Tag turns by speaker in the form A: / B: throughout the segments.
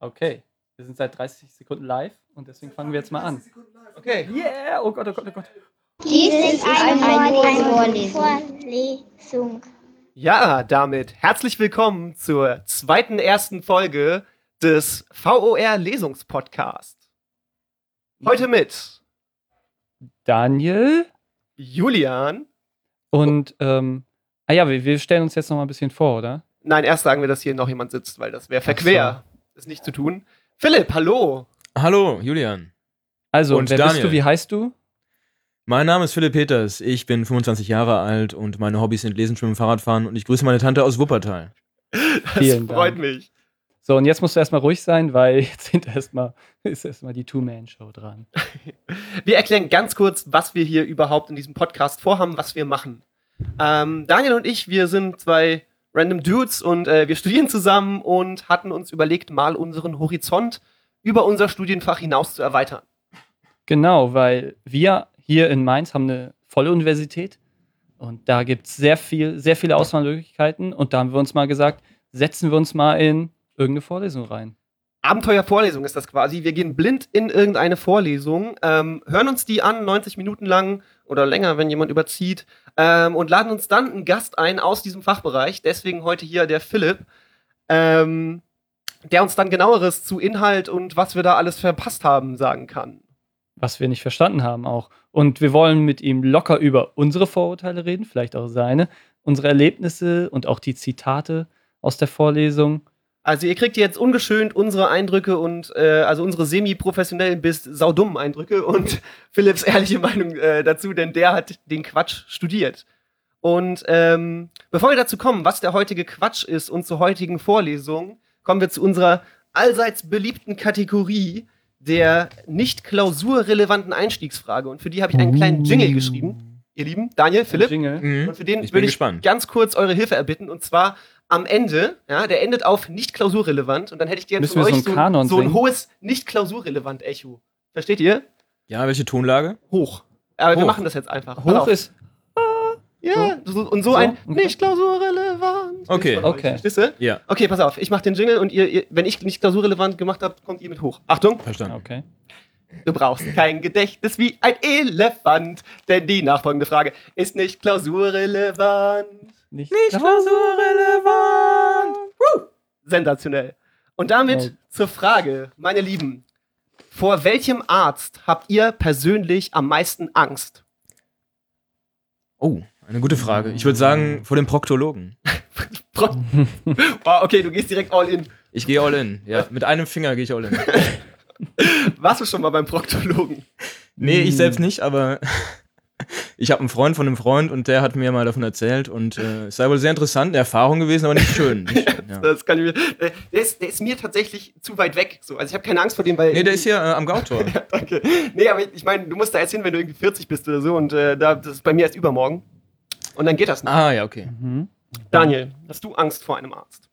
A: Okay, wir sind seit 30 Sekunden live und deswegen fangen wir jetzt mal an.
B: Okay.
A: Yeah, oh Gott, oh Gott, oh Gott.
C: Dies ist eine, eine Vorlesung. Vorlesung.
B: Ja, damit herzlich willkommen zur zweiten ersten Folge des VOR Lesungspodcast. Heute mit
A: Daniel
B: Julian.
A: und, ähm, ah ja, wir, wir stellen uns jetzt noch mal ein bisschen vor, oder?
B: Nein, erst sagen wir, dass hier noch jemand sitzt, weil das wäre verquer. Ist nicht zu tun. Philipp, hallo.
D: Hallo, Julian.
A: Also,
D: Und
A: wer bist
D: Daniel.
A: du, wie heißt du?
D: Mein Name ist Philipp Peters. Ich bin 25 Jahre alt und meine Hobbys sind Lesen, Schwimmen, Fahrradfahren und ich grüße meine Tante aus Wuppertal.
B: Das
A: Vielen
B: freut
A: Dank.
B: mich.
A: So, und jetzt musst du erstmal ruhig sein, weil jetzt sind erstmal, ist erstmal die Two-Man-Show dran.
B: Wir erklären ganz kurz, was wir hier überhaupt in diesem Podcast vorhaben, was wir machen. Ähm, Daniel und ich, wir sind zwei random Dudes und äh, wir studieren zusammen und hatten uns überlegt, mal unseren Horizont über unser Studienfach hinaus zu erweitern.
A: Genau, weil wir hier in Mainz haben eine volle Universität und da gibt es sehr, viel, sehr viele Auswahlmöglichkeiten und da haben wir uns mal gesagt, setzen wir uns mal in irgendeine Vorlesung rein.
B: Abenteuervorlesung ist das quasi. Wir gehen blind in irgendeine Vorlesung, ähm, hören uns die an, 90 Minuten lang oder länger, wenn jemand überzieht, ähm, und laden uns dann einen Gast ein aus diesem Fachbereich. Deswegen heute hier der Philipp, ähm, der uns dann genaueres zu Inhalt und was wir da alles verpasst haben sagen kann.
A: was wir nicht verstanden haben auch. Und wir wollen mit ihm locker über unsere Vorurteile reden, vielleicht auch seine, unsere Erlebnisse und auch die Zitate aus der Vorlesung.
B: Also ihr kriegt jetzt ungeschönt unsere Eindrücke und äh, also unsere semi-professionellen bis saudummen Eindrücke und Philipps ehrliche Meinung äh, dazu, denn der hat den Quatsch studiert. Und ähm, bevor wir dazu kommen, was der heutige Quatsch ist und zur heutigen Vorlesung, kommen wir zu unserer allseits beliebten Kategorie der nicht klausurrelevanten Einstiegsfrage. Und für die habe ich einen kleinen Jingle geschrieben, ihr Lieben. Daniel, Philipp.
A: Jingle.
D: Mhm.
B: Und für den
D: Ich bin
B: würde ich
D: gespannt.
B: ganz kurz eure Hilfe erbitten. Und zwar am Ende, ja, der endet auf nicht klausurrelevant. Und dann hätte ich gerne
A: Müssen
B: von
A: wir so
B: euch
A: einen Kanon
B: so ein
A: singen?
B: hohes nicht klausurrelevant Echo. Versteht ihr?
D: Ja, welche Tonlage?
B: Hoch. Aber wir
D: Hoch.
B: machen das jetzt einfach. Pass
A: Hoch
B: auf.
A: ist,
B: Ja, so, und so,
A: So?
B: ein
A: Okay.
B: nicht klausurrelevant.
D: Okay.
B: Von euch.
A: Okay.
B: Verstehst du?
D: Ja,
B: Okay, pass auf. Ich mache den Jingle und ihr, ihr, wenn ich nicht klausurrelevant gemacht habe, kommt ihr mit hoch. Achtung.
D: verstanden.
A: Ah, okay.
B: Du brauchst kein Gedächtnis wie ein Elefant, denn die nachfolgende Frage ist nicht klausurrelevant.
A: Nicht,
D: klausurrelevant.
B: Sensationell. Und damit
A: Ja.
B: zur Frage, meine Lieben. Vor welchem Arzt habt ihr persönlich am meisten Angst?
D: Oh, eine gute Frage. Ich würde sagen, vor dem Proktologen.
B: Pro- Wow, okay, du gehst direkt all in.
D: Ich gehe all in. Ja, mit einem Finger gehe ich all in.
B: Warst du schon mal beim Proktologen?
D: Nee, ich
A: Mhm.
D: selbst nicht, aber ich habe einen Freund von einem Freund und der hat mir mal davon erzählt und äh, es sei wohl sehr interessant, eine Erfahrung gewesen, aber nicht schön. Nicht schön ja.
B: Das kann ich mir, äh, der, ist, der ist mir tatsächlich zu weit weg. So. Also ich habe keine Angst vor dem, weil.
D: Nee, der ist hier äh, am Gautor.
B: Okay. Nee, aber ich, ich meine, du musst da erst hin, wenn du irgendwie 40 bist oder so. Und äh, da, das ist bei mir erst übermorgen. Und dann geht das nicht.
D: Ah, ja, okay.
A: Mhm.
B: Daniel, hast du Angst vor einem Arzt?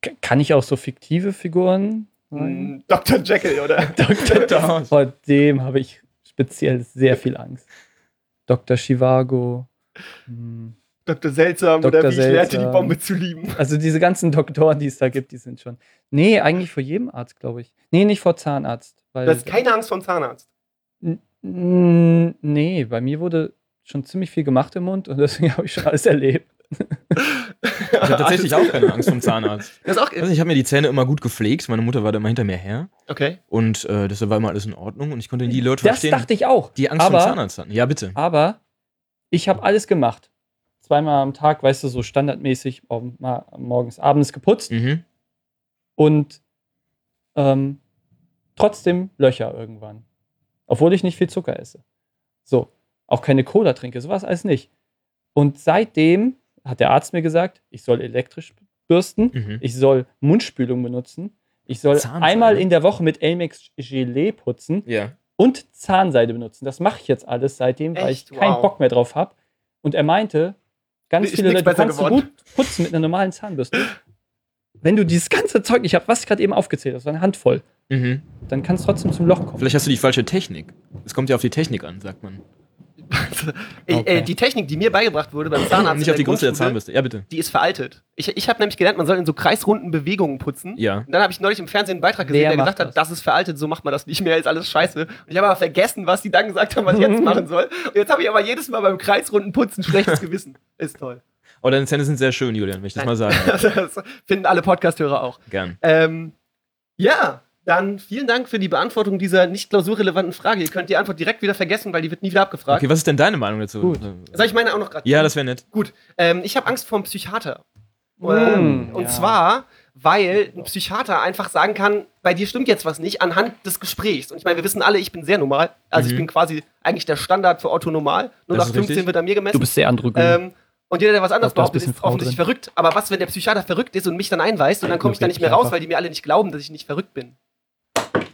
A: K- Kann ich auch so fiktive Figuren? sagen?
B: Hm, Dr. Jekyll, oder?
A: Dr.
D: Dr. House.
A: Vor dem habe ich speziell sehr viel Angst. Dr. Chivago. Hm.
B: Dr. Seltsam
A: Dr.
B: oder wie ich lernte, die
A: Seltsam.
B: Bombe zu lieben.
A: Also diese ganzen Doktoren, die es da gibt, die sind schon. Nee, eigentlich vor jedem Arzt, glaube ich. Nee, nicht vor Zahnarzt. Weil
B: Du hast keine Angst vor dem Zahnarzt.
A: Mm, Nee, bei mir wurde schon ziemlich viel gemacht im Mund und deswegen habe ich schon alles erlebt.
D: Ich habe tatsächlich auch keine Angst vom Zahnarzt.
B: Das ist auch.
D: Ich weiß nicht, ich habe mir die Zähne immer gut gepflegt, meine Mutter war da immer hinter mir her
B: Okay.
D: und äh, das war immer alles in Ordnung und ich konnte die Leute
A: Das
D: verstehen,
A: dachte ich auch.
D: die Angst
A: aber,
D: vom Zahnarzt hatten. Ja, bitte.
A: Aber ich habe alles gemacht. Zweimal am Tag, weißt du, so standardmäßig morgen- mal morgens, abends geputzt
D: Mhm.
A: und ähm, trotzdem Löcher irgendwann. Obwohl ich nicht viel Zucker esse. So, auch keine Cola trinke, sowas alles nicht. Und seitdem hat der Arzt mir gesagt, ich soll elektrisch bürsten.
D: Mhm.
A: Ich soll Mundspülung benutzen. Ich soll
D: Zahnseide.
A: einmal in der Woche mit Elmex Gelee putzen
D: Ja.
A: und Zahnseide benutzen. Das mache ich jetzt alles seitdem, weil
B: Echt?
A: ich keinen
B: Wow.
A: Bock mehr drauf habe. Und er meinte, ganz
B: Ist
A: viele Leute
B: nichts
A: du
B: besser
A: kannst du
B: geworden.
A: gut putzen mit einer normalen Zahnbürste. Wenn du dieses ganze Zeug nicht hast, was ich gerade eben aufgezählt habe, so eine Handvoll,
D: Mhm.
A: dann kann es trotzdem zum Loch kommen.
D: Vielleicht hast du die falsche Technik. Es kommt ja auf die Technik an, sagt man.
B: Ich-
A: Okay.
B: äh, die Technik, die mir beigebracht wurde beim Zahnarzt,
D: Nicht
B: in
D: auf die Größe der
B: Grundschule,
D: Zahnbürste. Ja, bitte.
B: die ist veraltet. Ich, ich habe nämlich gelernt, man soll in so kreisrunden Bewegungen putzen.
D: Ja.
B: Und dann habe ich neulich im Fernsehen einen Beitrag gesehen,
A: Wer
B: der
A: macht
B: gesagt hat, das ist veraltet, so macht man das nicht mehr, ist alles scheiße. Und ich habe aber vergessen, was die dann gesagt haben, was ich jetzt machen soll. Und jetzt habe ich aber jedes Mal beim kreisrunden Putzen schlechtes Gewissen. Ist toll.
D: Oh, deine Zähne sind sehr schön, Julian, wenn ich das mal sagen darf.
B: Das finden alle Podcasthörer auch.
D: Gern.
B: Ähm, ja, dann vielen Dank für die Beantwortung dieser nicht klausurrelevanten Frage. Ihr könnt die Antwort direkt wieder vergessen, weil die wird nie wieder abgefragt.
D: Okay, was ist denn deine Meinung dazu?
A: Gut.
B: Soll ich meine auch noch gerade?
D: Ja, das wäre nett.
B: Gut, ähm, ich habe Angst vor einem Psychiater.
A: Mm,
B: ähm, und
A: ja.
B: zwar, weil ein Psychiater einfach sagen kann, bei dir stimmt jetzt was nicht, anhand des Gesprächs. Und ich meine, wir wissen alle, ich bin sehr normal. Also ich
D: Mhm.
B: bin quasi eigentlich der Standard für orthonormal. Nur
D: Das
B: nach
D: ist
B: 15
D: richtig.
B: wird an mir gemessen.
A: Du bist sehr androgyn.
B: ähm, und jeder, der was anderes
A: Da ist ein
B: behauptet,
A: bisschen
B: ist
A: Frau
B: offensichtlich
A: drin.
B: verrückt. Aber was, wenn der Psychiater verrückt ist und mich dann einweist und dann komme ich da nicht mehr raus, weil die mir alle nicht glauben, dass ich nicht verrückt bin?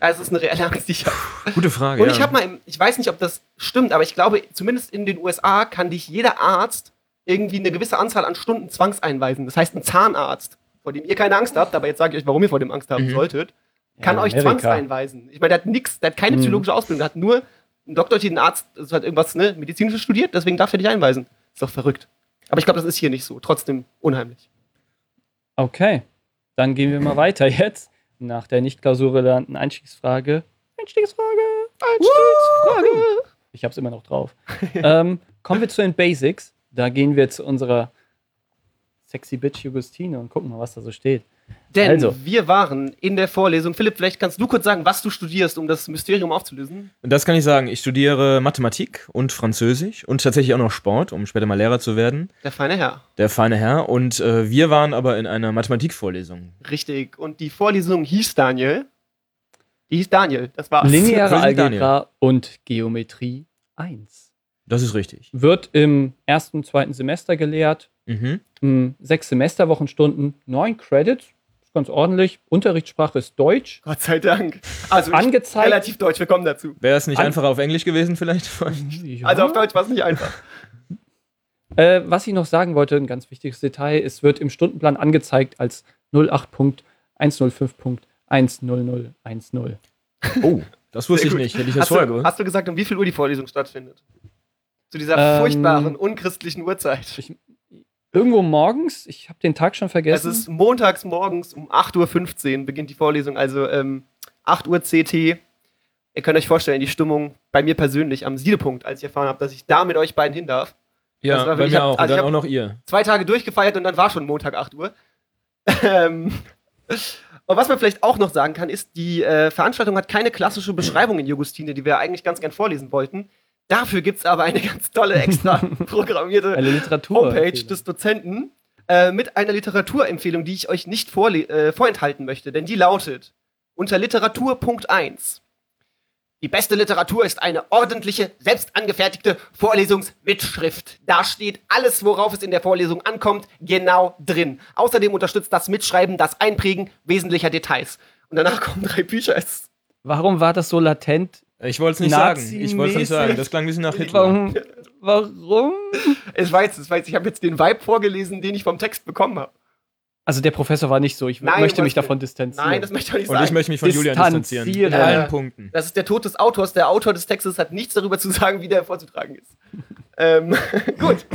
B: Also es ist eine reelle Angst, die ich habe.
D: Gute Frage.
B: Und
D: ja.
B: ich habe mal, im, ich weiß nicht, ob das stimmt, aber ich glaube, zumindest in den USA kann dich jeder Arzt irgendwie eine gewisse Anzahl an Stunden zwangseinweisen. Das heißt, ein Zahnarzt, vor dem ihr keine Angst habt, aber jetzt sage ich euch, warum ihr vor dem Angst haben
D: Mhm.
B: solltet, kann
A: Ja,
B: euch
A: Amerika.
B: zwangseinweisen. Ich meine, der hat nix, der hat keine
A: Mhm.
B: psychologische Ausbildung, der hat nur einen Doktortitel, einen Arzt, das hat irgendwas ne, medizinisches studiert, deswegen darf er dich einweisen. Ist doch verrückt. Aber ich glaube, das ist hier nicht so. Trotzdem unheimlich.
A: Okay, dann gehen wir mal weiter jetzt nach der nicht klausurrelevanten Einstiegsfrage. Einstiegsfrage! Einstiegsfrage! Ich habe es immer noch drauf. ähm, kommen wir zu den Basics. Da gehen wir zu unserer sexy Bitch Jugustine und gucken mal, was da so steht.
B: Denn
A: Also.
B: wir waren in der Vorlesung. Philipp, vielleicht kannst du kurz sagen, was du studierst, um das Mysterium aufzulösen.
D: Und Das kann ich sagen. Ich studiere Mathematik und Französisch und tatsächlich auch noch Sport, um später mal Lehrer zu werden.
B: Der feine Herr.
D: Der feine Herr. Und äh, wir waren aber in einer Mathematikvorlesung.
B: Richtig. Und die Vorlesung hieß Daniel. Die hieß Daniel. Das war's.
A: Lineare
D: Grüßen,
A: Algebra
D: Daniel.
A: und Geometrie 1.
D: Das ist richtig.
A: Wird im ersten, zweiten Semester gelehrt.
D: Mhm.
A: Hm, Sechs Semesterwochenstunden, neun Credits. Ist ganz ordentlich. Unterrichtssprache ist Deutsch.
B: Gott sei Dank. Also ich-
A: Angezeigt.
B: relativ deutsch, wir kommen dazu.
D: Wäre es nicht
A: An-
D: einfacher auf Englisch gewesen, vielleicht?
A: Ja.
B: Also auf Deutsch war es nicht einfach.
A: Äh, was ich noch sagen wollte, ein ganz wichtiges Detail, es wird im Stundenplan angezeigt als 08.105.10010.
D: oh, das
B: Sehr
D: wusste ich
B: gut.
D: nicht. Hätte ich das
B: Hast
D: vorher
B: du,
D: gewusst.
B: hast du gesagt, um wie viel Uhr die Vorlesung stattfindet? Zu dieser
A: Ähm,
B: furchtbaren, unchristlichen Uhrzeit.
A: Ich- Irgendwo morgens, ich habe den Tag schon
B: Es
A: vergessen.
B: ist montags morgens um 8.15 Uhr beginnt die Vorlesung, also ähm, 8 Uhr CT. Ihr könnt euch vorstellen, die Stimmung bei mir persönlich am Siedepunkt, als ich erfahren habe, dass ich da mit euch beiden hin darf.
D: ja,
B: das war
D: bei
B: wirklich-
D: mir auch.
B: also
D: Und
B: ich
D: dann
B: hab-
D: auch noch ihr.
B: zwei Tage durchgefeiert und dann war schon Montag 8 Uhr. Ähm, und was man vielleicht auch noch sagen kann, ist, die äh, Veranstaltung hat keine klassische Beschreibung in Jugustine, die wir eigentlich ganz gern vorlesen wollten. Dafür gibt es aber eine ganz tolle extra programmierte
A: eine Literatur.
B: Homepage des Dozenten äh, mit einer Literaturempfehlung, die ich euch nicht vorle- äh, vorenthalten möchte, denn die lautet unter Literatur.1. Die beste Literatur ist eine ordentliche, selbst angefertigte Vorlesungsmitschrift. Da steht alles, worauf es in der Vorlesung ankommt, genau drin. Außerdem unterstützt das Mitschreiben das Einprägen wesentlicher Details. Und danach kommen drei Bücher. Es ist
A: Warum war das so latent?
D: Ich wollte es nicht sagen. Ich wollte es
A: Nazi-mäßig.
D: nicht sagen. Das klang ein bisschen nach Hitler.
A: Warum? Warum?
B: Ich weiß, ich weiß, ich habe jetzt den Vibe vorgelesen, den ich vom Text bekommen habe.
A: Also der Professor war nicht so, ich
B: Nein,
A: möchte
B: was
A: mich
B: denn?
A: davon distanzieren.
B: Nein, das möchte ich auch nicht
D: Und ich
B: sagen.
D: möchte mich von Julian
A: Distanzieren.
D: distanzieren. In
A: Ja.
D: allen Punkten.
B: Das ist der Tod des Autors. Der Autor des Textes hat nichts darüber zu sagen, wie der vorzutragen ist. ähm, gut.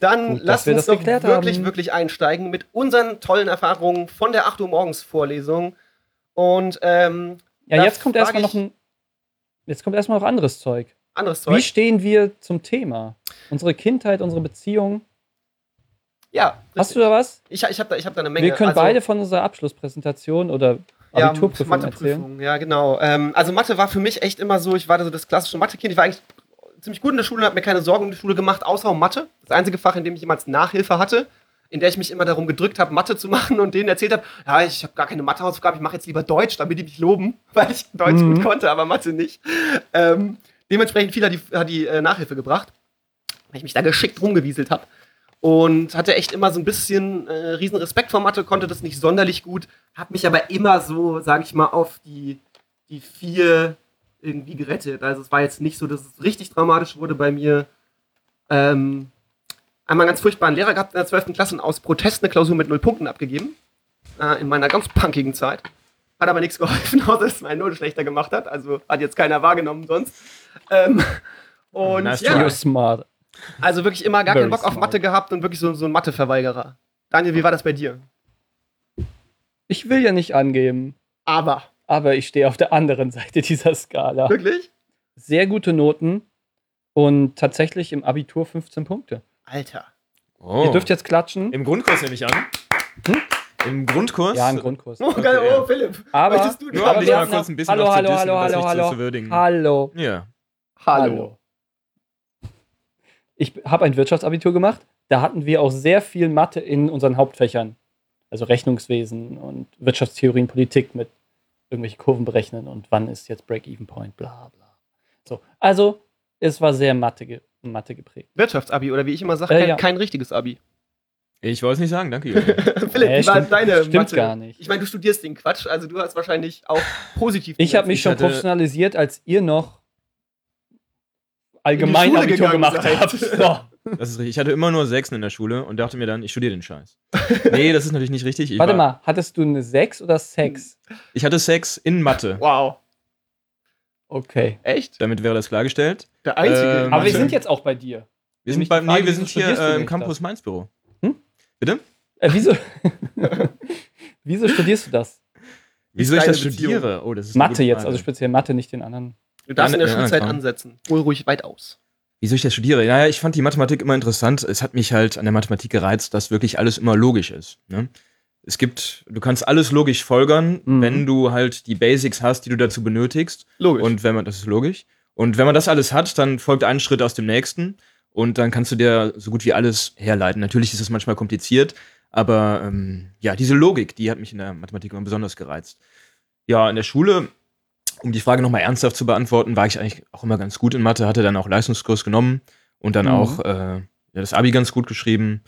B: Dann
A: Gut, dass
B: lasst
A: wir
B: uns
A: das
B: doch
A: geklärt
B: wirklich,
A: haben.
B: wirklich einsteigen mit unseren tollen Erfahrungen von der 8 Uhr morgens Vorlesung. Und ähm,
A: ja,
B: Da
A: jetzt kommt
B: frag
A: erstmal noch
B: ich-
A: ein jetzt kommt erstmal noch anderes Zeug.
B: anderes
A: Wie
B: Zeug.
A: stehen wir zum Thema? Unsere Kindheit, unsere Beziehung.
B: Ja,
A: Hast du da was?
B: ich, ich habe da, ich hab da eine Menge.
A: Wir können
B: Also,
A: beide von unserer Abschlusspräsentation oder
B: ja,
A: Abiturprüfung erzählen.
B: Matheprüfung, ja, genau. Ähm, also Mathe war für mich echt immer so, ich war da so das klassische Mathekind. Ich war eigentlich ziemlich gut in der Schule und habe mir keine Sorgen um die Schule gemacht, außer um Mathe. Das einzige Fach, in dem ich jemals Nachhilfe hatte, in der ich mich immer darum gedrückt habe, Mathe zu machen und denen erzählt habe, ja, ich habe gar keine Mathehausaufgabe, ich mache jetzt lieber Deutsch, damit die mich loben, weil ich Deutsch
A: Mhm.
B: gut konnte, aber Mathe nicht. Ähm, dementsprechend viel hat die, hat die äh, Nachhilfe gebracht, weil ich mich da geschickt rumgewieselt habe. Und hatte echt immer so ein bisschen äh, riesen Respekt vor Mathe, konnte das nicht sonderlich gut, habe mich aber immer so, sage ich mal, auf die, die vier irgendwie gerettet. Also es war jetzt nicht so, dass es richtig dramatisch wurde bei mir. Ähm, einmal einen ganz furchtbaren Lehrer gehabt in der 12. Klasse und aus Protest eine Klausur mit null Punkten abgegeben. Äh, in meiner ganz punkigen Zeit. Hat aber nichts geholfen, außer dass es meine Note schlechter gemacht hat. Also hat jetzt keiner wahrgenommen sonst. Ähm, Und
D: Nice
B: ja,
A: You're smart.
B: also wirklich immer gar
A: Very
B: keinen Bock auf
A: smart.
B: Mathe gehabt und wirklich so, so ein Mathe-Verweigerer. Daniel, wie war das bei dir?
A: Ich will ja nicht angeben,
B: Aber,
A: aber ich stehe auf der anderen Seite dieser Skala.
B: wirklich?
A: Sehr gute Noten und tatsächlich im Abitur 15 Punkte.
B: Alter.
D: Oh.
A: Ihr dürft jetzt klatschen.
D: Im Grundkurs nehme ich an.
A: Hm?
D: Im Grundkurs?
A: ja, im Grundkurs.
B: Oh, geil,
D: Okay, ja.
B: oh, Philipp.
A: Aber-
B: Möchtest du
D: Nur um
A: Aber
D: dich
A: wir
D: mal
A: hatten
D: kurz
A: auch-
D: ein bisschen
A: hallo,
D: noch
A: hallo,
D: zu dissen,
A: hallo,
D: und das
A: hallo,
D: nicht so
A: hallo.
D: zu würdigen.
A: Hallo.
D: Ja.
B: Hallo.
A: Ich habe ein Wirtschaftsabitur gemacht. Da hatten wir auch sehr viel Mathe in unseren Hauptfächern. Also Rechnungswesen und Wirtschaftstheorien, Politik mit irgendwelche Kurven berechnen und wann ist jetzt Break-Even-Point, bla bla. So, also es war sehr Mathe, ge Mathe geprägt.
B: Wirtschaftsabi oder wie ich immer sage,
A: Äh,
B: kein,
A: ja.
B: kein richtiges Abi.
D: Ich wollte es nicht sagen, danke, Julian.
B: Philipp,
A: Äh,
B: wie war
A: stimmt-
B: deine
A: stimmt
B: Mathe?
A: gar nicht.
B: Ich meine, du studierst den Quatsch, also du hast wahrscheinlich auch positiv.
A: Ich habe mich
D: Ich
A: schon
D: hatte-
A: professionalisiert, als ihr noch
B: die
A: allgemein
B: Schule
A: Abitur
B: gegangen
A: gemacht
B: seid.
A: habt. So.
D: Das ist richtig. Ich hatte immer nur Sechsen in der Schule und dachte mir dann, ich studiere den Scheiß. Nee, das ist natürlich nicht richtig. Ich,
A: Warte
D: war-
A: mal, hattest du eine 6 oder Sex?
D: ich hatte Sex in Mathe.
B: Wow.
A: Okay.
B: Echt?
D: Damit wäre das klargestellt.
B: Der einzige.
D: Ähm,
A: Aber wir
D: Mathe.
A: sind jetzt auch bei dir.
D: Wir
A: Nämlich
D: sind beim,
A: die Frage,
D: nee, wir
A: wieso
D: sind hier
A: studierst du
D: äh, im
A: nicht
D: Campus
A: das?
D: Mainz Büro.
A: Äh, wieso? wieso studierst du das?
D: Wieso ich
B: deine
D: das
B: Beziehung?
D: studiere? Oh, das ist eine
A: Mathe
D: gute
A: jetzt,
D: Frage.
A: also speziell Mathe, nicht den anderen.
B: du darfst in der
D: Ja, ja,
B: Schulzeit
D: klar.
B: ansetzen. Hol ruhig weit aus.
D: Wieso ich das studiere? Naja, ich fand die Mathematik immer interessant. Es hat mich halt an der Mathematik gereizt, dass wirklich alles immer logisch ist. Ne? Es gibt, du kannst alles logisch folgern,
A: Mhm.
D: wenn du halt die Basics hast, die du dazu benötigst.
B: Logisch.
D: Und wenn man, das ist logisch. Und wenn man das alles hat, dann folgt ein Schritt aus dem nächsten und dann kannst du dir so gut wie alles herleiten. Natürlich ist es manchmal kompliziert, aber ähm, ja, diese Logik, die hat mich in der Mathematik immer besonders gereizt. Ja, in der Schule, um die Frage nochmal ernsthaft zu beantworten, war ich eigentlich auch immer ganz gut in Mathe, hatte dann auch Leistungskurs genommen und dann
A: Mhm.
D: auch äh, ja, das Abi ganz gut geschrieben.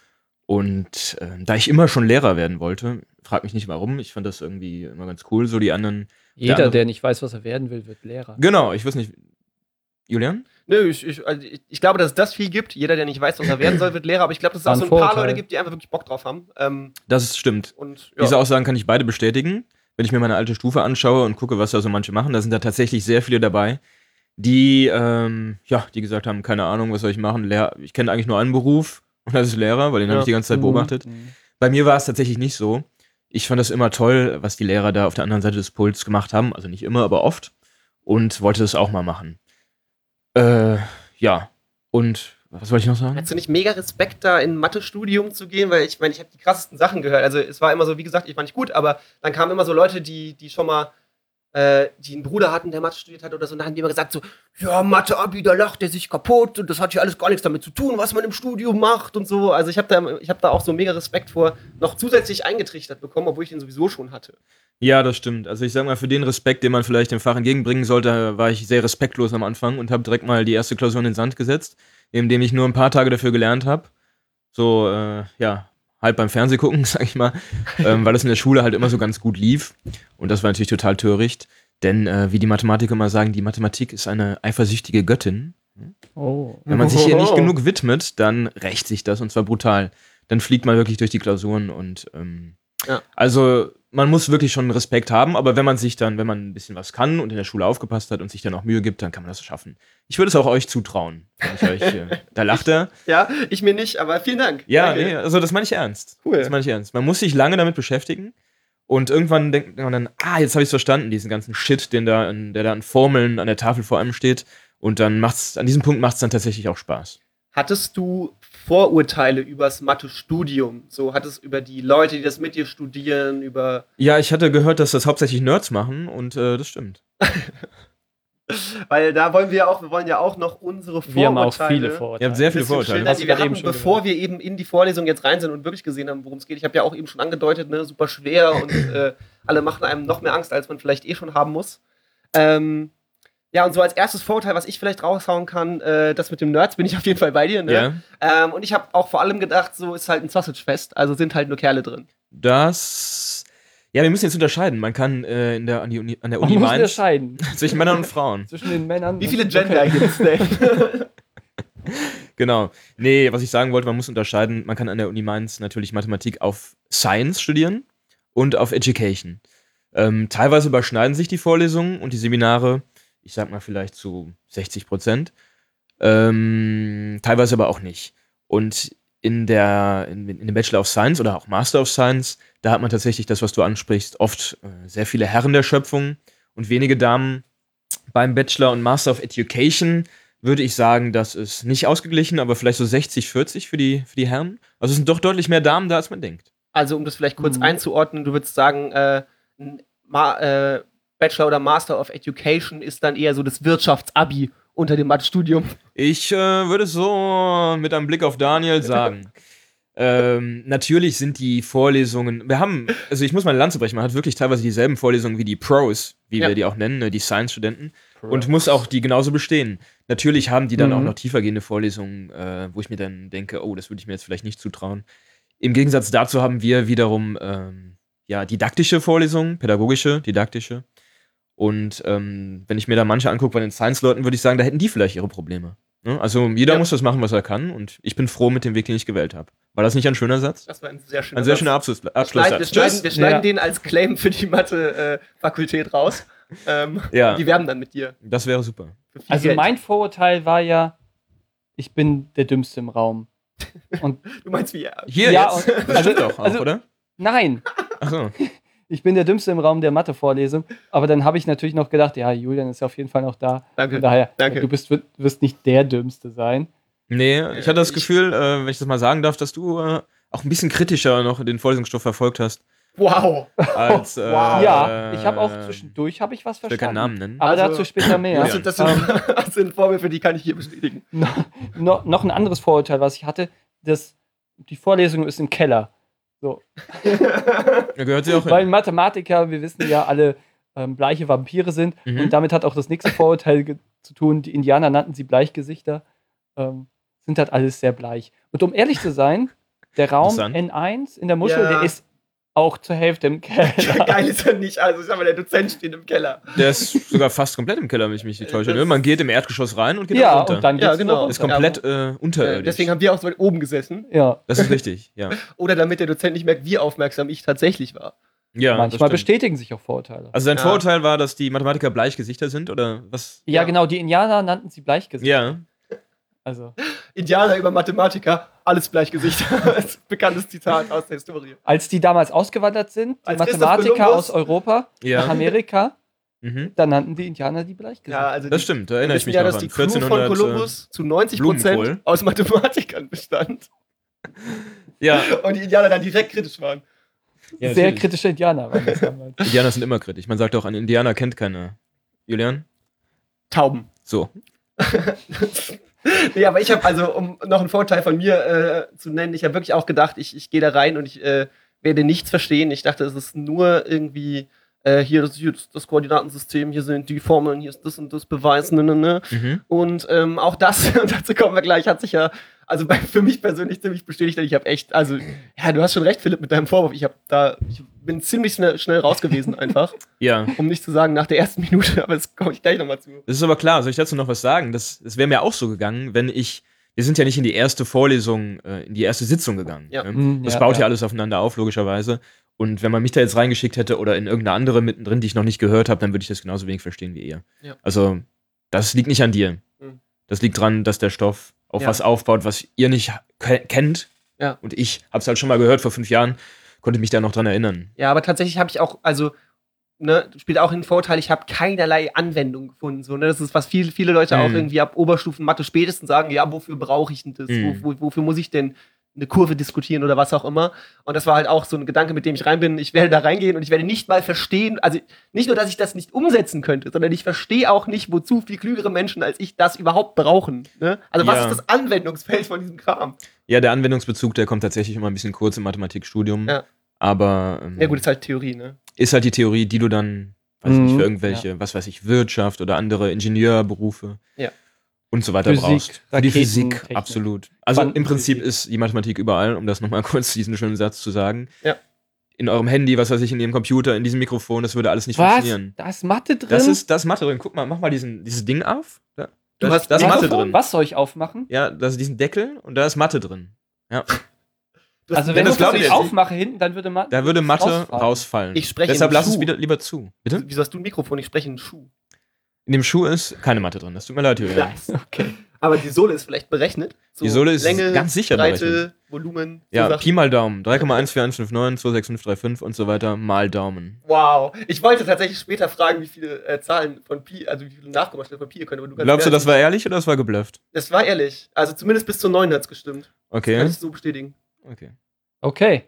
D: Und äh, da ich immer schon Lehrer werden wollte, frag mich nicht warum, ich fand das irgendwie immer ganz cool, so die anderen.
A: Jeder,
D: andere-
A: der nicht weiß, was er werden will, wird Lehrer.
D: Genau, ich weiß nicht. Julian?
B: Nö, ich, ich, also ich, ich glaube, dass es das viel gibt. Jeder, der nicht weiß, was er werden soll, wird Lehrer. Aber ich glaube, dass es
A: War
B: auch
A: ein
B: so ein paar
A: Vorurteil.
B: Leute gibt, die einfach wirklich Bock drauf haben. Ähm,
D: Das stimmt.
B: und
D: Diese
B: ja.
D: Aussagen kann ich beide bestätigen. Wenn ich mir meine alte Stufe anschaue und gucke, was da so manche machen, da sind da tatsächlich sehr viele dabei, die, ähm, ja, die gesagt haben, keine Ahnung, was soll ich machen? Lehr ich kenne eigentlich nur einen Beruf und das ist Lehrer, weil den habe
B: Ja.
D: ich die ganze Zeit beobachtet.
A: Mhm.
D: Bei mir war es tatsächlich nicht so. Ich fand das immer toll, was die Lehrer da auf der anderen Seite des Puls gemacht haben. Also nicht immer, aber oft. Und wollte das auch mal machen. Äh, ja. Und was wollte ich noch sagen?
B: Hast du nicht mega Respekt, da in Mathe-Studium zu gehen? Weil ich meine, ich habe die krassesten Sachen gehört. Also es war immer so, wie gesagt, ich war nicht gut, aber dann kamen immer so Leute, die, die schon mal, äh, die einen Bruder hatten, der Mathe studiert hat oder so, und dann haben die immer gesagt so, ja, Mathe-Abi, da lacht der sich kaputt und das hat ja alles gar nichts damit zu tun, was man im Studium macht und so. Also ich habe da, ich hab da auch so mega Respekt vor, noch zusätzlich eingetrichtert bekommen, obwohl ich den sowieso schon hatte.
D: Ja, das stimmt. Also ich sag mal, für den Respekt, den man vielleicht dem Fach entgegenbringen sollte, war ich sehr respektlos am Anfang und habe direkt mal die erste Klausur in den Sand gesetzt, indem ich nur ein paar Tage dafür gelernt habe. So, äh, ja, halt beim Fernseh gucken, sag ich mal, ähm, weil das in der Schule halt immer so ganz gut lief. Und das war natürlich total töricht, denn äh, wie die Mathematiker immer sagen, die Mathematik ist eine eifersüchtige Göttin.
A: Oh.
D: Wenn man sich hier nicht
B: Wow.
D: genug widmet, dann rächt sich das und zwar brutal. Dann fliegt man wirklich durch die Klausuren und ähm,
B: Ja.
D: also man muss wirklich schon Respekt haben, aber wenn man sich dann, wenn man ein bisschen was kann und in der Schule aufgepasst hat und sich dann auch Mühe gibt, dann kann man das schaffen. Ich würde es auch euch zutrauen. Wenn ich euch, äh, da lacht er.
B: Ja, ich mir nicht, aber vielen Dank.
D: Ja,
B: Danke.
D: nee, also das meine ich ernst.
B: Cool.
D: Das meine ich ernst. Man muss sich lange damit beschäftigen und irgendwann denkt man dann, ah, jetzt habe ich es verstanden, diesen ganzen Shit, den da, an- der da an Formeln an der Tafel vor einem steht. Und dann macht's, an diesem Punkt macht es dann tatsächlich auch Spaß.
B: Hattest du Vorurteile übers Mathe-Studium? So hattest über die Leute, die das mit dir studieren, über.
D: Ja, ich hatte gehört, dass das hauptsächlich Nerds machen und äh, das stimmt.
B: Weil da wollen wir ja auch, wir wollen ja auch noch unsere Vorurteile.
A: Wir haben auch viele
D: Ihr
A: Vorurteile.
D: habt sehr viele
B: Viele Vorurteile.
D: Vorurteile.
A: Hast
B: Die
A: du
B: wir
A: gerade eben
B: hatten,
A: schon
B: bevor wir eben in die Vorlesung jetzt rein sind und wirklich gesehen haben, worum es geht. Ich habe ja auch eben schon angedeutet, ne, super schwer und äh, alle machen einem noch mehr Angst, als man vielleicht eh schon haben muss. Ähm, ja, und so als erstes Vorurteil, was ich vielleicht raushauen kann, äh, das mit dem Nerds bin ich auf jeden Fall bei dir. Ne?
D: Ja,
B: Ähm, und ich habe auch vor allem gedacht, so ist halt ein Sausage-Fest, also sind halt nur Kerle drin.
D: das. Ja, wir müssen jetzt unterscheiden. Man kann äh, in der, an, die Uni, an der
A: Man
D: Uni
A: muss
D: Mainz
A: unterscheiden
D: zwischen Männern und Frauen.
A: zwischen den Männern.
B: Wie
A: und-
B: viele Gender
A: Okay.
B: gibt es denn?
D: Genau. Nee, was ich sagen wollte, man muss unterscheiden. Man kann an der Uni Mainz natürlich Mathematik auf Science studieren und auf Education. Ähm, teilweise überschneiden sich die Vorlesungen und die Seminare, ich sag mal vielleicht zu 60 Prozent. ähm, teilweise aber auch nicht. Und in, der, in, in dem Bachelor of Science oder auch Master of Science, da hat man tatsächlich das, was du ansprichst, oft äh, sehr viele Herren der Schöpfung und wenige Damen. Beim Bachelor und Master of Education würde ich sagen, das ist nicht ausgeglichen, aber vielleicht so 60-40 für die, für die Herren. Also es sind doch deutlich mehr Damen da, als man denkt.
B: Also, um das vielleicht kurz
A: Mhm.
B: einzuordnen, du würdest sagen, äh, ein Ma äh, Bachelor oder Master of Education ist dann eher so das Wirtschaftsabi unter dem Mathestudium.
D: Ich äh, würde es so mit einem Blick auf Daniel sagen. ähm, natürlich sind die Vorlesungen, wir haben, also ich muss meine Lanze brechen, man hat wirklich teilweise dieselben Vorlesungen wie die Pros, wie
B: Ja.
D: wir die auch nennen, ne, die Science-Studenten, und muss auch die genauso bestehen. Natürlich haben die dann
A: Mhm.
D: auch noch tiefergehende Vorlesungen, äh, wo ich mir dann denke, oh, das würde ich mir jetzt vielleicht nicht zutrauen. Im Gegensatz dazu haben wir wiederum ähm, ja, didaktische Vorlesungen, pädagogische, didaktische. Und ähm, wenn ich mir da manche angucke bei den Science-Leuten, würde ich sagen, da hätten die vielleicht ihre Probleme. Ne? Also jeder
B: Ja.
D: muss das machen, was er kann. Und ich bin froh mit dem Weg, den ich gewählt habe. War das nicht ein schöner Satz?
B: Das war ein sehr schöner
D: Ein sehr
B: Satz.
D: schöner Abschluss,
B: Schneiden, wir
D: Abschlusssatz.
B: schneiden,
D: Tschüss.
B: wir schneiden
A: Ja.
B: den als Claim für die Mathe-Fakultät raus. Ähm,
D: Ja,
B: Die werben dann mit dir.
D: das wäre super.
B: Für viel
A: Also
B: Geld.
A: mein Vorurteil war ja, ich bin der Dümmste im Raum.
B: du meinst wie ja.
D: Hier
A: Ja,
D: jetzt.
A: und-
D: das stimmt
A: also-
D: doch auch,
A: also-
D: oder?
A: Nein,
D: Achso.
A: ich bin der Dümmste im Raum der Mathe-Vorlesung. Aber dann habe ich natürlich noch gedacht, ja, Julian ist ja auf jeden Fall noch da.
B: Danke.
A: Von daher,
B: Danke.
A: du bist, wird- wirst nicht der Dümmste sein.
D: Nee, ich hatte das
B: ich-
D: Gefühl, äh, wenn ich das mal sagen darf, dass du äh, auch ein bisschen kritischer noch den Vorlesungsstoff verfolgt hast.
B: Wow.
D: Als, äh,
A: ja, ich habe auch zwischendurch habe ich was
D: Ähm, Ich will
A: verstanden.
D: keinen Namen nennen.
A: Aber
B: Also,
A: dazu später mehr.
B: Das sind, das, sind,
A: Ähm,
B: das sind Vorwürfe, die kann ich hier bestätigen.
A: no, no, noch ein anderes Vorurteil, was ich hatte, dass die Vorlesung ist im Keller.
D: Da gehört sie auch
A: Weil
D: hin.
A: Mathematiker, wir wissen ja alle, ähm, bleiche Vampire sind.
D: Mhm.
A: Und damit hat auch das nächste Vorurteil ge- zu tun. Die Indianer nannten sie Bleichgesichter. Ähm, sind halt alles sehr bleich. Und um ehrlich zu sein, der Raum
D: Interessant.
A: N1 in der Muschel,
B: Ja.
A: der ist auch zur Hälfte im Keller.
B: Geil ist er nicht. Also, ich sag mal, der Dozent steht im Keller.
D: Der ist sogar fast komplett im Keller, wenn ich mich nicht täusche. ne? Man geht im Erdgeschoss rein und geht
A: ja,
D: dann runter.
A: und dann geht's
B: Ja,
A: wieder
B: genau.
A: runter.
D: ist komplett äh,
B: Äh,
D: unterirdisch.
B: deswegen haben wir auch so weit oben gesessen.
A: ja.
D: das ist richtig, ja.
B: Oder damit der Dozent nicht merkt, wie aufmerksam ich tatsächlich war.
D: ja das
A: Manchmal
D: stimmt.
A: bestätigen sich auch Vorurteile.
D: Also dein
B: Ja.
D: Vorurteil war, dass die Mathematiker Bleichgesichter sind, oder was?
A: ja,
B: ja.
A: genau, die Indianer nannten sie Bleichgesichter.
D: Ja.
A: Also,
B: Indianer über Mathematiker, alles Bleichgesicht. Das ist ein Bekanntes Zitat aus der Historie.
A: als die damals ausgewandert sind, die
B: Als Christoph
A: Mathematiker
B: Kolumbus-
A: aus Europa nach
D: Ja.
A: Amerika,
D: Mhm.
A: dann nannten die Indianer die Bleichgesichter.
B: Ja, also
D: Das
B: die-
D: stimmt, da
B: wir
D: erinnere ich
B: wissen
D: mich
B: ja,
D: noch
B: dass
D: an.
B: die Crew von
D: 1400, äh,
B: Kolumbus zu 90
D: Blumenkohl.
B: Prozent aus Mathematikern bestand.
D: Ja,
B: Und die Indianer dann direkt kritisch waren.
D: ja
A: Sehr
D: natürlich.
A: kritische Indianer waren das damals.
D: Indianer sind immer kritisch. Man sagt auch, ein Indianer kennt keine. Julian?
B: Tauben.
D: So.
B: Nee, aber ich habe also, um noch einen Vorteil von mir äh, zu nennen, ich habe wirklich auch gedacht, ich, ich gehe da rein und ich äh, werde nichts verstehen. Ich dachte, es ist nur irgendwie, äh, hier ist hier ist das Koordinatensystem, hier sind die Formeln, hier ist das und das Beweis, ne, ne, ne.
D: Mhm.
B: Und ähm, auch das, und dazu kommen wir gleich, hat sich ja, also bei, für mich persönlich ziemlich bestätigt, denn ich habe echt, also, ja, du hast schon recht, Philipp, mit deinem Vorwurf. Ich habe da, ich bin ziemlich schnell, schnell raus gewesen, einfach,
D: Ja.
B: um nicht zu sagen nach der ersten Minute, aber das komme ich gleich nochmal zu.
D: Das ist aber klar, soll ich dazu noch was sagen? Das, das wäre mir auch so gegangen, wenn ich. Wir sind ja nicht in die erste Vorlesung, äh, in die erste Sitzung gegangen.
B: Ja.
D: Ne?
A: Mm,
D: Das
A: ja,
D: baut ja.
A: ja.
D: alles aufeinander auf, logischerweise. Und wenn man mich da jetzt reingeschickt hätte oder in irgendeine andere mittendrin, die ich noch nicht gehört habe, dann würde ich das genauso wenig verstehen wie ihr.
B: Ja.
D: Also, das liegt nicht an dir.
B: Mhm.
D: Das liegt dran, dass der Stoff auf
B: Ja.
D: was aufbaut, was ihr nicht ke kennt.
B: Ja.
D: Und ich habe es halt schon mal gehört vor fünf Jahren, konnte mich da noch dran erinnern.
B: Ja, aber tatsächlich habe ich auch, also, ne, spielt auch den Vorteil, ich habe keinerlei Anwendung gefunden. So, ne? Das ist, was viele, viele Leute auch
D: Mhm.
B: irgendwie ab Oberstufen Mathe spätestens sagen, ja, wofür brauche ich denn das?
D: Mhm.
B: Wo, wo, wofür muss ich denn eine Kurve diskutieren oder was auch immer? Und das war halt auch so ein Gedanke, mit dem ich rein bin, ich werde da reingehen und ich werde nicht mal verstehen, also nicht nur, dass ich das nicht umsetzen könnte, sondern ich verstehe auch nicht, wozu viel klügere Menschen als ich das überhaupt brauchen. Ne? Also was
D: Ja.
B: ist das Anwendungsfeld von diesem Kram?
D: Ja, der Anwendungsbezug, der kommt tatsächlich immer ein bisschen kurz im Mathematikstudium.
B: Ja.
D: Aber. ähm,
B: Ja gut, ist halt Theorie, ne?
D: ist halt die Theorie, die du dann, weiß
A: Mhm,
D: nicht, für irgendwelche, was weiß ich, Wirtschaft oder andere Ingenieurberufe
B: Ja.
D: und so weiter
A: Physik,
D: brauchst. Für die
A: Raketen,
D: Physik,
A: Technik.
D: absolut. Also im
A: Quantenphysik.
D: Prinzip ist die Mathematik überall, um das nochmal kurz diesen schönen Satz zu sagen.
B: Ja.
D: In eurem Handy, was weiß ich, in ihrem Computer, in diesem Mikrofon, das würde alles nicht
A: Was?
D: funktionieren.
A: Da ist Mathe drin?
D: Das ist das ist Mathe drin. Guck mal, mach mal diesen, dieses Ding auf. Da,
B: Du
D: da ist-
B: hast
D: da ist Mathe
A: Mikrofon?
D: drin.
A: Was soll ich aufmachen?
D: Ja, da ist diesen Deckel und da ist Mathe drin.
B: Du hast-
A: Also
D: wenn
A: wenn ich
D: das
A: das
D: glaubt
A: nicht
D: ihr jetzt.
A: aufmache hinten, dann würde Mathe
D: Da würde Mathe
A: rausfallen.
D: rausfallen.
B: Ich spreche
D: Deshalb
B: ihm
D: lass es
B: zu.
D: wieder, lieber zu. Bitte?
B: Wieso hast du ein Mikrofon? Ich spreche in den Schuh.
D: In dem Schuh ist keine Mathe drin. Das tut mir leid, Julian.
B: Nice. Okay. Aber die Sohle ist vielleicht berechnet. So
D: Die Sohle ist
B: Länge,
D: ganz sicher
B: Breite,
D: berechnet.
B: Volumen. so
D: Ja,
B: Sachen.
D: Pi mal Daumen. 3,14559, 26535 und so weiter mal Daumen.
B: Wow. Ich wollte tatsächlich später fragen, wie viele äh, Zahlen von Pi, also wie viele Nachkommastellen von Pi ihr könnt. Aber du kannst
D: Glaubst du,
B: mehr-
D: das war ehrlich oder das war geblufft?
B: Das war ehrlich. Also zumindest bis zu 9 hat's gestimmt. Kann
D: Okay.
B: ich so bestätigen.
D: okay.
A: Okay,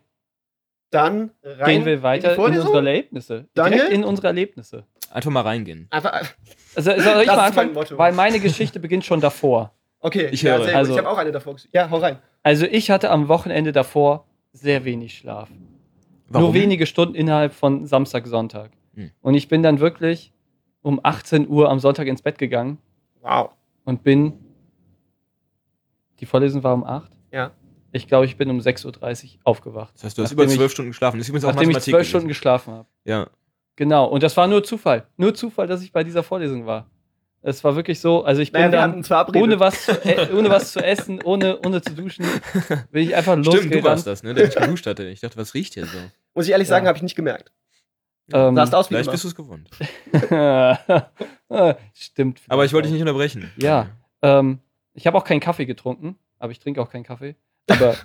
B: Dann rein
A: gehen wir
B: in
A: weiter
B: die
A: in, unsere
B: Vorlesung.
A: Erlebnisse.
B: Daniel?
A: Direkt in unsere Erlebnisse.
D: Einfach mal reingehen.
B: Einfach, äh,
A: Also, soll ich
B: Das
A: mal
B: ist mein
A: anfangen?
B: Motto.
A: Weil meine Geschichte beginnt schon davor.
B: okay,
D: Ich
B: ja,
D: höre.
B: sehr gut.
A: Also-
B: ich habe auch eine davor geschrieben. Ja, hau rein.
A: Also ich hatte am Wochenende davor sehr wenig Schlaf. Nur wenige Stunden innerhalb von Samstag, Sonntag.
D: Hm.
A: Und ich bin dann wirklich um 18 Uhr am Sonntag ins Bett gegangen
B: Wow.
A: und bin. Die Vorlesung war um 8.
B: Ja.
A: Ich glaube, ich bin um 6.30 Uhr aufgewacht.
D: Das heißt, du hast
A: Nachdem
D: über
A: ich-
D: zwölf Stunden geschlafen. Das ist übrigens auch
A: Nachdem ich
D: Mathematik.
A: zwölf Stunden
D: gewesen.
A: geschlafen habe.
D: ja.
A: Genau. Und das war nur Zufall. Nur Zufall, dass ich bei dieser Vorlesung war. Es war wirklich so, also ich bin
B: Naja, wir hatten
A: dann
B: uns verabredet.
A: ohne was, zu, äh, ohne was zu essen, ohne, ohne zu duschen, bin ich einfach
D: Stimmt, du
A: losgerannt.
D: warst das, ne? Der nicht geduscht hatte. Ich dachte, was riecht hier so?
B: Muss ich ehrlich sagen,
A: Ja.
B: habe ich nicht gemerkt.
A: Ähm,
B: Sahst aus wie
D: Vielleicht
B: immer.
D: bist du es gewohnt.
A: Ah, Stimmt.
D: Aber ich wollte
A: nicht.
D: dich nicht unterbrechen.
A: Ja. Ähm, ich habe auch keinen Kaffee getrunken, aber ich trinke auch keinen Kaffee. Aber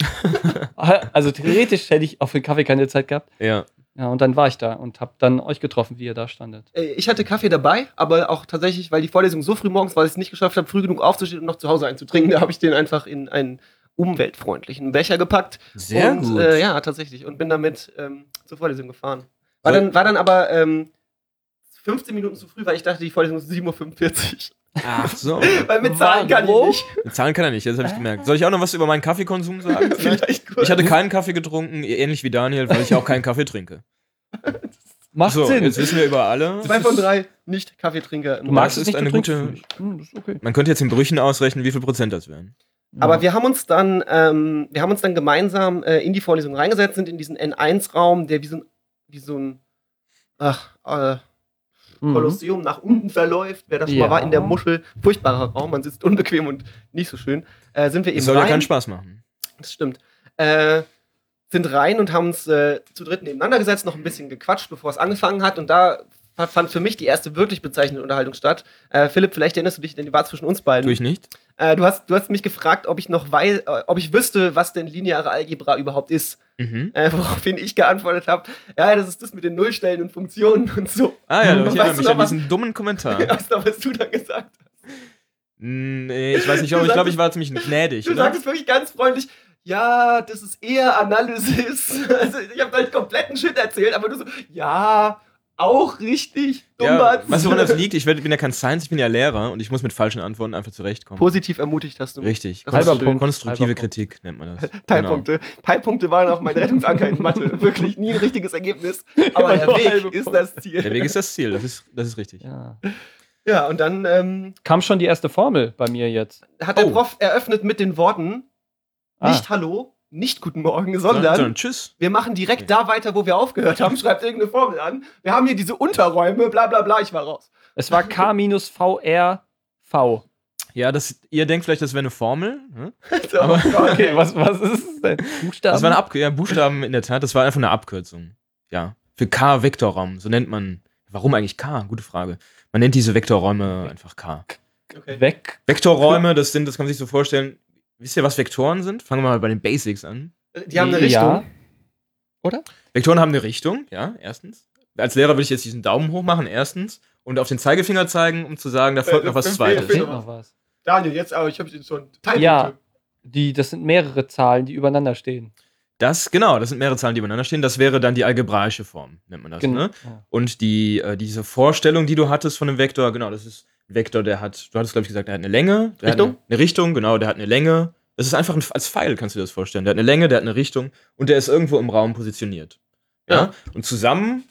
A: also theoretisch hätte ich auch für den Kaffee keine Zeit gehabt.
D: Ja.
A: Ja, und dann war ich da und habe dann euch getroffen, wie ihr da standet.
B: Äh, Ich hatte Kaffee dabei, aber auch tatsächlich, weil die Vorlesung so früh morgens war, dass ich es nicht geschafft habe, früh genug aufzustehen und noch zu Hause einzutrinken, da habe ich den einfach in einen umweltfreundlichen Becher gepackt.
D: Sehr
B: und,
D: gut.
B: Äh, ja, tatsächlich. Und bin damit ähm, zur Vorlesung gefahren. War,
D: Soll-
B: dann, war dann aber ähm, 15 Minuten zu früh, weil ich dachte, die Vorlesung ist 7.45
D: Ach so.
B: Uhr. Weil mit Zahlen kann ich
A: Warum?
B: nicht.
D: Zahlen kann er nicht, das habe ich gemerkt. Soll ich auch noch was über meinen Kaffeekonsum sagen? vielleicht?
B: gut.
D: Ich hatte keinen Kaffee getrunken, e- ähnlich wie Daniel, weil ich auch keinen Kaffee trinke.
A: Macht
D: so,
A: Sinn.
D: jetzt wissen wir über alle.
B: Zwei von drei Nicht-Kaffeetrinker. im
A: du magst
D: das
A: es
D: ist
A: nicht,
D: eine
A: du trinkst
D: gute-
A: es nicht. Hm, das ist okay.
D: Man könnte jetzt in Brüchen ausrechnen, wie viel Prozent das wären.
B: Aber wir haben uns dann, ähm, wir haben uns dann gemeinsam äh, in die Vorlesung reingesetzt, sind in diesen N1-Raum, der wie so ein, wie so ein ach, äh,
A: Mhm.
B: Kolosseum nach unten verläuft. Wer das schon
A: Ja.
B: mal war in der Muschel, furchtbarer Raum, man sitzt unbequem und nicht so schön. Äh, sind wir eben
D: Es soll ja
B: rein.
D: keinen Spaß machen.
B: das stimmt. Äh, sind rein und haben uns äh, zu dritt nebeneinander gesetzt, noch ein bisschen gequatscht, bevor es angefangen hat. Und da fa- fand für mich die erste wirklich bezeichnende Unterhaltung statt. Äh, Philipp, vielleicht erinnerst du dich, denn die war zwischen uns beiden.
D: Tue ich nicht.
B: Äh, du, hast, du hast mich gefragt, ob ich noch wei äh, ob ich wüsste, was denn lineare Algebra überhaupt ist.
D: Mhm.
B: Äh, woraufhin ich geantwortet habe, ja, das ist das mit den Nullstellen und Funktionen und so.
D: Ah ja,
B: Weißt
D: ich erinnere
B: du
D: mich
B: noch
D: an
B: was?
D: diesen dummen Kommentar.
B: Was, da, was du dann gesagt hast.
D: Nee, ich weiß nicht, aber
B: Du
D: ich glaube,
B: sagst-
D: ich war ziemlich gnädig.
B: Du
D: Oder?
B: sagtest wirklich ganz freundlich, ja, das ist eher Analysis. Also ich habe deinen kompletten Shit erzählt, aber du so, ja, auch richtig,
D: Ja,
B: Dummbatz.
D: was woran das liegt, ich werd- bin ja kein Science, ich bin ja Lehrer und ich muss mit falschen Antworten einfach zurechtkommen.
B: Positiv ermutigt hast du mich.
D: Richtig. genau.
B: Das war
D: Konstru-
A: schön.
D: Konstruktive
A: Halber Punkt.
D: Kritik nennt man das.
B: Teilpunkte. Teilpunkte waren auch mein Rettungsanker in Mathe. Wirklich nie ein richtiges Ergebnis. Aber
A: Immer
B: der
A: nur halbe
B: Weg ist das Ziel.
D: Genau. Der Weg ist das Ziel, das ist, das ist richtig.
A: Ja.
B: Ja, und dann ähm,
A: Kam schon die erste Formel bei mir jetzt.
B: hat der
D: Oh.
B: Prof eröffnet mit den Worten:
A: Ah.
B: nicht Hallo, nicht Guten Morgen,
D: Sondern,
B: sondern
D: tschüss.
B: wir machen direkt da weiter, wo wir aufgehört haben. Schreibt irgendeine Formel an. Wir haben hier diese Unterräume, bla bla bla. Ich war raus.
A: Es war K-VRV.
D: Ja, das, ihr denkt vielleicht, das wäre eine Formel. Hm?
B: So,
D: Aber-
A: Okay, was, was ist es denn? Buchstaben?
D: Das war eine Ab ja, Buchstaben in der Tat, das war einfach eine Abkürzung. Ja. Für K-Vektorraum, so nennt man. Warum eigentlich K? Gute Frage. Man nennt diese Vektorräume einfach K.
B: okay.
A: Weg.
D: Vektorräume, das sind, das kann man sich so vorstellen. Wisst ihr, was Vektoren sind? Fangen wir mal bei den Basics an.
B: Die haben eine Richtung.
A: Ja.
D: Vektoren haben eine Richtung, ja, erstens. Als Lehrer würde ich jetzt diesen Daumen hoch machen, erstens. Und auf den Zeigefinger zeigen, um zu sagen, da folgt
B: Äh,
D: noch was
B: fünf
A: Da
D: Zweites.
B: Fehler.
A: fehlt noch was.
B: Daniel, jetzt aber, ich habe ihn schon. Teilpunkte.
A: Ja. Die, das sind mehrere Zahlen, die übereinander stehen.
D: Das, genau, das sind mehrere Zahlen, die übereinander stehen. Das wäre dann die algebraische Form, nennt man das,
A: Genau.
D: ne?
A: Ja.
D: Und die, äh, diese Vorstellung, die du hattest von einem Vektor, genau, das ist ein Vektor, der hat, du hattest, glaube ich, gesagt, der hat eine Länge. Der Hat
B: Richtung?
D: eine, eine Richtung, genau, der hat eine Länge. Das ist einfach ein, als Pfeil, kannst du dir das vorstellen. Der hat eine Länge, der hat eine Richtung und der ist irgendwo im Raum positioniert. Ja?
B: Ja.
D: Und zusammen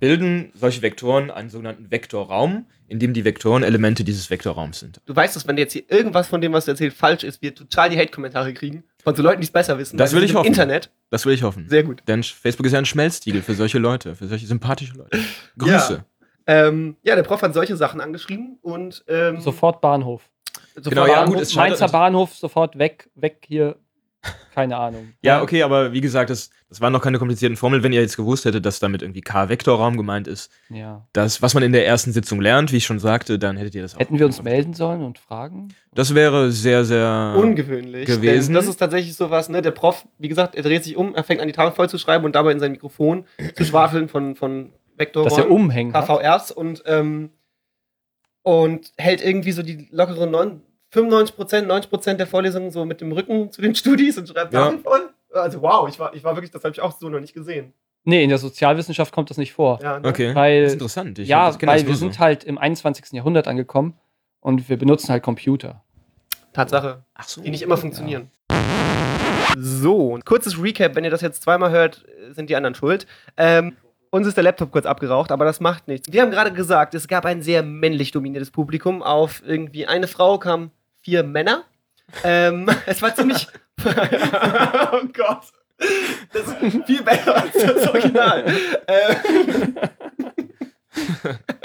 D: bilden solche Vektoren einen sogenannten Vektorraum, in dem die Vektoren Elemente dieses Vektorraums sind.
B: Du weißt, dass wenn jetzt hier irgendwas von dem, was du erzählst, falsch ist, wir total die Hate-Kommentare kriegen. Von so Leuten, die es besser wissen.
D: Das
B: Weil
D: will
B: wir
D: ich
B: sind
D: hoffen.
B: Im Internet.
D: Das will ich hoffen.
B: Sehr gut.
D: Denn Facebook ist ja ein Schmelztiegel für solche Leute, für solche sympathische Leute. Grüße.
B: Ähm, ja, der Prof hat solche Sachen angeschrieben und. Ähm,
A: Sofort Bahnhof.
B: sofort
D: Genau, ja,
B: Antwort-
D: gut, es scheitert
A: Mainzer
D: nicht.
A: Bahnhof, sofort weg, weg hier, Keine Ahnung.
D: Ja, okay, aber wie gesagt, das, das waren noch keine komplizierten Formeln. Wenn ihr jetzt gewusst hättet, dass damit irgendwie K-Vektorraum gemeint ist,
A: Ja.
D: das, was man in der ersten Sitzung lernt, wie ich schon sagte, dann hättet ihr das auch.
A: Hätten wir uns melden sollen und fragen?
D: Das wäre sehr, sehr.
B: Ungewöhnlich.
D: Ah. gewesen.
B: Denn das ist tatsächlich sowas, ne? Der Prof, wie gesagt, er dreht sich um, er fängt an, die Tafel vollzuschreiben und dabei in sein Mikrofon zu schwafeln von, von Vektor.
A: Dass er umhängen hat.
B: KVRs und, ähm, und hält irgendwie so die lockeren neun- 95%, 90% der Vorlesungen so mit dem Rücken zu den Studis und schreibt
D: Ja.
B: Sachen voll. Also wow, ich war, ich war wirklich, das habe ich auch so noch nicht gesehen.
A: Nee, in der Sozialwissenschaft kommt das nicht vor.
B: Ja, ne?
D: Okay.
A: Weil-
D: das ist interessant. Ich
A: ja,
D: das kenn
A: weil
D: das
A: wir
D: nur
A: sind
D: so.
A: halt im 21. Jahrhundert angekommen und wir benutzen halt Computer.
B: Tatsache,
D: Ach
A: halt
D: so.
B: die nicht immer funktionieren. So, kurzes Recap, wenn ihr das jetzt zweimal hört, sind die anderen schuld. Ähm, uns ist der Laptop kurz abgeraucht, aber das macht nichts. Wir haben gerade gesagt, es gab ein sehr männlich dominiertes Publikum. Auf irgendwie eine Frau kamen vier Männer. Ähm, es war ziemlich. oh Gott. Das ist viel besser als das Original. Ähm,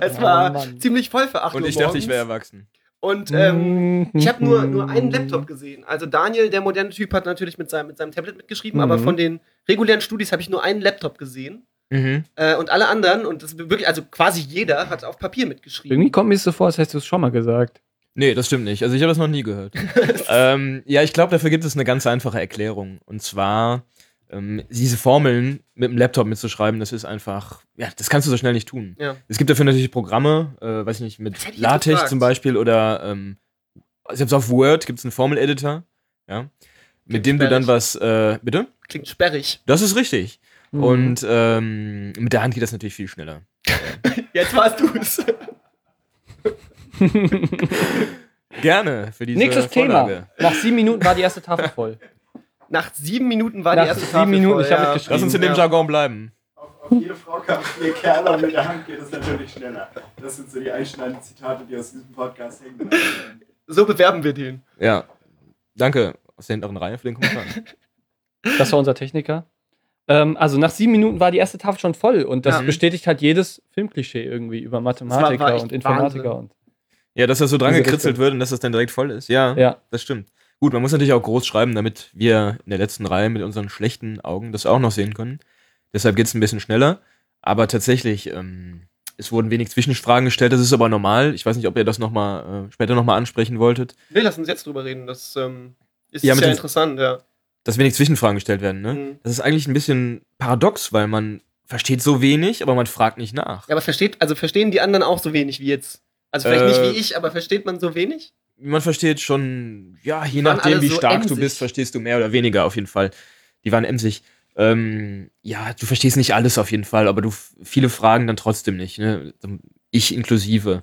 B: es
A: Oh
B: war
A: Mann.
B: ziemlich voll für acht
D: Und
B: Uhr
D: ich dachte, ich wäre
B: morgens.
D: erwachsen.
B: Und ähm, ich habe nur, nur
A: Mhm.
B: einen Laptop gesehen. Also Daniel, der moderne Typ, hat natürlich mit seinem, mit seinem Tablet mitgeschrieben, aber
A: Mhm.
B: von den regulären Studis habe ich nur einen Laptop gesehen.
D: Mhm.
B: Äh, und alle anderen, und das wirklich, also quasi jeder hat auf Papier mitgeschrieben.
A: Irgendwie kommt mir das so vor, als hättest du es schon mal gesagt.
D: Nee, das stimmt nicht. Also ich habe das noch nie gehört. ähm, ja, ich glaube, dafür gibt es eine ganz einfache Erklärung. Und zwar, ähm, diese Formeln mit dem Laptop mitzuschreiben, das ist einfach, ja, das kannst du so schnell nicht tun.
B: Ja.
D: Es gibt dafür natürlich Programme, äh, weiß ich nicht,
B: Das hätte ich jetzt
D: mit LaTeX
B: gefragt.
D: zum Beispiel oder ähm, selbst auf Word gibt es einen Formel-Editor, ja, mit dem du dann was, äh, bitte?
B: Klingt sperrig.
D: Das ist richtig.
B: Mhm.
D: Und ähm, mit der Hand geht das natürlich viel schneller.
B: Jetzt warst du es.
D: Gerne für diese
A: Nächstes
D: Vorlage.
A: Thema. Nach sieben Minuten war die erste Tafel voll.
B: Nach sieben Minuten war
A: Nach
B: die erste
A: sieben
B: Tafel
A: Minuten,
B: voll,
A: ich hab mitgeschrieben.
D: Lass uns in dem
B: Ja.
D: Jargon bleiben.
E: Auf, auf jede Frau kam vier Kerle und mit der Hand geht es natürlich schneller. Das sind so die einschneidenden Zitate, die aus diesem Podcast hängen. bleiben.
B: So bewerben wir den.
D: Ja. Danke aus der hinteren Reihe für den Kommentar.
A: Das war unser Techniker. Ähm, also nach sieben Minuten war die erste Tafel schon voll und das
D: Ja.
A: bestätigt halt jedes Filmklischee irgendwie über Mathematiker
B: war echt
A: und Informatiker
D: ja, dass das so dran
A: Diese
D: gekritzelt
A: Richtung.
D: wird und dass das dann direkt voll ist. Ja,
A: und ja.
D: das stimmt. Gut, man muss natürlich auch groß schreiben, damit wir in der letzten Reihe mit unseren schlechten Augen das auch noch sehen können. Deshalb geht es ein bisschen schneller. Aber tatsächlich, ähm, es wurden wenig Zwischenfragen gestellt. Das ist aber normal. Ich weiß nicht, ob ihr das noch mal, äh, später nochmal ansprechen wolltet.
B: Nee, lass uns jetzt drüber reden. Das ähm, ist
D: Ja,
B: ja,
D: mit den-
B: interessant, ja.
D: dass wenig Zwischenfragen gestellt werden. Ne?
B: Mhm.
D: Das ist eigentlich ein bisschen paradox, weil man versteht so wenig, aber man fragt nicht nach.
B: Ja, Aber versteht, also verstehen die anderen auch so wenig wie jetzt? Also vielleicht
D: Äh,
B: nicht wie ich, aber versteht man so wenig?
D: Man versteht schon, ja, je
B: waren
D: nachdem,
B: alle
D: wie
B: so
D: stark du
B: emsig.
D: bist, verstehst du mehr oder weniger auf jeden Fall. Die waren emsig. Ähm, ja, du verstehst nicht alles auf jeden Fall, aber du f- viele Fragen dann trotzdem nicht. Ne? Ich inklusive.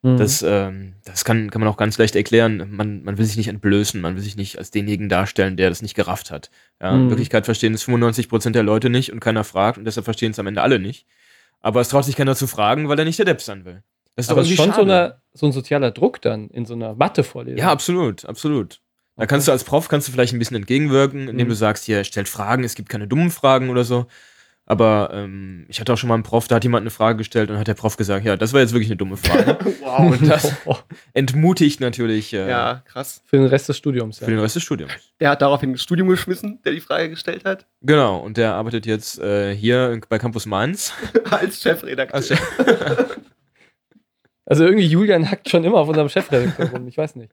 A: Mhm.
D: Das, ähm, das kann, kann man auch ganz leicht erklären. Man, man will sich nicht entblößen, man will sich nicht als denjenigen darstellen, der das nicht gerafft hat. Ja,
A: Mhm.
D: In Wirklichkeit verstehen es 95% der Leute nicht und keiner fragt und deshalb verstehen es am Ende alle nicht. Aber es traut sich keiner zu fragen, weil er nicht der Depp sein will. Das ist
A: Aber es
D: irgendwie
A: ist schon so,
D: schade.
A: eine, so ein sozialer Druck dann in so einer Mathe-Vorlesung.
D: Ja, absolut, absolut. Da
A: Okay.
D: kannst du als Prof kannst du vielleicht ein bisschen entgegenwirken, indem
A: Mhm.
D: du sagst, hier stellt Fragen, es gibt keine dummen Fragen oder so. Aber ähm, ich hatte auch schon mal einen Prof, da hat jemand eine Frage gestellt und hat der Prof gesagt, ja, das war jetzt wirklich eine dumme Frage.
B: Wow.
D: und das entmutigt natürlich äh,
B: Ja, krass.
A: Für den Rest des Studiums.
D: für den Rest des Studiums.
B: Der hat daraufhin das Studium geschmissen, der die Frage gestellt hat,
D: Genau, und der arbeitet jetzt äh, hier bei Campus Mainz.
B: als Chefredakteur.
D: Als Chef.
A: Also irgendwie Julian hackt schon immer auf unserem Chefredakteur rum. Ich weiß nicht.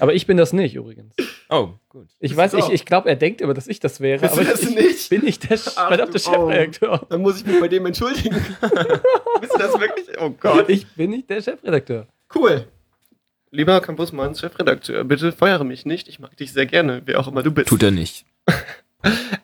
A: Aber ich bin das nicht übrigens.
D: Oh, gut.
A: Ich weiß,
B: du
A: ich,
B: auch?
A: ich glaube, er denkt immer, dass ich das wäre.
B: Bist
A: aber
B: du das
A: ich
B: nicht?
A: bin nicht oh der
B: Ach,
A: verdammte
B: du Baum.
A: Chefredakteur.
B: Dann muss ich mich bei dem entschuldigen. Bist du das wirklich? Oh Gott.
A: Ich bin nicht der Chefredakteur.
B: Cool. Lieber Campus Mainz Chefredakteur, bitte feuere mich nicht. Ich mag dich sehr gerne, wer auch immer du bist.
D: Tut er nicht.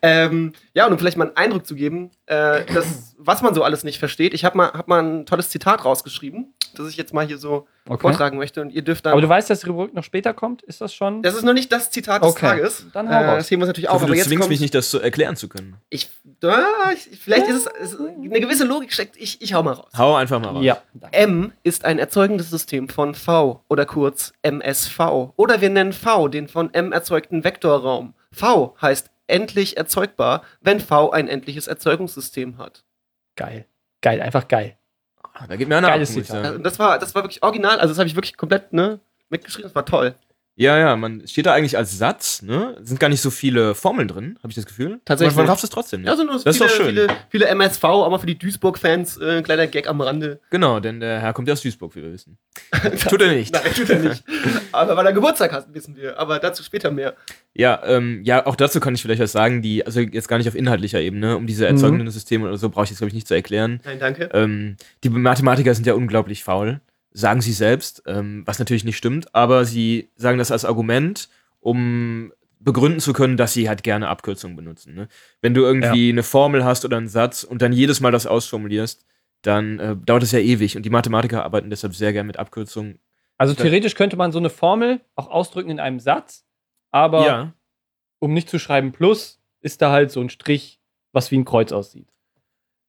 B: Ähm, ja, und um vielleicht mal einen Eindruck zu geben, äh, das, was man so alles nicht versteht. Ich habe mal, hab mal ein tolles Zitat rausgeschrieben, das ich jetzt mal hier so vortragen möchte. Und ihr dürft dann.
A: Aber du weißt, dass die Rubrik noch später kommt? Ist das schon?
B: das ist noch nicht das Zitat des
A: Okay.
B: Tages.
A: Dann hau
B: äh,
A: raus.
B: das heben wir uns natürlich
D: Ich
B: auf.
D: hoffe,
B: Aber
D: du
B: jetzt
D: zwingst
B: kommt,
D: mich nicht, das so erklären zu können.
B: Ich, ah, ich, vielleicht ist es, es ist eine gewisse Logik steckt. Ich, ich hau mal raus.
D: Hau einfach mal raus.
A: ja. danke.
B: M ist ein erzeugendes System von V oder kurz MSV. Oder wir nennen V den von M erzeugten Vektorraum. V heißt endlich erzeugbar, wenn V ein endliches Erzeugungssystem hat.
A: Geil. Geil, einfach geil.
D: Da geht mir einer
A: Geiles
D: ab, muss ich
A: Zitat.
D: sagen.
B: Also das war, das war wirklich original, also das habe ich wirklich komplett ne, mitgeschrieben, das war toll.
D: Ja, ja, man steht da eigentlich als Satz, ne? Sind gar nicht so viele Formeln drin, habe ich das Gefühl.
B: Tatsächlich.
D: Man rafft es trotzdem.
B: Ja,
D: nicht.
B: sind uns
D: Das ist
B: Also viele,
D: doch schön.
B: viele, viele MSV, auch mal für die Duisburg-Fans, äh, ein kleiner Gag am Rande.
D: Genau, denn der Herr kommt ja aus Duisburg, wie wir wissen. Tut er nicht.
B: Nein, tut er nicht. Aber weil er Geburtstag hat, wissen wir. Aber dazu später mehr.
D: Ja, ähm, ja, auch dazu kann ich vielleicht was sagen, die, also jetzt gar nicht auf inhaltlicher Ebene, um diese erzeugenden Systeme oder so brauche ich jetzt, glaube ich, nicht zu erklären.
B: Nein, danke.
D: Ähm, die Mathematiker sind ja unglaublich faul, sagen sie selbst, ähm, was natürlich nicht stimmt, aber sie sagen das als Argument, um begründen zu können, dass sie halt gerne Abkürzungen benutzen. Ne? Wenn du irgendwie eine Formel hast oder einen Satz und dann jedes Mal das ausformulierst, dann äh, dauert es ja ewig und die Mathematiker arbeiten deshalb sehr gerne mit Abkürzungen.
A: Also
D: Ja.
A: theoretisch könnte man so eine Formel auch ausdrücken in einem Satz, aber um nicht zu schreiben plus, ist da halt so ein Strich, was wie ein Kreuz aussieht.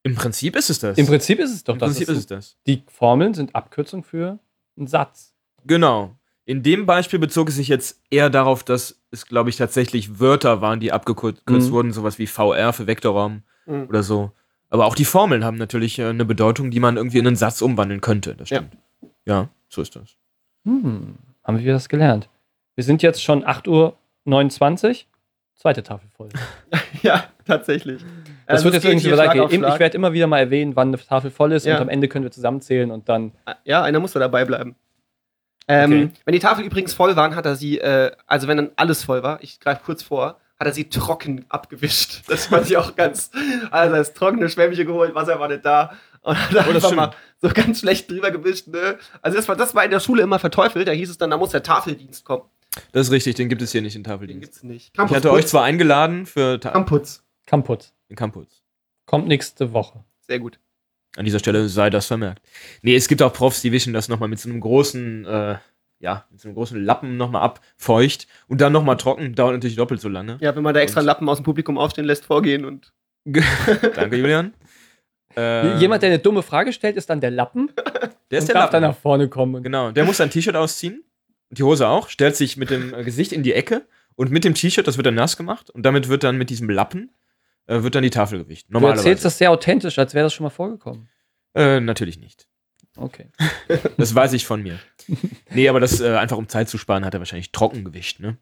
D: Im Prinzip ist es das.
A: Im Prinzip ist es doch
D: Im
A: das.
D: Prinzip
A: Es
D: ist es
A: sind-
D: das.
A: Die Formeln sind Abkürzung für einen Satz.
D: Genau. In dem Beispiel bezog es sich jetzt eher darauf, dass es, glaube ich, tatsächlich Wörter waren, die abgekürzt
A: Mhm.
D: wurden, sowas wie VR für Vektorraum
B: Mhm.
D: oder so. Aber auch die Formeln haben natürlich äh, eine Bedeutung, die man irgendwie in einen Satz umwandeln könnte. Das
B: Ja.
D: stimmt. Ja, so ist das.
A: Hm, haben wir das gelernt. Wir sind jetzt schon 8.29 Uhr, zweite Tafel voll.
B: Ja, tatsächlich.
A: Das
B: Also
A: wird
B: es
A: jetzt
B: geht
A: irgendwie
B: hier
A: gesagt.
B: Schlag auf
A: Ich
B: Schlag.
A: werde immer wieder mal erwähnen, wann eine Tafel voll ist
B: Ja.
A: und am Ende können wir zusammenzählen und dann.
B: Ah, Ja, einer muss da dabei bleiben. Ähm, Wenn die Tafel übrigens voll waren, hat er sie, äh, also wenn dann alles voll war, ich greife kurz vor, hat er sie trocken abgewischt. Das fand ich auch ganz, also das trockene Schwämmchen geholt, Wasser war nicht da und hat
D: Oh, das
B: einfach
D: stimmt.
B: mal so ganz schlecht drüber gewischt. Ne? Also das war, das war in der Schule immer verteufelt, da hieß es dann, da muss der Tafeldienst kommen.
D: Das ist richtig, den gibt es hier nicht in
B: Den
D: Tafeldienst.
B: gibt's nicht.
D: Ich hatte euch zwar eingeladen für Ta
B: Kamputz.
A: Kamputz.
D: den Campus.
A: Kommt nächste Woche.
B: Sehr gut.
D: An dieser Stelle sei das vermerkt. Nee, es gibt auch Profs, die wischen das nochmal mit so einem großen, äh, ja, mit so einem großen Lappen nochmal ab, feucht und dann nochmal trocken. Dauert natürlich doppelt so lange.
B: Ja, wenn man da extra
D: Und-
B: einen Lappen aus dem Publikum aufstehen lässt, vorgehen und
D: Danke, Julian. Äh,
A: Jemand, der eine dumme Frage stellt, ist dann der Lappen.
D: der ist
A: und darf
D: der Lappen.
A: dann nach vorne kommen. Und
D: Genau, der muss sein T-Shirt ausziehen und die Hose auch, stellt sich mit dem äh, Gesicht in die Ecke und mit dem T-Shirt, das wird dann nass gemacht und damit wird dann mit diesem Lappen äh, wird dann die Tafel gewicht.
A: du erzählst
D: Normalerweise.
A: das sehr authentisch, als wäre das schon mal vorgekommen.
D: Äh, natürlich nicht.
A: Okay.
D: Das weiß ich von mir. Nee, aber das äh, einfach um Zeit zu sparen, hat er wahrscheinlich trocken gewicht, ne?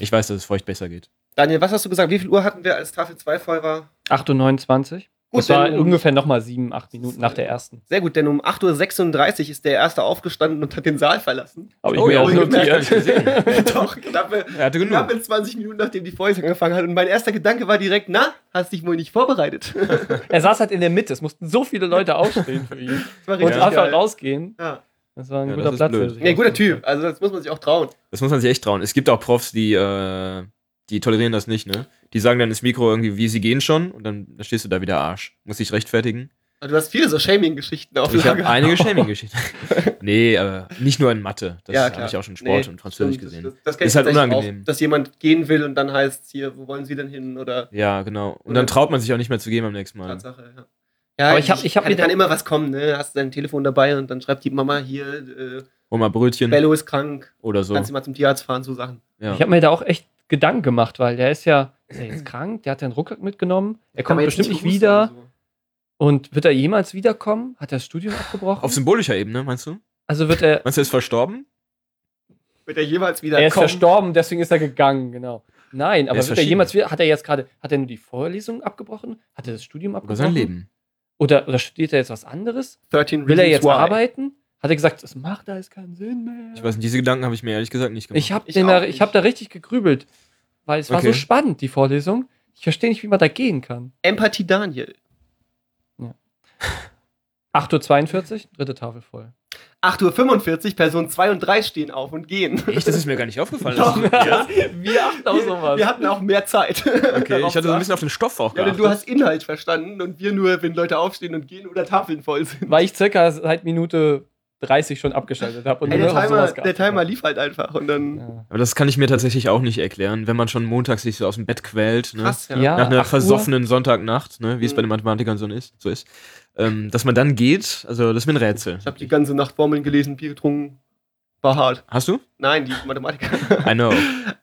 D: Ich weiß, dass es feucht besser geht.
B: Daniel, was hast du gesagt? Wie viel Uhr hatten wir, als Tafel 2 voll war?
A: 8.29 Uhr. Das
B: Gut,
A: war
B: wenn du-
A: ungefähr nochmal sieben, acht Minuten nach der ersten.
B: Sehr gut, denn um 8.36 Uhr ist der Erste aufgestanden und hat den Saal verlassen.
A: Habe
D: Oh ja,
B: oh,
A: notiert.
D: hab ich gesehen.
B: Doch, knappe,
D: Er hatte genug.
B: knappe 20 Minuten, nachdem die Vorlesung angefangen hat. Und mein erster Gedanke war direkt, na, hast dich wohl nicht vorbereitet. Das
A: Er saß halt in der Mitte. Es mussten so viele Leute aufstehen für ihn.
B: war
A: Und
B: richtig
A: einfach
B: geil.
A: rausgehen.
B: Ja.
A: Das war ein
D: Ja,
A: guter
D: das ist
A: Platz.
D: blöd.
A: der sich
B: Nee, guter
A: rausgehen
B: Typ. Also das muss man sich auch trauen.
D: Das muss man sich echt trauen. Es gibt auch Profs, die, äh, die tolerieren das nicht, ne? Die sagen dann ins Mikro irgendwie, wie sie gehen schon und dann, dann stehst du da wieder Arsch. Muss dich rechtfertigen.
B: Also Du hast viele so Shaming-Geschichten auf
D: Ich habe
B: Lager.
D: einige Shaming-Geschichten. nee, aber nicht nur in Mathe. Das
B: Ja,
D: habe
B: klar.
D: ich auch schon in Sport
B: Nee,
D: und Französisch
B: Stimmt,
D: gesehen.
B: Das, das kenn
D: Ist
B: ich
D: halt
B: tatsächlich
D: unangenehm.
B: Auch, dass jemand gehen will und dann heißt es hier, wo wollen Sie denn hin? Oder
D: Ja, genau. Und dann traut man sich auch nicht mehr zu gehen beim nächsten Mal.
B: Tatsache, ja. Ja,
A: Aber ich hab- ich hab
B: kann,
A: mir da-
B: kann immer was kommen, ne? Hast dein Telefon dabei und dann schreibt die Mama hier, äh,
D: Hol mal Brötchen
B: Bello ist krank,
D: oder so.
B: kannst du mal zum Tierarzt fahren, so Sachen.
D: Ja.
A: Ich habe mir da auch echt Gedanken gemacht, weil der ist ja, ist er jetzt krank, der hat den Rucksack mitgenommen, er kommt bestimmt nicht wieder. Und wird er jemals wiederkommen? Hat er das Studium abgebrochen?
D: Auf symbolischer Ebene, meinst du?
A: also wird er.
D: Meinst du, er ist verstorben?
B: Wird er jemals wieder
A: Er ist
B: kommen?
A: verstorben, deswegen ist er gegangen, genau. Nein, aber
D: ist
A: wird er jemals
D: verschieden.
A: wieder. Hat er jetzt gerade. Hat er nur die Vorlesung abgebrochen? Hat er das Studium
D: Oder
A: abgebrochen?
D: sein Leben?
A: Oder, oder studiert er jetzt was anderes?
B: 13
A: Will er
B: Reasons
A: jetzt
B: Why.
A: arbeiten? Hat er gesagt, es macht alles keinen Sinn mehr?
D: Ich weiß nicht, diese Gedanken habe ich mir ehrlich gesagt nicht gemacht.
A: Ich habe
B: Ich
A: da,
B: auch
A: ich hab
B: nicht.
A: da richtig gegrübelt, weil es war so
D: Okay.
A: spannend, die Vorlesung. Ich verstehe nicht, wie man da gehen kann.
B: Empathie Daniel.
A: 8.42 Uhr, dritte Tafel voll.
B: 8.45 Uhr, Person 2 und 3 stehen auf und gehen.
D: Echt? Das ist mir gar nicht aufgefallen.
B: Doch.
D: ja?
A: Wir achten auf Genau sowas.
B: Wir hatten auch mehr Zeit.
D: Okay, ich hatte so ein bisschen auf den Stoff auch
B: ja, denn
D: geachtet.
B: du hast Inhalt verstanden und wir nur, wenn Leute aufstehen und gehen oder Tafeln voll sind.
A: Weil ich circa seit Minute 30 schon abgeschaltet habe. und
B: Ey,
A: nur
B: der,
A: noch auf
B: Timer,
A: sowas
B: der
A: geachtet
B: Timer
A: hab.
B: lief halt einfach und dann.
A: Ja.
D: Aber das kann ich mir tatsächlich auch nicht erklären, wenn man schon montags sich so aus dem Bett quält. Ne?
B: Krass, ja.
A: Ja.
D: nach einer
A: 8 Uhr.
D: versoffenen Sonntagnacht, ne, wie es
B: Mhm.
D: bei den Mathematikern so ist, so ist ähm, dass man dann geht, also das ist mir ein Rätsel.
B: Ich habe die ganze Nacht Formeln gelesen, Bier getrunken. War hart.
D: Hast du?
B: Nein, die Mathematiker.
D: I know.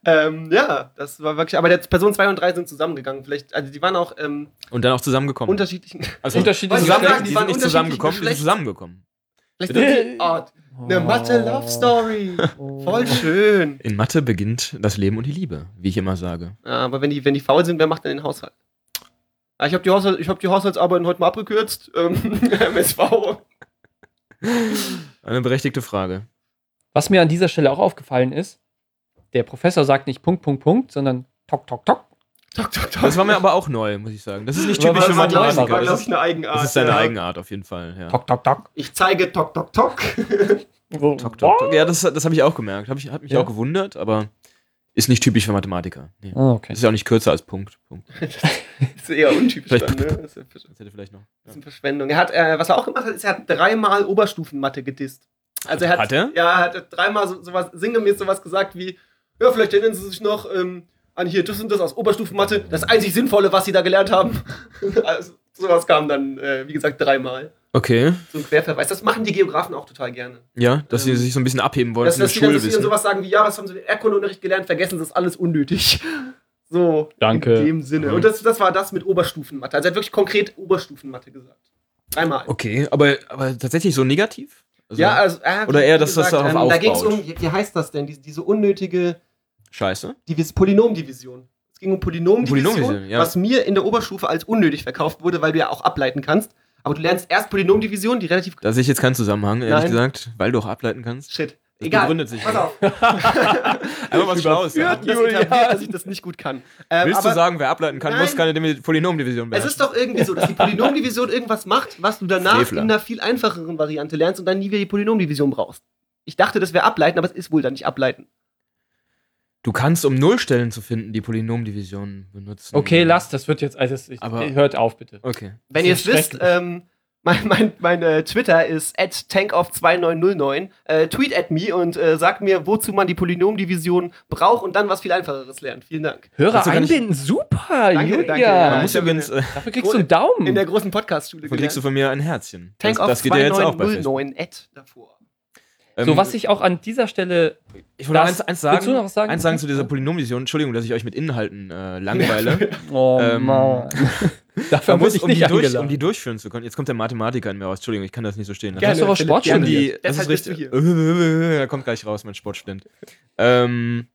B: ähm, ja, das war wirklich. Aber der Person 2 und 3 sind zusammengegangen. Vielleicht, also die waren auch ähm,
D: Und dann auch zusammengekommen.
B: unterschiedlichen.
D: also
A: Unterschiedliche
D: zusammen,
A: Geschlechter,
D: die
B: die
D: sind
B: waren
D: nicht zusammengekommen, die sind
B: unterschiedlichen
D: zusammengekommen.
B: Vielleicht sind die, oh, Eine Mathe-Love-Story. Voll
D: Oh.
A: Oh.
B: schön.
D: In Mathe beginnt das Leben und die Liebe, wie ich immer sage.
B: Ja, aber wenn die, wenn die faul sind, wer macht denn den Haushalt? Ah, Ich habe die, Haushalt, ich hab die Haushaltsarbeiten heute mal abgekürzt. Ähm, MSV.
D: Eine berechtigte Frage.
A: Was mir an dieser Stelle auch aufgefallen ist, der Professor sagt nicht Punkt, Punkt, Punkt, sondern Tok, Tok, Tok.
B: Tok, tok, tok.
D: Das war mir aber auch neu, muss ich sagen. Das ist nicht typisch
A: Aber
D: für
A: das war, glaub ich,
D: Mathematiker.
A: war,
D: Das
B: glaube ich,
D: ist,
B: eine Eigenart.
D: das ist seine
B: Ah, ja.
D: Eigenart auf jeden Fall. Ja.
A: Tok, Tok, Tok.
B: Ich zeige Tok, Tok, Tok.
A: Wo-
D: Tok, tok, tok. Ja, das, das habe ich auch gemerkt. Hab ich, hat mich
A: Ja.
D: auch gewundert, aber ist nicht typisch für Mathematiker. Nee.
A: Ah, okay.
D: Ist ja auch nicht kürzer als Punkt. Punkt.
B: ist eher untypisch
D: Vielleicht-
B: dann, ne? Das ist
D: Das hätte vielleicht noch. Ja.
B: eine Verschwendung. Er hat, äh, was er auch gemacht hat, ist, er hat dreimal Oberstufenmatte gedisst. Also er hat,
D: Hat er?
B: Ja, er hat dreimal so, sowas, sinngemäß sowas gesagt wie, ja, vielleicht erinnern Sie sich noch ähm, an hier das und das aus Oberstufenmatte, das einzig Sinnvolle, was Sie da gelernt haben. also, sowas kam dann, äh, wie gesagt, dreimal.
D: Okay.
B: So ein Querverweis. Das machen die Geografen auch total gerne.
D: Ja, dass sie
B: Ähm,
D: sich so ein bisschen abheben wollen
B: Dass,
D: von dem
B: dass die dann, dass die dann
D: Schulwissen.
B: sowas sagen wie, ja, was haben sie im Erdkundeunterricht gelernt, vergessen sie das alles unnötig. So,
A: Danke.
B: in dem Sinne.
D: Mhm.
B: Und das, das war das mit Oberstufenmathe. Also er hat wirklich konkret Oberstufenmathe gesagt. Einmal.
D: Okay, aber, aber tatsächlich so negativ? Also,
B: ja, also, äh,
D: Oder
B: wie
D: eher, dass das darauf
B: Da ging es
D: aufbaut.
B: um, wie wie heißt das denn, diese, diese unnötige
D: Scheiße.
B: Divis Polynomdivision. Es ging um Polynomdivision,
D: Polynomdivision, ja.
B: was mir in der Oberstufe als unnötig verkauft wurde, weil du ja auch ableiten kannst. Aber du lernst erst Polynomdivision, die relativ...
D: Da sehe ich jetzt keinen Zusammenhang, ehrlich
B: Nein.
D: gesagt, weil du auch ableiten kannst.
B: Shit.
D: Das
B: Egal.
D: begründet sich
B: Pass
D: nicht.
B: auf.
D: Einfach was Schlaues.
B: Führt
D: sagen.
B: das
A: Julian.
B: etabliert, dass ich das nicht gut kann. Ähm,
D: Willst du
B: aber-
D: sagen, wer ableiten kann, muss keine
B: Nein.
D: Demi- Polynomdivision
B: Es
D: beherrschen?
B: ist doch irgendwie so, dass die Polynomdivision irgendwas macht, was du danach
D: Frevler.
B: in einer viel einfacheren Variante lernst und dann nie wieder die Polynomdivision brauchst. Ich dachte, das wäre ableiten, aber es ist wohl dann nicht ableiten.
D: Du kannst, um Nullstellen zu finden, die Polynomdivision benutzen.
A: Okay, lasst, das wird jetzt. Also, das- ich,
D: Mhm. Aber-
A: hört auf, bitte.
D: Okay.
B: Wenn
A: Das
B: ihr
A: ist
B: es wisst,
A: schrecklich.
B: ähm, mein, mein, mein äh, Twitter ist at tankoff2909. Äh, tweet at me und äh, sagt mir, wozu man die Polynomdivision braucht und dann was viel einfacheres lernt. Vielen Dank.
A: Hörer
D: Dazu kann ich-
A: einbinden, super,
B: Danke,
A: Julia.
B: danke, ja.
D: Man
B: Ah,
D: muss
B: ich hab
D: übrigens, äh,
A: Dafür kriegst du einen Daumen.
B: In der großen Podcast-Schule
D: kriegst du Hm. von mir ein Herzchen. Das, das geht ja jetzt auch bei Facebook.
B: Tankoff2909 at davor.
D: Ähm,
A: so, was ich auch an dieser Stelle.
D: ich wollte noch
A: das-
D: eins, eins
A: willst
D: sagen,
A: du noch was sagen?
D: eins sagen zu dieser Polynomdivision. Entschuldigung, dass ich euch mit Inhalten äh, langweile.
A: Oh
D: Ähm,
A: Mann. Dafür
D: Man
A: muss
D: muss,
A: ich
D: um, die
A: nicht
D: durch,
A: eingeladen.
D: um die durchführen zu können. Jetzt kommt der Mathematiker in mir raus. Entschuldigung, ich kann das nicht so stehen lassen.
A: du hast doch auch
B: Philipp,
A: Sport
B: gerne.
D: Um die, das ist
B: Deshalb bist du
D: richtig. Er kommt gleich raus, mein Sportstudent. Ähm,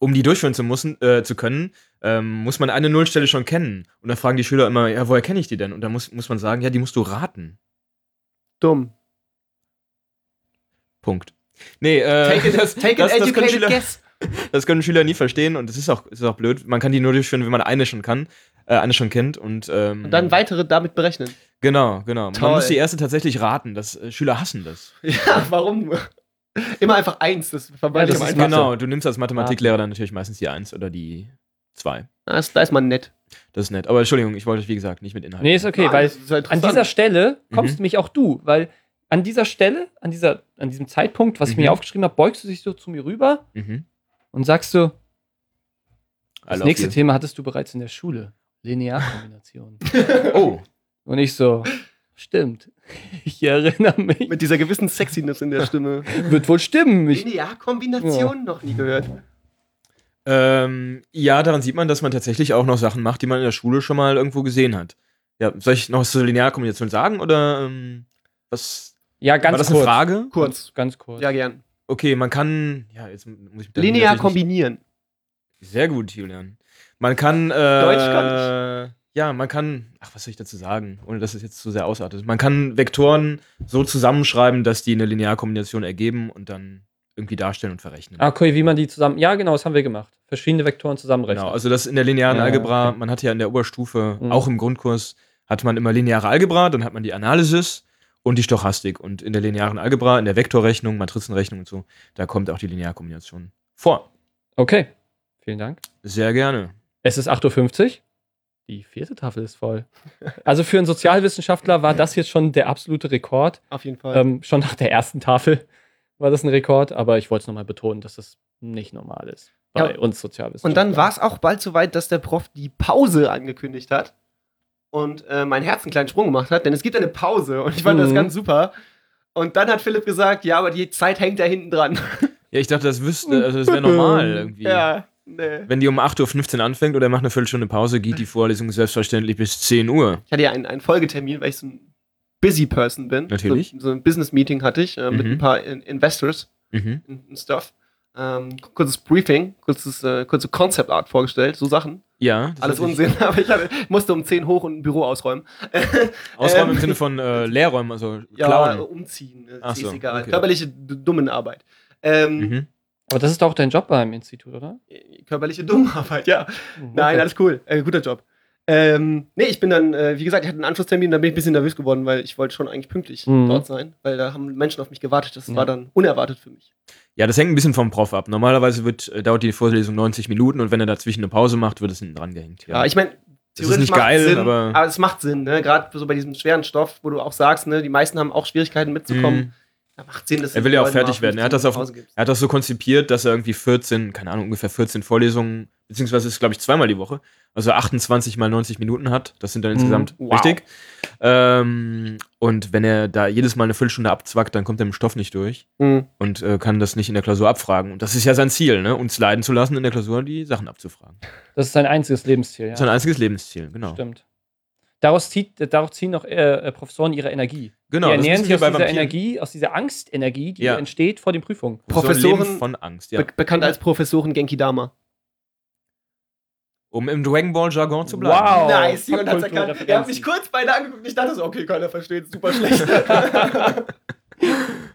D: um die durchführen zu, müssen, äh, zu können, ähm, muss man eine Nullstelle schon kennen. Und dann fragen die Schüler immer, ja, woher kenne ich die denn? Und dann muss, muss man sagen, ja, die musst du raten.
B: Dumm.
D: Punkt. Nee, äh,
B: Take it,
D: das,
B: take
D: das,
B: an
D: das, können
B: educated
D: Schüler,
B: guess.
D: das können Schüler nie verstehen und das ist auch, ist auch blöd. Man kann die nur durchführen, wenn man eine schon kann, äh, eine schon kennt und, ähm,
B: Und dann weitere damit berechnen.
D: Genau, genau. Man
B: Toll.
D: muss die erste tatsächlich raten. Das, äh, Schüler hassen das.
B: Ja, warum nur? Immer einfach eins, das vermeide
A: Ja,
B: ich
A: das
B: am
A: ist
B: einfachsten.
D: genau, du nimmst als Mathematiklehrer dann natürlich meistens die 1 oder die 2.
B: Ah, das- Da ist man nett.
D: Das ist nett. Aber Entschuldigung, ich wollte, wie gesagt, nicht mit Inhalten.
A: nee, ist okay,
B: Ah,
A: weil
B: das ist ja
A: an
B: interessant.
A: dieser Stelle kommst
D: Mhm.
A: nämlich auch du, weil an dieser Stelle, an, dieser, an diesem Zeitpunkt, was ich mir
D: Mhm.
A: hier aufgeschrieben habe, beugst du dich so zu mir rüber
D: Mhm.
A: und sagst so, das
D: I love
A: nächste
D: you.
A: Thema hattest du bereits in der Schule. Linearkombination.
D: Oh,
A: und ich so, stimmt. Ich erinnere mich.
B: Mit dieser gewissen Sexiness in der Stimme.
A: Wird wohl stimmen. Ich,
B: Linearkombination noch nie gehört.
D: ähm, ja, daran sieht man, dass man tatsächlich auch noch Sachen macht, die man in der Schule schon mal irgendwo gesehen hat. Ja, soll ich noch was zur Linearkombination sagen oder ähm, was?
A: ja,
D: war
A: ganz
D: das
A: kurz.
D: eine Frage?
B: Kurz.
A: Ganz kurz.
B: Ja, gern.
D: Okay, man kann. Ja, jetzt muss ich mit der
B: Linear
D: natürlich nicht-
B: kombinieren.
D: Sehr gut, Julian. Man kann. Äh,
B: Deutsch
D: Ja, man kann. Ach, was soll ich dazu sagen, ohne dass es jetzt zu sehr ausartet. Man kann Vektoren so zusammenschreiben, dass die eine Linearkombination ergeben und dann irgendwie darstellen und verrechnen.
A: Ah, okay, wie man die zusammen. Ja, genau, das haben wir gemacht. Verschiedene Vektoren zusammenrechnen.
D: Genau, also das in der linearen
A: Ja,
D: Algebra, man hat ja in der Oberstufe,
A: Mhm.
D: auch im Grundkurs, hat man immer lineare Algebra, dann hat man die Analysis und die Stochastik. Und in der linearen Algebra, in der Vektorrechnung, Matrizenrechnung und so, da kommt auch die Linearkombination vor.
A: okay, vielen Dank.
D: Sehr gerne.
A: Es ist 8.50 Uhr. Die vierte Tafel ist voll. Also für einen Sozialwissenschaftler war das jetzt schon der absolute Rekord.
B: Auf jeden Fall.
A: Ähm, schon nach der ersten Tafel war das ein Rekord, aber ich wollte es nochmal betonen, dass das nicht normal ist bei
B: Ja.
A: uns Sozialwissenschaftlern.
B: Und dann war es auch bald so weit, dass der Prof die Pause angekündigt hat und äh, mein Herz einen kleinen Sprung gemacht hat, denn es gibt eine Pause und ich fand das
A: Mhm.
B: ganz super. Und dann hat Philipp gesagt, ja, aber die Zeit hängt da hinten dran.
D: Ja, ich dachte, das wüsste, also das wäre normal irgendwie.
B: Ja, nee.
D: Wenn die um 8.15 Uhr anfängt oder macht eine Viertelstunde Pause, geht die Vorlesung selbstverständlich bis 10 Uhr.
B: Ich hatte ja einen, einen Folgetermin, weil ich so ein Busy Person bin.
D: Natürlich.
B: So, so ein Business Meeting hatte ich äh, mit
D: Mhm.
B: ein paar In Investors
D: Mhm.
B: und und Stuff. Ähm, kurzes Briefing, kurzes, äh, kurze Concept Art vorgestellt, so Sachen.
D: Ja.
B: Alles
D: das hatte ich-
B: Unsinn, aber ich hatte, musste um 10 hoch und ein Büro ausräumen.
D: Ausräumen im
B: Ähm,
D: Sinne von äh, Leerräumen, also
B: Ja,
D: klauen.
B: umziehen. ne,
D: Ach
B: ist
D: so,
B: egal.
D: okay.
B: Körperliche d- Dummenarbeit. Ähm,
D: Mhm.
A: Aber das ist doch auch dein Job beim Institut, oder?
B: Körperliche Dummenarbeit, ja.
A: Hm,
B: Nein,
A: okay.
B: alles cool. Äh, guter Job. Ähm, nee, ich bin dann, äh, wie gesagt, ich hatte einen Anschlusstermin, da bin ich ein bisschen nervös geworden, weil ich wollte schon eigentlich pünktlich
A: Mhm.
B: dort sein, weil da haben Menschen auf mich gewartet. Das
A: Ja.
B: war dann unerwartet für mich.
D: Ja, das hängt ein bisschen vom Prof ab. Normalerweise wird, äh, dauert die Vorlesung 90 Minuten und wenn er dazwischen eine Pause macht, wird es hinten dran gehängt.
A: Ah,
B: Ja, ich meine,
D: Das ist nicht
B: macht's
D: geil,
B: Sinn,
D: aber-
B: es macht Sinn, ne? Gerade so bei diesem schweren Stoff, wo du auch sagst, ne, die meisten haben auch Schwierigkeiten mitzukommen.
D: Mhm.
B: Da macht Sinn, dass
D: Er
B: du
D: will ja
B: den
D: auch
B: Leuten
D: fertig
B: mal
D: werden. Er hat das
B: 15
D: auf-
B: Pause gibst.
D: Er hat das so konzipiert, dass er irgendwie 14, keine Ahnung, ungefähr 14 Vorlesungen, beziehungsweise ist, glaube ich, zweimal die Woche, also 28 mal 90 Minuten hat. Das sind dann
A: Mhm.
D: insgesamt
B: Wow.
D: richtig. Ähm, und wenn er da jedes Mal eine Viertelstunde abzwackt, dann kommt er im Stoff nicht durch
B: Mhm.
D: und äh, kann das nicht in der Klausur abfragen. Und das ist ja sein Ziel, ne? uns leiden zu lassen, in der Klausur die Sachen abzufragen.
A: Das ist sein einziges Lebensziel, ja.
D: Das ist sein einziges Lebensziel, genau.
A: Stimmt. Daraus, zieht, äh, daraus ziehen auch äh, äh, Professoren ihre Energie.
D: Genau,
A: die
D: das
A: ernähren
D: wissen wir
A: sich aus
D: bei
A: dieser
D: Vampiren.
A: Energie, aus dieser Angstenergie, die
D: Ja.
A: entsteht vor den Prüfungen.
D: Professoren
B: Professoren-
D: leben von Angst, ja.
B: Be bekannt als Professoren Genki Dama.
D: Um im Dragon Ball Jargon zu bleiben.
A: Wow. Oh,
B: nice, jemand hat's
A: Popkulturreferenzen.
B: erkannt. Er hat mich kurz beide angeguckt. Ich dachte so, okay, keiner versteht, super schlecht.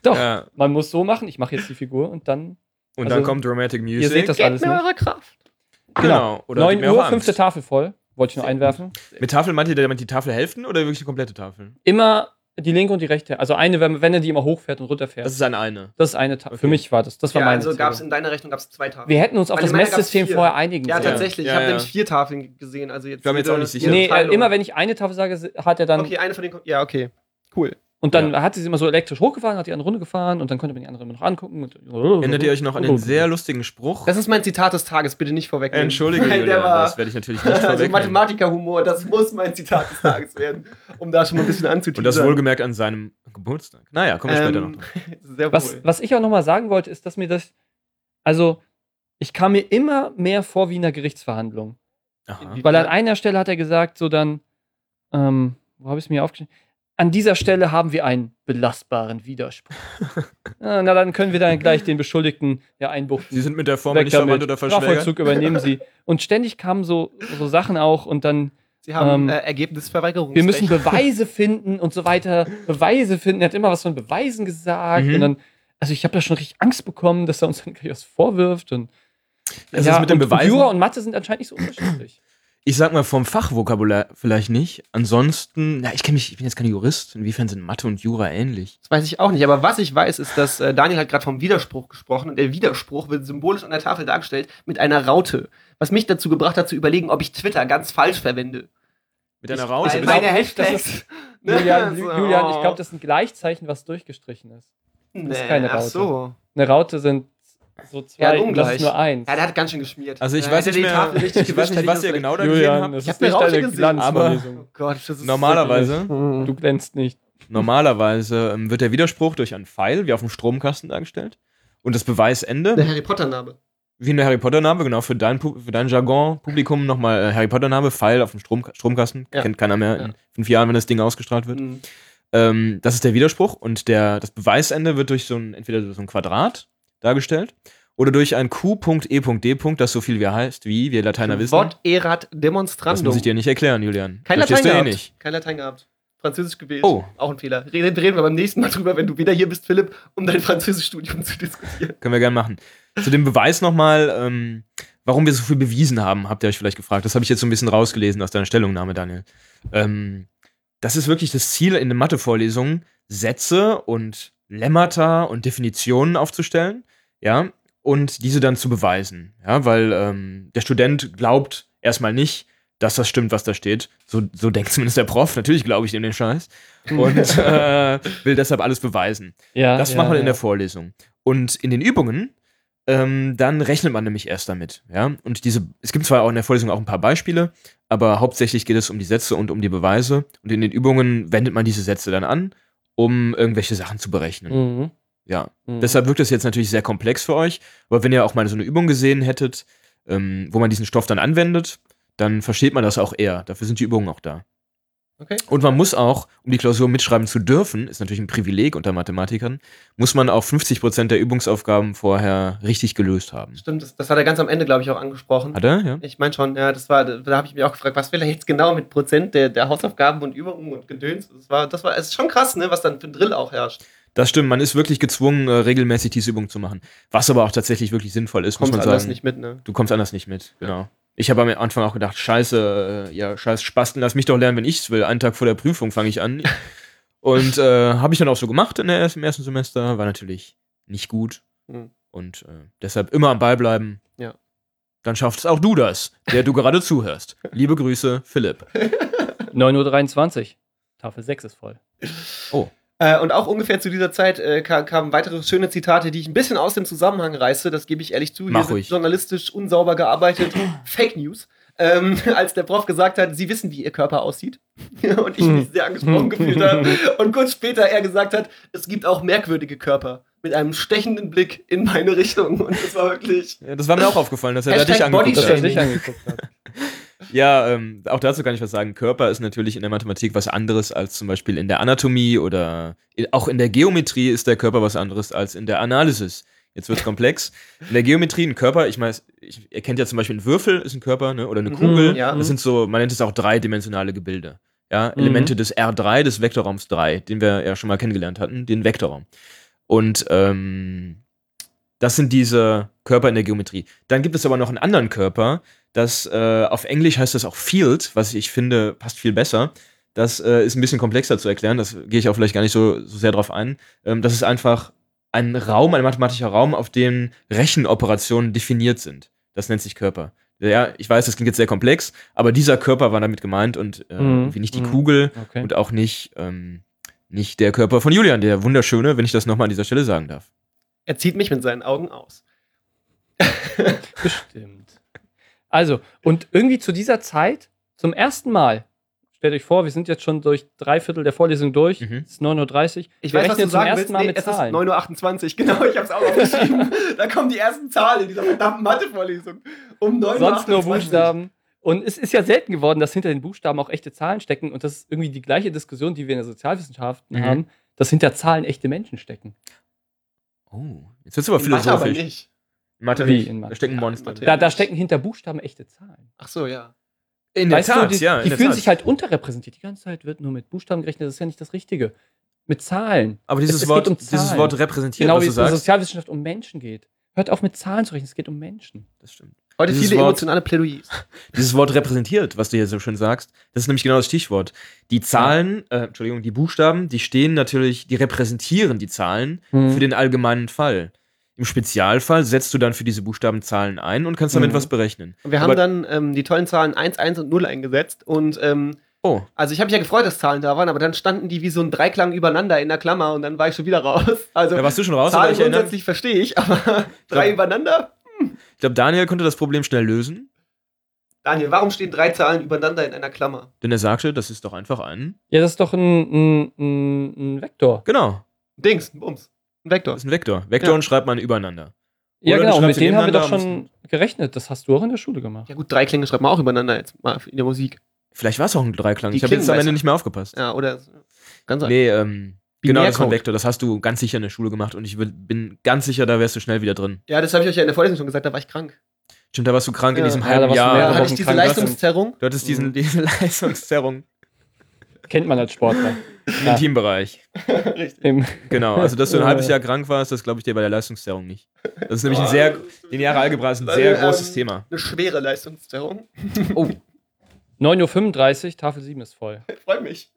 A: Doch,
D: Ja, und
A: man muss so machen, ich mache jetzt die Figur und dann. Also,
D: dann kommt Dramatic Music.
A: Ihr seht das alles nicht.
B: eure Kraft.
D: Genau. Oder
A: 9
D: gib mir auch
A: Uhr,
D: Angst.
A: fünfte Tafel voll. Wollte ich nur einwerfen.
D: Mit Tafel meint ihr damit die Tafelhälften oder wirklich die komplette Tafel?
A: Immer die linke und die rechte. Also eine, wenn, wenn er die immer hochfährt und runterfährt.
D: Das
A: Das,
D: ist ein eine.
A: ist eine Tafel.
D: Okay.
A: Für mich war das. Das war
B: Ja,
A: meine
B: also
A: Zählung.
B: gab's in deiner Rechnung gab's zwei Tafeln.
A: Wir hätten uns auf
B: Weil
A: das
B: in meiner gab's
A: Messsystem
B: vier.
A: vorher einigen
B: Ja,
A: sollen.
B: tatsächlich.
D: Ja,
B: ich habe
D: ja.
B: nämlich vier Tafeln gesehen. Also jetzt
D: Ich war mir jetzt
B: jede-
D: auch nicht sicher.
B: jede
A: Nee, äh,
B: Teilung.
A: immer wenn ich eine Tafel sage, hat er dann.
B: Okay, eine von den. Ja, okay. Cool.
A: Und dann hat sie sie immer so elektrisch hochgefahren, hat die andere runtergefahren und dann konnte man die andere immer noch angucken. Und
D: Erinnert ihr euch noch an den sehr lustigen Spruch?
B: Das ist mein Zitat des Tages. Bitte nicht vorwegnehmen.
D: Entschuldige,
B: Weil
D: Julia,
B: der war.
D: das werde ich natürlich nicht
B: Also
D: verwechseln.
B: Mathematikerhumor, das muss mein Zitat des Tages werden, um da schon mal ein bisschen anzuteasern.
D: Und das wohlgemerkt an seinem Geburtstag. Naja, kommen wir später
B: Ähm,
D: noch. drauf.
B: Sehr
A: Was,
B: wohl.
A: was ich auch nochmal sagen wollte, ist, dass mir das. Also, ich kam mir immer mehr vor wie in einer Gerichtsverhandlung.
D: Aha.
B: Wie-
A: Weil an einer Stelle hat er gesagt, so dann, ähm, wo habe ich es mir aufgeschrieben? An dieser Stelle haben wir einen belastbaren Widerspruch. Ja, na, dann können wir dann gleich den Beschuldigten ja einbuchten.
D: Sie sind mit der Formel
A: Weg
D: nicht verwandt
A: damit.
D: oder verschwägert.
A: Strafvollzug übernehmen sie. Und ständig kamen so, so Sachen auch und dann
B: Sie haben
A: ähm,
B: äh, Ergebnisverweigerung.
A: wir müssen Beweise finden und so weiter. Beweise finden. Er hat immer was von Beweisen gesagt.
D: Mhm.
A: Und dann, also ich habe da schon richtig Angst bekommen, dass er uns dann gleich was vorwirft. Und,
D: Also Das ist mit dem
A: und
D: Beweisen-
A: Jura und Mathe sind anscheinend nicht so unterschiedlich.
D: Ich sag mal vom Fachvokabular vielleicht nicht. Ansonsten, na, ich kenne mich, ich bin jetzt kein Jurist. Inwiefern sind Mathe und Jura ähnlich?
B: Das weiß ich auch nicht, aber was ich weiß, ist, dass äh, Daniel hat gerade vom Widerspruch gesprochen und der Widerspruch wird symbolisch an der Tafel dargestellt mit einer Raute. Was mich dazu gebracht hat, zu überlegen, ob ich Twitter ganz falsch verwende.
D: Mit einer
A: Ich-
D: Raute.
A: Also, das-
B: Weil meine
A: das
B: Hashtags. Ne?
A: Julian,
B: So,
A: Julian, ich glaube,
B: oh.
A: das ist ein Gleichzeichen, was durchgestrichen ist.
B: nee,
A: ist keine
B: Ach
A: Raute.
B: so.
A: Eine Raute sind so
B: Ja,
A: zwei
B: ein
A: und das
B: Ungleich.
A: ist nur eins.
B: Ja, der hat ganz schön geschmiert.
D: Also ich
B: Ja,
D: weiß
B: hätte
D: nicht
B: die
D: mehr,
B: Tafel richtig
D: ich weiß
B: gewischt,
D: nicht, was ihr
B: hätte ich
D: genau da gesehen
A: Julian,
D: habt.
A: das
B: Ich hab
A: ist
B: eine
A: nicht
B: Raute
A: deine
B: gesehen, das-
A: Glanzvorlesung.
B: Oh Gott, das ist
D: Normalerweise,
B: Mhm.
A: Du glänzt nicht.
D: äh, normalerweise ähm, wird der Widerspruch durch einen Pfeil, wie auf dem Stromkasten dargestellt. Und das
B: der
D: Beweisende,
B: Harry Potter Name.
D: wie in der Harry Potter-Name, genau, für dein, Pu- für dein Jargon-Publikum nochmal äh, Harry Potter-Name, Pfeil auf dem Strom, Stromkasten.
B: Ja.
D: Kennt keiner mehr in
B: Ja.
D: fünf Jahren, wenn das Ding ausgestrahlt wird.
B: Mhm.
D: Ähm, das ist der Widerspruch und der, das Beweisende wird durch so ein, entweder durch so ein Quadrat dargestellt oder durch ein E Q.E.D. Das so viel wie heißt, wie wir Lateiner wissen.
B: Wort erat
D: Das
B: demonstrandum.
D: muss ich dir nicht erklären, Julian.
B: Kein Latein
D: Verstehst du eh
B: gehabt.
D: nicht.
B: Kein Latein gehabt. Französisch gewählt.
D: Oh.
B: Auch ein Fehler. Reden, reden wir beim nächsten Mal drüber, wenn du wieder hier bist, Philipp, um dein Französischstudium zu diskutieren.
D: Können wir gerne machen. Zu dem Beweis nochmal, ähm, warum wir so viel bewiesen haben, habt ihr euch vielleicht gefragt. Das habe ich jetzt so ein bisschen rausgelesen aus deiner Stellungnahme, Daniel. Ähm, das ist wirklich das Ziel in den Mathevorlesungen, Sätze und Lemmata und Definitionen aufzustellen, ja, und diese dann zu beweisen, ja, weil ähm, der Student glaubt erstmal nicht, dass das stimmt, was da steht. So, so denkt zumindest der Prof. Natürlich glaube ich dem den Scheiß und äh, will deshalb alles beweisen.
A: Ja,
D: Das
A: Ah, ja,
D: macht man in
A: ja.
D: der Vorlesung. Und in den Übungen, ähm, dann rechnet man nämlich erst damit. Ja? Und diese, es gibt zwar auch in der Vorlesung auch ein paar Beispiele, aber hauptsächlich geht es um die Sätze und um die Beweise. Und in den Übungen wendet man diese Sätze dann an, um irgendwelche Sachen zu berechnen.
A: Mhm.
D: Ja.
A: Mhm.
D: Deshalb wirkt das jetzt natürlich sehr komplex für euch, aber wenn ihr auch mal so eine Übung gesehen hättet, ähm, wo man diesen Stoff dann anwendet, dann versteht man das auch eher. Dafür sind die Übungen auch da.
B: Okay.
D: Und man muss auch, um die Klausur mitschreiben zu dürfen, ist natürlich ein Privileg unter Mathematikern, muss man auch 50% der Übungsaufgaben vorher richtig gelöst haben.
B: Stimmt, das, das hat er ganz am Ende, glaube ich, auch angesprochen.
D: Hat er? Ja.
B: Ich meine schon, ja, das war, da habe ich mich auch gefragt, was will er jetzt genau mit Prozent der, der Hausaufgaben und Übungen und Gedöns? Das war, das war, es ist schon krass, ne, was dann für ein Drill auch herrscht.
D: Das stimmt, man ist wirklich gezwungen, äh, regelmäßig diese Übung zu machen. Was aber auch tatsächlich wirklich sinnvoll ist,
B: Kommt
D: muss man
B: alles
D: sagen.
B: nicht mit, ne?
D: Du kommst anders nicht mit, genau. Ich habe am Anfang auch gedacht, scheiße, äh, ja, scheiß Spasten, lass mich doch lernen, wenn ich's will. Einen Tag vor der Prüfung fange ich an. Und äh, habe ich dann auch so gemacht in der, ersten- im ersten Semester. War natürlich nicht gut.
B: Hm.
D: Und äh, deshalb immer am Ball bleiben.
B: Ja.
D: Dann schaffst auch du das, der du gerade zuhörst. Liebe Grüße, Philipp.
A: 9.23 Uhr. Tafel 6 ist voll.
B: Äh, und auch ungefähr zu dieser Zeit äh, ka kamen weitere schöne Zitate, die ich ein bisschen aus dem Zusammenhang reiße. Das gebe ich ehrlich zu.
D: Mach
B: wird
D: ruhig.
B: journalistisch unsauber gearbeitet. Fake News. Ähm, als der Prof gesagt hat, Sie wissen, wie Ihr Körper aussieht. und ich mich sehr angesprochen gefühlt habe. Und kurz später er gesagt hat, es gibt auch merkwürdige Körper. Mit einem stechenden Blick in meine Richtung. Und das war wirklich.
D: Ja, das war mir auch aufgefallen, dass er da
B: Hashtag
D: dich angeguckt
A: Dass
D: hat.
A: er dich angeguckt hat.
D: Ja, ähm, auch dazu kann ich was sagen. Körper ist natürlich in der Mathematik was anderes als zum Beispiel in der Anatomie oder i- auch in der Geometrie ist der Körper was anderes als in der Analysis. Jetzt wird's komplex. In der Geometrie ein Körper, ich meine, ich, ihr kennt ja zum Beispiel einen Würfel, ist ein Körper, ne? oder eine
B: Mhm,
D: Kugel.
B: ja.
D: Das sind so, man nennt es auch dreidimensionale Gebilde. Ja,
A: Mhm.
D: Elemente des R3, des Vektorraums 3, den wir ja schon mal kennengelernt hatten, den Vektorraum. Und ähm, das sind diese Körper in der Geometrie. Dann gibt es aber noch einen anderen Körper, das äh, auf Englisch heißt das auch Field, was ich finde, passt viel besser. Das äh, ist ein bisschen komplexer zu erklären, das gehe ich auch vielleicht gar nicht so, so sehr drauf ein. Ähm, das ist einfach ein Raum, ein mathematischer Raum, auf dem Rechenoperationen definiert sind. Das nennt sich Körper. Ja, ich weiß, das klingt jetzt sehr komplex, aber dieser Körper war damit gemeint und äh,
A: Mhm.
D: irgendwie nicht die
A: Mhm.
D: Kugel
A: Okay.
D: und auch nicht, ähm, nicht der Körper von Julian, der wunderschöne, wenn ich das nochmal an dieser Stelle sagen darf.
B: Er zieht mich mit seinen Augen aus.
A: Bestimmt. Also, und irgendwie zu dieser Zeit, zum ersten Mal, stellt euch vor, wir sind jetzt schon durch drei Viertel der Vorlesung durch,
D: Mhm.
A: es ist 9.30 Uhr.
B: Ich
A: wir
B: weiß, was
A: rechnen
B: du
A: zum
B: sagen
A: ersten
B: willst.
A: Mal
B: Nee,
A: mit
B: es ist
A: Zahlen.
B: 9.28 Uhr. Genau, ich habe es auch aufgeschrieben. da kommen die ersten Zahlen dieser verdammten Mathevorlesung. Um 9.28 Uhr.
A: Sonst nur Buchstaben. Und es ist ja selten geworden, dass hinter den Buchstaben auch echte Zahlen stecken. Und das ist irgendwie die gleiche Diskussion, die wir in der Sozialwissenschaften
D: Mhm.
A: haben, dass hinter Zahlen echte Menschen stecken.
D: Oh, jetzt wird's aber
B: In Mathe
D: philosophisch.
B: aber nicht.
D: Mathe
A: Wie
D: nicht.
A: in Mathe?
D: Da stecken Monster.
B: Ja, in Mathe.
A: Da, da stecken hinter Buchstaben echte Zahlen.
B: Ach so, ja.
D: In
A: weißt du, die, die fühlen sich halt unterrepräsentiert. Die ganze Zeit wird nur mit Buchstaben gerechnet. Das ist ja nicht das Richtige. Mit Zahlen.
D: Aber
A: Es-
D: dieses
A: es
D: Wort,
A: geht um
D: dieses
A: Zahlen.
D: Wort repräsentieren,
A: genau
D: was
A: wie
D: du
A: es in der
D: sagst,
A: Sozialwissenschaft um Menschen geht. Hört auf mit Zahlen zu rechnen. Es geht um Menschen.
D: das stimmt.
B: Heute
D: Dieses
B: viele
D: Wort-
B: emotionale Plädoyers.
D: Dieses Wort repräsentiert, was du hier so schön sagst, das ist nämlich genau das Stichwort. Die Zahlen, äh, Entschuldigung, die Buchstaben, die stehen natürlich, die repräsentieren die Zahlen
B: Mhm.
D: für den allgemeinen Fall. Im Spezialfall setzt du dann für diese Buchstaben Zahlen ein und kannst damit
A: Mhm.
D: was berechnen.
B: Und Wir
D: Aber-
B: haben dann ähm, die tollen Zahlen 1, 1 und 0 eingesetzt. Und ähm,
D: Oh,
B: also ich habe mich ja gefreut, dass Zahlen da waren, aber dann standen die wie so ein Dreiklang übereinander in der Klammer und dann war ich schon wieder raus. Also
D: da warst du schon raus, aber
B: Zahlen
D: ich erinnere
B: grundsätzlich
D: mich.
B: verstehe ich, aber drei
D: glaub-
B: übereinander?
D: Ich glaube, Daniel konnte das Problem schnell lösen,
B: Daniel, warum stehen drei Zahlen übereinander in einer Klammer?
D: denn er sagte, das ist doch einfach ein.
A: Ja, das ist doch ein, ein, ein, ein Vektor.
D: Genau,
B: Dings, ein Bums, ein Vektor.
D: das ist ein Vektor. Vektor
B: Ja.
D: und schreibt man übereinander.
A: Ja, genau.
D: Oder du
A: Und
D: schreibst
A: mit denen haben wir doch
D: nebeneinander,
A: schon gerechnet. Das hast du auch in der Schule gemacht.
B: Ja gut, drei Klänge schreibt man auch übereinander jetzt mal in der Musik.
D: Vielleicht war es auch ein Dreiklang.
B: Die
D: Ich habe jetzt am Ende
B: Klingenweißer.
D: nicht mehr aufgepasst.
B: Ja, oder ganz
D: Nee, ähm,
B: Binärcode.
D: genau, das war ein Vektor. Das hast du ganz sicher in der Schule gemacht und ich wür- bin ganz sicher, da wärst du schnell wieder drin.
B: Ja, das habe ich euch ja in der Vorlesung schon gesagt, da war ich krank.
D: Stimmt, da warst du krank in
B: Ja,
D: diesem
A: ja, da
D: halben
A: warst du
D: Jahr.
A: Ah, aber
B: ja, da
A: warum
B: hatte ich diese
A: krank warst du?
B: Leistungszerrung.
D: Du hattest diesen, diese Leistungszerrung
A: Kennt man als Sportler.
D: im
A: Ja.
D: Intimbereich.
B: Richtig.
A: Im-
D: Genau, also dass du ein
A: Ja.
D: halbes Jahr krank warst, das glaube ich dir bei der Leistungszerrung nicht. Das ist nämlich ein sehr, lineare Algebra ist ein
B: Also,
D: sehr
B: ähm,
D: großes Thema.
B: Eine schwere Leistungszerrung.
A: 9.35 Uhr, Tafel 7 ist voll.
B: Freut mich.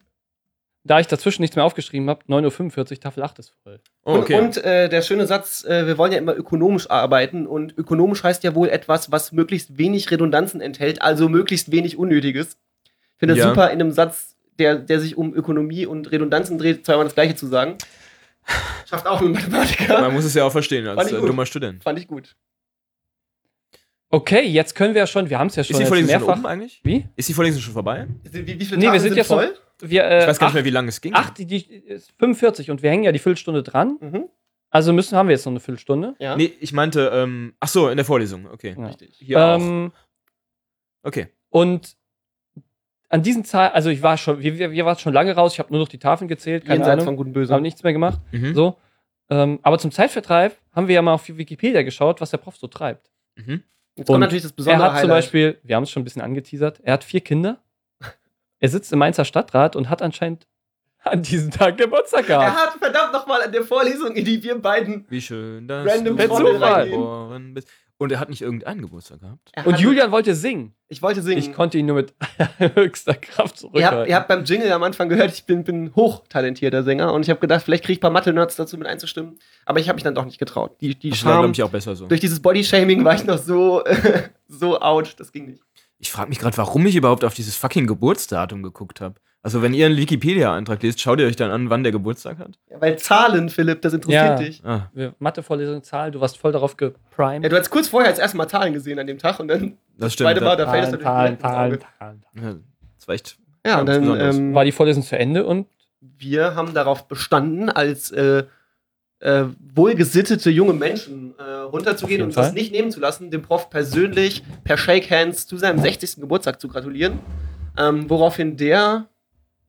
A: Da ich dazwischen nichts mehr aufgeschrieben habe, 9.45 Uhr, Tafel 8 ist voll.
D: Oh, okay.
B: Und, und äh, der schöne Satz, äh, wir wollen ja immer ökonomisch arbeiten und ökonomisch heißt ja wohl etwas, was möglichst wenig Redundanzen enthält, also möglichst wenig Unnötiges. Ich finde das
D: Ja.
B: super, in einem Satz, der, der sich um Ökonomie und Redundanzen dreht, zweimal das gleiche zu sagen. Schafft auch ein Mathematiker.
D: Man muss es ja auch verstehen als
B: Fand ich
D: äh,
B: gut.
D: dummer Student.
B: Fand ich gut.
A: Okay, jetzt können wir ja schon, wir haben es ja schon
D: Ist die
A: jetzt
D: Vorlesung schon
A: mehrfach.
D: oben eigentlich?
A: Wie?
D: Ist die Vorlesung schon vorbei?
B: Wie, wie viele
A: Nee, wir
B: Tage
A: sind jetzt noch- Wir, äh,
D: Ich weiß gar nicht
A: acht,
D: mehr, wie lange es ging.
A: acht, die, die, ist 45 und wir hängen ja die Viertelstunde dran.
B: Mhm.
A: Also müssen, haben wir jetzt noch eine Viertelstunde.
B: Ja.
D: Nee, ich meinte, ähm, ach so, in der Vorlesung, okay.
A: Ja.
B: Richtig.
D: Hier
A: Ähm,
D: auch. Okay.
A: Und an diesen Zahlen, also ich war schon, wir, wir- wir waren schon lange raus, ich habe nur noch die Tafeln gezählt, keine
B: Jenseits von
A: Ahnung,
B: Gut und
A: habe
B: Böse.
A: nichts mehr gemacht.
D: Mhm.
A: So. Ähm, aber zum Zeitvertreib haben wir ja mal auf Wikipedia geschaut, was der Prof so treibt.
D: Mhm.
B: Jetzt kommt
A: Und
B: natürlich das
A: er
B: besondere
A: hat zum
B: Highlight.
A: Beispiel, wir haben es schon ein bisschen angeteasert, er hat vier Kinder. Er sitzt im Mainzer Stadtrat und hat anscheinend an diesem Tag Geburtstag
B: Er
A: gehabt.
B: hat verdammt nochmal an der Vorlesung, in die wir beiden.
D: Wie schön, dass
B: Random
D: du
A: Zufall.
D: reingeboren bist. Und er hat nicht irgendeinen Geburtstag gehabt.
B: Er
A: Und
B: hat-
A: Julian wollte singen.
B: Ich wollte singen.
A: Ich konnte ihn nur mit höchster Kraft
B: Ihr habt,
A: zurückhalten.
B: ihr habt beim Jingle am Anfang gehört, ich bin, bin hochtalentierter Sänger und ich habe gedacht, vielleicht kriege ich ein paar Mathe-Nerds dazu mit einzustimmen. Aber ich habe mich dann doch nicht getraut. Die, die
D: Das war,
B: Scham,
D: glaube ich, auch besser so.
B: durch dieses Bodyshaming war ich noch so, so out, das ging nicht.
D: Ich frage mich gerade, warum ich überhaupt auf dieses fucking Geburtsdatum geguckt habe. Also, wenn ihr einen Wikipedia-Eintrag lest, schaut ihr euch dann an, wann der Geburtstag hat?
B: Ja, weil Zahlen, Philipp, das interessiert
A: Ja.
B: dich.
D: Ah.
A: Wir- Mathe-Vorlesung, Zahlen, du warst voll darauf
B: Ja,
A: geprimed.
B: du hast kurz vorher das erste Mal Zahlen gesehen an dem Tag und dann
D: Das stimmt.
B: zweite Mal,
D: da-
B: da fällt es natürlich direkt ins Auge.
A: Zahlen.
D: Ja, das war echt.
B: Ja, und dann
D: Besonders.
B: ähm,
A: War die Vorlesung zu Ende und
B: wir haben darauf bestanden, als äh, äh, wohlgesittete junge Menschen äh, runterzugehen
A: Auf jeden
B: und das
A: Fall.
B: nicht nehmen zu lassen, dem Prof persönlich per Shake Hands zu seinem 60. Geburtstag zu gratulieren. Ähm, woraufhin der,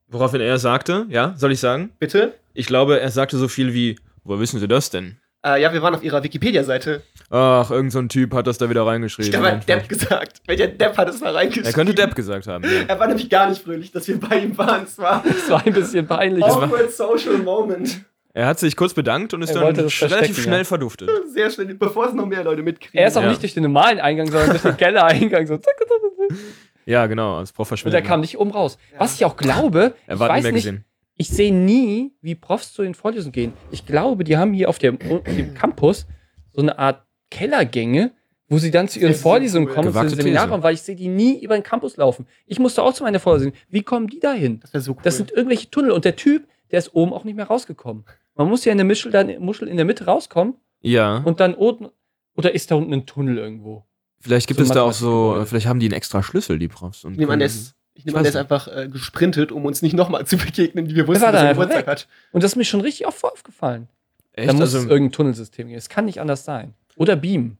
D: Woraufhin er sagte, ja, soll ich sagen?
B: bitte,
D: Ich glaube, er sagte so viel wie: Woher wissen Sie das denn?
B: äh, ja, wir waren auf ihrer Wikipedia-Seite.
D: Ach, irgendein so ein Typ hat das da wieder
B: Ich
D: reingeschrieben.
B: glaube, er hat Depp
D: Einfach.
B: gesagt. Welcher Depp hat es da reingeschrieben?
D: er könnte Depp gesagt haben. Ja.
B: Er war nämlich gar nicht fröhlich, dass wir bei ihm waren. Es war
A: es war ein bisschen peinlich.
D: war-
B: awkward social moment.
D: Er hat sich kurz bedankt und ist
A: Er
D: dann
A: wollte das
D: sch-
A: verstecken,
D: relativ
A: ja.
D: schnell verduftet.
B: Sehr schnell, bevor es noch mehr Leute mitkriegen.
A: Er ist auch
D: Ja.
A: nicht durch den normalen Eingang, sondern durch den Kellereingang. So. zack, zack, zack, zack.
D: Ja, genau, als Prof
A: Und
D: verschwindet.
A: er kam nicht oben raus.
B: Ja.
A: Was ich auch glaube,
D: Er
A: ich
D: war nicht
A: weiß
D: mehr
A: nicht,
D: gesehen.
A: ich sehe nie, wie Profs zu den Vorlesungen gehen. Ich glaube, die haben hier auf dem, dem Campus so eine Art Kellergänge, wo sie dann zu ihren
B: Das ist
A: Vorlesungen
B: cool.
A: kommen, zu den
D: Gewagte These.
A: Seminarraum, weil ich sehe die nie über den Campus laufen. Ich musste auch zu meiner Vorlesung. Wie kommen die da hin?
B: Das wäre so cool.
A: Das sind irgendwelche Tunnel und der Typ, der ist oben auch nicht mehr rausgekommen. Man muss ja in der Mischel, dann, Muschel in der Mitte rauskommen
D: Ja,
A: und dann unten. Oder ist da unten ein Tunnel irgendwo?
D: vielleicht gibt
A: so
D: es da auch so,
A: Mathematikgebäude.
D: vielleicht haben die einen extra Schlüssel, die Profs. Und
B: Ich nehme an, der
D: können-
B: ist, ich nehme an, der ist einfach äh, gesprintet, um uns nicht nochmal zu begegnen, wie wir wussten,
A: Er war
B: dass
A: dann
B: er
A: einfach
B: Geburtstag
A: weg.
B: hat.
A: Und das ist mir schon richtig oft aufgefallen.
D: Echt?
A: da muss es
D: also,
A: irgendein Tunnelsystem geben. Es kann nicht anders sein. Oder Beam.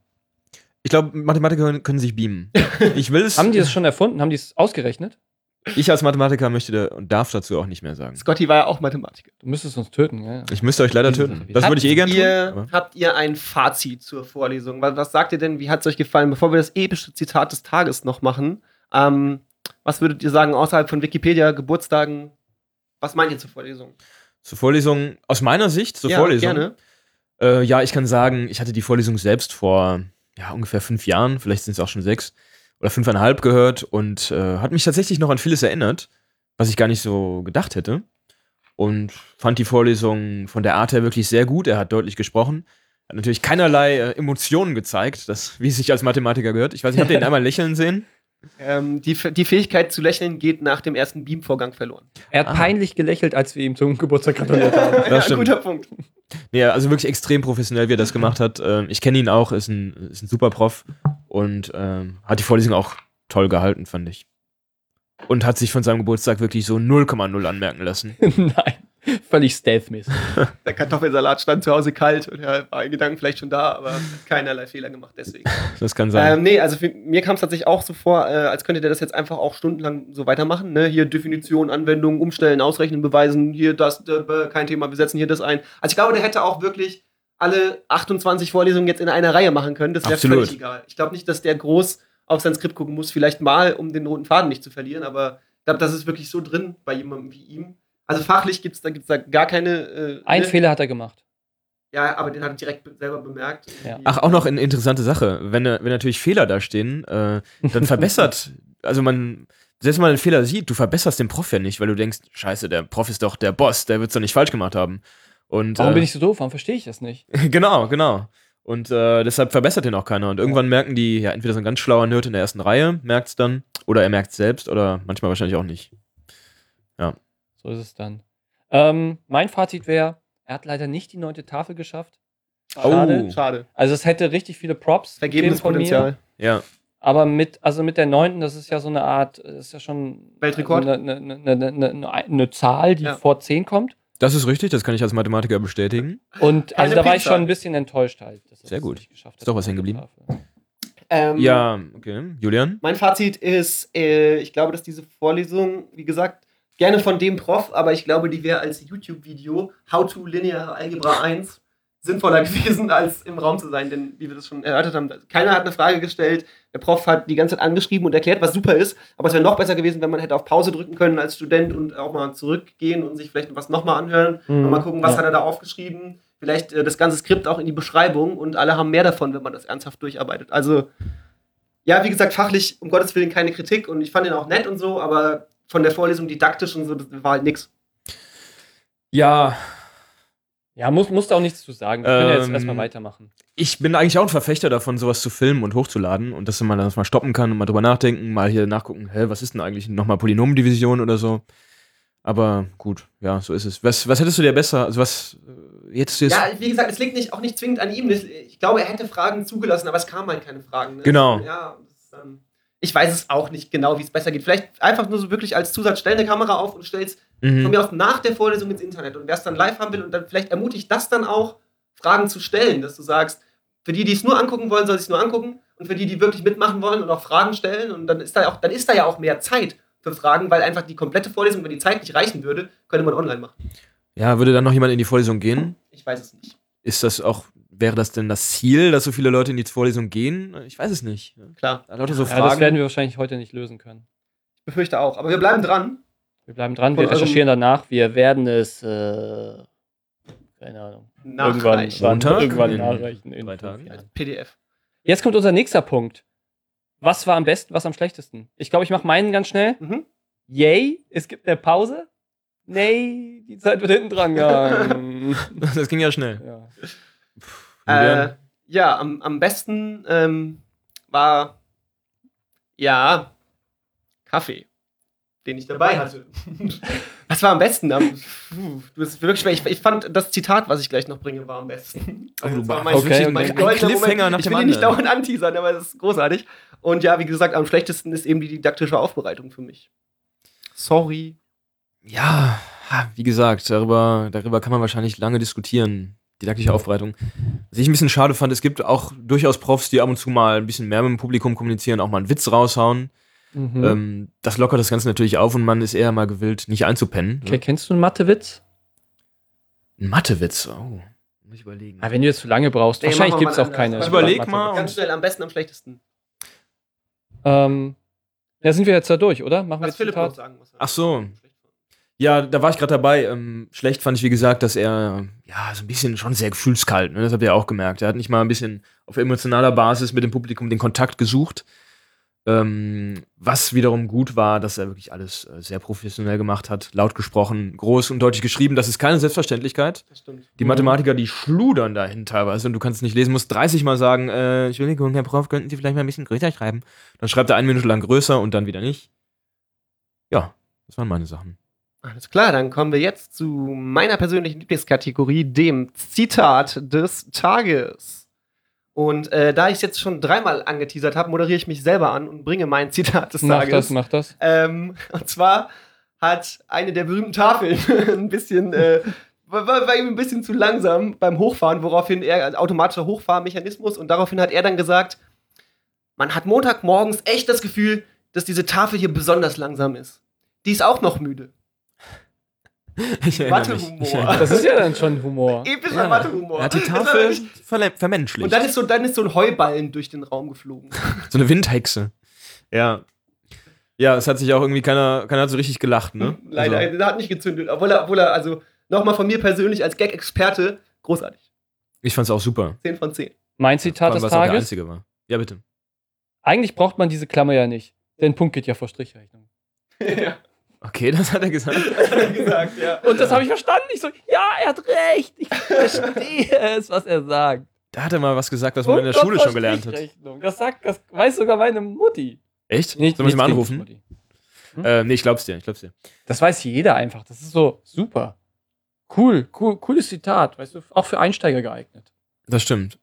D: ich glaube, Mathematiker können- können sich beamen. Ich will es.
A: Haben die das schon erfunden? Haben die es ausgerechnet?
D: Ich als Mathematiker möchte da und darf dazu auch nicht mehr sagen.
B: Scotty war ja auch Mathematiker.
A: Du müsstest uns töten, ja.
D: Ich müsste euch leider
A: Diese
D: töten.
A: Sache.
D: Das
B: Habt
D: würde ich eh gerne
B: ihr,
D: tun. aber-
B: Habt ihr ein Fazit zur Vorlesung? Was, was sagt ihr denn? Wie hat es euch gefallen? Bevor wir das epische Zitat des Tages noch machen, ähm, was würdet ihr sagen außerhalb von Wikipedia, Geburtstagen? Was meint ihr zur Vorlesung?
D: Zur Vorlesung, aus meiner Sicht, zur Vorlesung.
B: Gerne.
D: Äh, ja, ich kann sagen, ich hatte die Vorlesung selbst vor ja, ungefähr fünf Jahren, vielleicht sind es auch schon sechs oder fünfeinhalb gehört und äh, hat mich tatsächlich noch an vieles erinnert, was ich gar nicht so gedacht hätte. Und fand die Vorlesung von der Art her wirklich sehr gut. Er hat deutlich gesprochen. Hat natürlich keinerlei äh, Emotionen gezeigt, das, wie es sich als Mathematiker gehört. Ich weiß nicht, habt ihr ihn einmal lächeln sehen?
B: Ähm, die, F- die Fähigkeit zu lächeln geht nach dem ersten Beam-Vorgang verloren.
A: Er hat
D: Ah.
A: peinlich gelächelt, als wir ihm zum Geburtstag gratuliert haben.
D: Das stimmt.
B: guter Punkt.
D: Nee, also wirklich extrem professionell, wie er das gemacht hat. Ähm, ich kenne ihn auch, ist ein, ist ein super Prof und ähm, hat die Vorlesung auch toll gehalten, fand ich. Und hat sich von seinem Geburtstag wirklich so 0,0 anmerken lassen.
A: Nein. Völlig stealth-mäßig.
B: Der Kartoffelsalat stand zu Hause kalt und er war in Gedanken vielleicht schon da, aber keinerlei Fehler gemacht deswegen.
D: Das kann sein.
B: Ähm, nee, also für, mir kam es tatsächlich auch so vor, äh, als könnte der das jetzt einfach auch stundenlang so weitermachen. Ne? Hier Definition, Anwendung, Umstellen, Ausrechnen, Beweisen, hier das, d- b- kein Thema, wir setzen hier das ein. Also ich glaube, der hätte auch wirklich alle 28 Vorlesungen jetzt in einer Reihe machen können. Das wäre
D: Absolut.
B: völlig egal. Ich glaube nicht, dass der groß auf sein Skript gucken muss, vielleicht mal, um den roten Faden nicht zu verlieren, aber ich glaube, das ist wirklich so drin bei jemandem wie ihm. Also fachlich gibt es da, gibt's da gar keine. Äh,
A: Ein
B: ne?
A: Fehler hat er gemacht.
B: Ja, aber den hat er direkt be- selber bemerkt.
A: Ja.
D: Ach, auch noch eine interessante Sache. Wenn, äh, wenn natürlich Fehler da stehen, äh, dann verbessert, also man, selbst wenn man einen Fehler sieht, du verbesserst den Prof ja nicht, weil du denkst, scheiße, der Prof ist doch der Boss, der wird es doch nicht falsch gemacht haben. Und,
A: Warum
D: äh,
A: bin ich so doof? Warum verstehe ich das nicht?
D: Genau, genau. Und äh, deshalb verbessert den auch keiner. Und irgendwann merken die, ja, entweder so ein ganz schlauer Nerd in der ersten Reihe merkt es dann, oder er merkt es selbst, oder manchmal wahrscheinlich auch nicht.
A: So ist es dann. Ähm, mein Fazit wäre, er hat leider nicht die neunte Tafel geschafft. Schade.
D: Oh.
B: Schade.
A: Also es hätte richtig viele Props. gegeben
B: Vergebenes
A: von mir.
B: Potenzial.
D: Ja,
A: Aber mit, also mit der neunten, das ist ja so eine Art, das ist ja schon
B: Weltrekord?
A: also Eine, eine, eine, eine, eine, eine Zahl, die
B: Ja.
A: vor zehn kommt.
D: das ist richtig, das kann ich als Mathematiker bestätigen.
A: Und also
B: Keine
A: da war ich
B: Primzahl.
A: schon ein bisschen enttäuscht halt. dass er
D: Sehr
A: das
D: gut.
A: nicht geschafft
D: Ist doch
A: hat.
D: was hängen geblieben.
B: Ähm,
D: Ja, okay. Julian?
B: Mein Fazit ist, äh, ich glaube, dass diese Vorlesung, wie gesagt, gerne von dem Prof, aber ich glaube, die wäre als YouTube-Video How to Linear Algebra 1 sinnvoller gewesen, als im Raum zu sein. Denn wie wir das schon erörtert haben, also keiner hat eine Frage gestellt, der Prof hat die ganze Zeit angeschrieben und erklärt, was super ist, aber es wäre noch besser gewesen, wenn man hätte auf Pause drücken können als Student und auch mal zurückgehen und sich vielleicht was nochmal anhören und mal gucken, was
A: Mhm. ja.
B: hat er da aufgeschrieben. Vielleicht äh, das ganze Skript auch in die Beschreibung und alle haben mehr davon, wenn man das ernsthaft durcharbeitet. Also ja, wie gesagt, fachlich um Gottes Willen keine Kritik und ich fand ihn auch nett und so, aber von der Vorlesung didaktisch und so, das war halt nix.
D: Ja,
A: Ja, muss, musst du auch nichts zu sagen. Wir können ja jetzt
D: Ähm,
A: erstmal weitermachen.
D: ich bin eigentlich auch ein Verfechter davon, sowas zu filmen und hochzuladen und dass man das mal stoppen kann und mal drüber nachdenken, mal hier nachgucken, hä, was ist denn eigentlich nochmal Polynomdivision oder so. Aber gut, ja, so ist es. Was, was hättest du dir besser, also was äh, hättest du jetzt.
B: Ja, wie gesagt, es liegt nicht, auch nicht zwingend an ihm. Ich, ich glaube, er hätte Fragen zugelassen, aber es kamen halt keine Fragen. Ne?
D: Genau.
B: Ja, das ist dann, ich weiß es auch nicht genau, wie es besser geht. Vielleicht einfach nur so wirklich als Zusatz, stell eine Kamera auf und stellst von
D: mhm.
B: mir aus nach der Vorlesung ins Internet. Und wer es dann live haben will und dann vielleicht ermutigt das dann auch, Fragen zu stellen, dass du sagst, für die, die es nur angucken wollen, soll sie es nur angucken. Und für die, die wirklich mitmachen wollen und auch Fragen stellen, und dann ist da, auch, dann ist da ja auch mehr Zeit für Fragen, weil einfach die komplette Vorlesung, wenn die Zeit nicht reichen würde, könnte man online machen.
D: ja, würde dann noch jemand in die Vorlesung gehen?
B: Ich weiß es nicht.
D: Ist das auch, wäre das denn das Ziel, dass so viele Leute in die Vorlesung gehen? Ich weiß es nicht.
B: Klar,
D: Lauter so
A: Ja, das
D: Fragen.
A: werden wir wahrscheinlich heute nicht lösen können.
B: ich befürchte auch. Aber wir bleiben dran.
A: Wir bleiben dran,
B: Von
A: wir
B: eurem-
A: recherchieren danach. Wir werden es, äh, keine Ahnung, irgendwann,
B: Nachreichen.
A: wann,
D: Montag?
A: irgendwann
D: In
A: nachreichen. In
D: drei
A: fünf
D: Tagen?
A: Jahren.
B: PDF.
A: Jetzt kommt unser nächster Punkt. Was war am besten, was am schlechtesten? Ich glaube, ich mache meinen ganz schnell.
B: Mhm.
A: Yay, es gibt eine Pause. Nee, die Zeit wird hinten dran gehangen.
D: das ging ja schnell.
A: ja.
B: Äh, ja, am, am besten ähm, war ja Kaffee, den ich dabei hatte. Was war am besten? Am, puh, du bist wirklich schwer. Ich, ich fand das Zitat, was ich gleich noch bringe, war am besten.
D: Also, Ach,
B: Das Also,
D: du
B: war
D: machst wirklich
A: ein-
B: mein
D: ein
B: goldener
D: Cliffhanger
B: Moment.
D: nach
B: Ich
D: dem
B: will ihn nicht
D: anderen.
B: dauernd anteasern, aber es ist großartig. Und ja, wie gesagt, am schlechtesten ist eben die didaktische Aufbereitung für mich. Sorry.
D: Ja, ha, wie gesagt, darüber, darüber kann man wahrscheinlich lange diskutieren. Didaktische Aufbereitung. Was ich ein bisschen schade fand, es gibt auch durchaus Profs, die ab und zu mal ein bisschen mehr mit dem Publikum kommunizieren, auch mal einen Witz raushauen.
A: Mhm.
D: Ähm, das lockert das Ganze natürlich auf und man ist eher mal gewillt, nicht einzupennen.
A: okay, kennst du einen Mathewitz?
D: Ein Mathewitz, oh. Muss ich überlegen.
A: Ah, wenn du jetzt zu lange brauchst,
B: Nee,
A: wahrscheinlich
B: machen wir
A: gibt es
B: mal
A: auch
B: anders.
A: keine.
B: Ich
D: überleg mal.
B: Ganz schnell, am besten, am schlechtesten.
A: Ähm, da sind wir jetzt da durch, oder? Machen wir
B: Was
A: jetzt
B: Philipp noch
A: Zitat?
B: sagen muss.
D: Ach so. Ja, da war ich gerade dabei. Ähm, schlecht fand ich, wie gesagt, dass er ja so ein bisschen schon sehr gefühlskalt, ne? das habt ihr auch gemerkt. Er hat nicht mal ein bisschen auf emotionaler Basis mit dem Publikum den Kontakt gesucht. Ähm, was wiederum gut war, dass er wirklich alles äh, sehr professionell gemacht hat, laut gesprochen, groß und deutlich geschrieben. Das ist keine Selbstverständlichkeit.
B: Das stimmt.
D: Die
A: Mhm.
D: Mathematiker, die schludern dahin teilweise und du kannst es nicht lesen, musst 30 Mal sagen, äh, Entschuldigung, Herr Prof, könnten Sie vielleicht mal ein bisschen größer schreiben? Dann schreibt er eine Minute lang größer und dann wieder nicht. Ja, das waren meine Sachen.
B: Alles klar, dann kommen wir jetzt zu meiner persönlichen Lieblingskategorie, dem Zitat des Tages. Und äh, da ich es jetzt schon dreimal angeteasert habe, moderiere ich mich selber an und bringe mein Zitat des
A: Mach
B: Tages.
A: das, mach das.
B: Ähm, und zwar hat eine der berühmten Tafeln ein bisschen, äh, war, war war ihm ein bisschen zu langsam beim Hochfahren, woraufhin er, also automatischer Hochfahrmechanismus, und daraufhin hat er dann gesagt, man hat Montagmorgens echt das Gefühl, dass diese Tafel hier besonders langsam ist. Die ist auch noch müde.
D: Ich erinnere mich. Ich erinnere
B: Mathehumor.
A: Das ist ja dann schon Humor.
D: mich.
B: Epischer
D: Ja.
B: Mathehumor.
D: Er hat die
B: Das war
D: Tafel
B: wirklich-
D: verle- vermenschlicht.
B: Und dann ist, so, dann ist so ein Heuballen durch den Raum geflogen.
D: so eine Windhexe. Ja. Ja, es hat sich auch irgendwie keiner, keiner hat so richtig gelacht, ne?
B: Leider,
D: Also,
B: der hat nicht gezündet. Obwohl er, obwohl er also nochmal von mir persönlich als Gag-Experte, großartig.
D: ich fand's auch super.
B: 10 von 10.
A: Mein
D: Vor
A: Zitat
D: allem,
A: des
D: was auch der
A: Tages.
D: einzige war. Ja, bitte.
A: Eigentlich braucht man diese Klammer ja nicht. Denn Punkt geht ja vor Strichrechnung.
B: ja.
D: Okay, das hat er gesagt.
B: Das hat er gesagt, ja.
A: Und das habe ich verstanden. Ich so, ja, er hat recht. Ich verstehe es, was er sagt.
D: Da hat er mal was gesagt, was
A: Oh
D: man in der Schule schon gelernt hat.
A: hat. Das sagt, das weiß sogar meine Mutti.
D: Echt? Soll man ihn mal
A: gegen
D: anrufen?
A: Mutti.
D: Äh, nee, ich glaub's dir, ich glaub's dir.
A: Das weiß jeder einfach. Das ist so super. Cool, cool, cooles Zitat. Weißt du, auch für Einsteiger geeignet.
D: Das stimmt.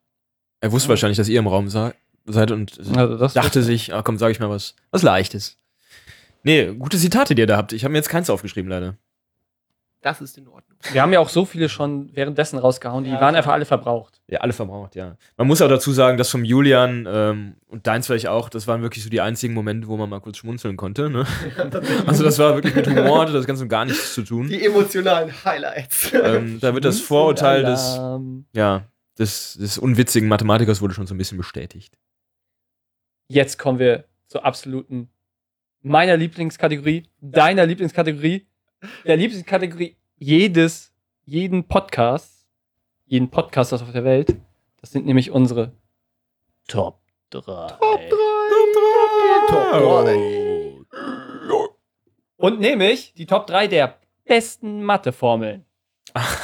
D: Er wusste wahrscheinlich, dass ihr im Raum sa- seid und
A: Also das
D: dachte sich, ah, komm, sag ich mal was, was Leichtes. Nee, gute Zitate, die ihr da habt. Ich habe mir jetzt keins aufgeschrieben, leider.
B: Das ist in Ordnung.
A: Wir haben ja auch so viele schon währenddessen rausgehauen, die
E: Ja,
A: waren
E: klar.
A: einfach alle verbraucht.
D: Ja, alle verbraucht, ja. Man muss auch dazu sagen, dass vom Julian ähm, und deins vielleicht auch, das waren wirklich so die einzigen Momente, wo man mal kurz schmunzeln konnte. Ne? Also das war wirklich mit Humor, hatte das Ganze mit gar nichts zu tun.
B: Die emotionalen Highlights.
D: Ähm, da wird das Vorurteil des,
A: Alarm.
D: ja, des, des unwitzigen Mathematikers wurde schon so ein bisschen bestätigt.
A: Jetzt kommen wir zur absoluten meiner Lieblingskategorie, deiner Lieblingskategorie, der Lieblingskategorie jedes, jeden Podcasts, jeden Podcasters auf der Welt. Das sind nämlich unsere Top 3.
D: Oh.
B: ne.
A: Und nämlich die Top 3 der besten Matheformeln.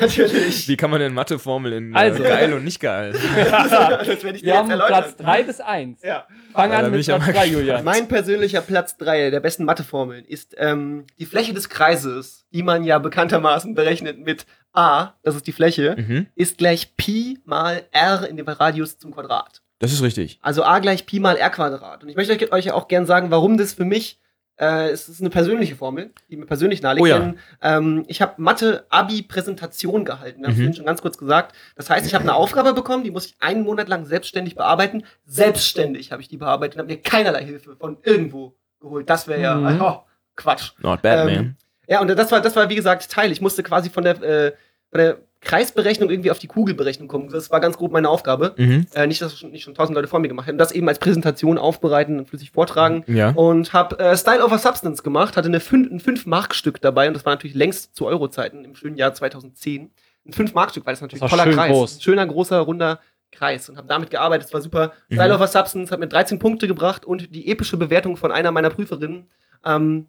B: Natürlich.
D: Wie kann man denn Matheformel in äh,
A: Also.
D: geil und nicht geil?
B: das werde ich dir
A: Wir haben
B: jetzt erläutern.
A: Platz 3 bis 1.
B: Ja.
A: Fang
D: Ja, da
A: an
D: bin
A: mit
D: ich aber
A: Platz 3, Julian.
B: Mein persönlicher Platz 3 der besten Matheformeln ist ähm, die Fläche des Kreises, die man ja bekanntermaßen berechnet mit a, das ist die Fläche,
D: Mhm.
B: ist gleich Pi mal r in dem Radius zum Quadrat.
D: Das ist richtig.
B: Also a gleich Pi mal r Quadrat. Und ich möchte euch- euch ja auch gern sagen, warum das für mich, äh, es ist eine persönliche Formel, die mir persönlich naheliegt.
D: Oh ja.
B: Denn, ähm, ich habe Mathe-Abi-Präsentation gehalten, wir haben es
D: Mhm.
B: vorhin schon ganz kurz gesagt. Das heißt, ich habe eine Aufgabe bekommen, die muss ich einen Monat lang selbstständig bearbeiten. Selbstständig habe ich die bearbeitet und habe mir keinerlei Hilfe von irgendwo geholt. Das wäre ja
A: Mhm.
B: oh, Quatsch.
D: Not bad,
B: Ähm,
D: man.
B: Ja, und das war, das war wie gesagt Teil. Ich musste quasi von der, äh, von der Kreisberechnung irgendwie auf die Kugelberechnung kommen. Das war ganz grob meine Aufgabe.
D: Mhm.
B: Äh, nicht, dass das schon, nicht schon tausend Leute vor mir gemacht hätten. Das eben als Präsentation aufbereiten und flüssig vortragen.
D: Ja.
B: Und habe äh, Style over Substance gemacht, hatte eine fün ein 5-Mark-Stück dabei und das war natürlich längst zu Euro-Zeiten im schönen Jahr 2010. Ein 5-Mark-Stück, weil das natürlich
A: Das war
B: ein toller
A: schön
B: Kreis.
A: groß.
B: Ein schöner, großer, runder Kreis. Und habe damit gearbeitet, es war super.
D: Mhm.
B: Style over Substance hat mir 13 Punkte gebracht und die epische Bewertung von einer meiner Prüferinnen. Ähm,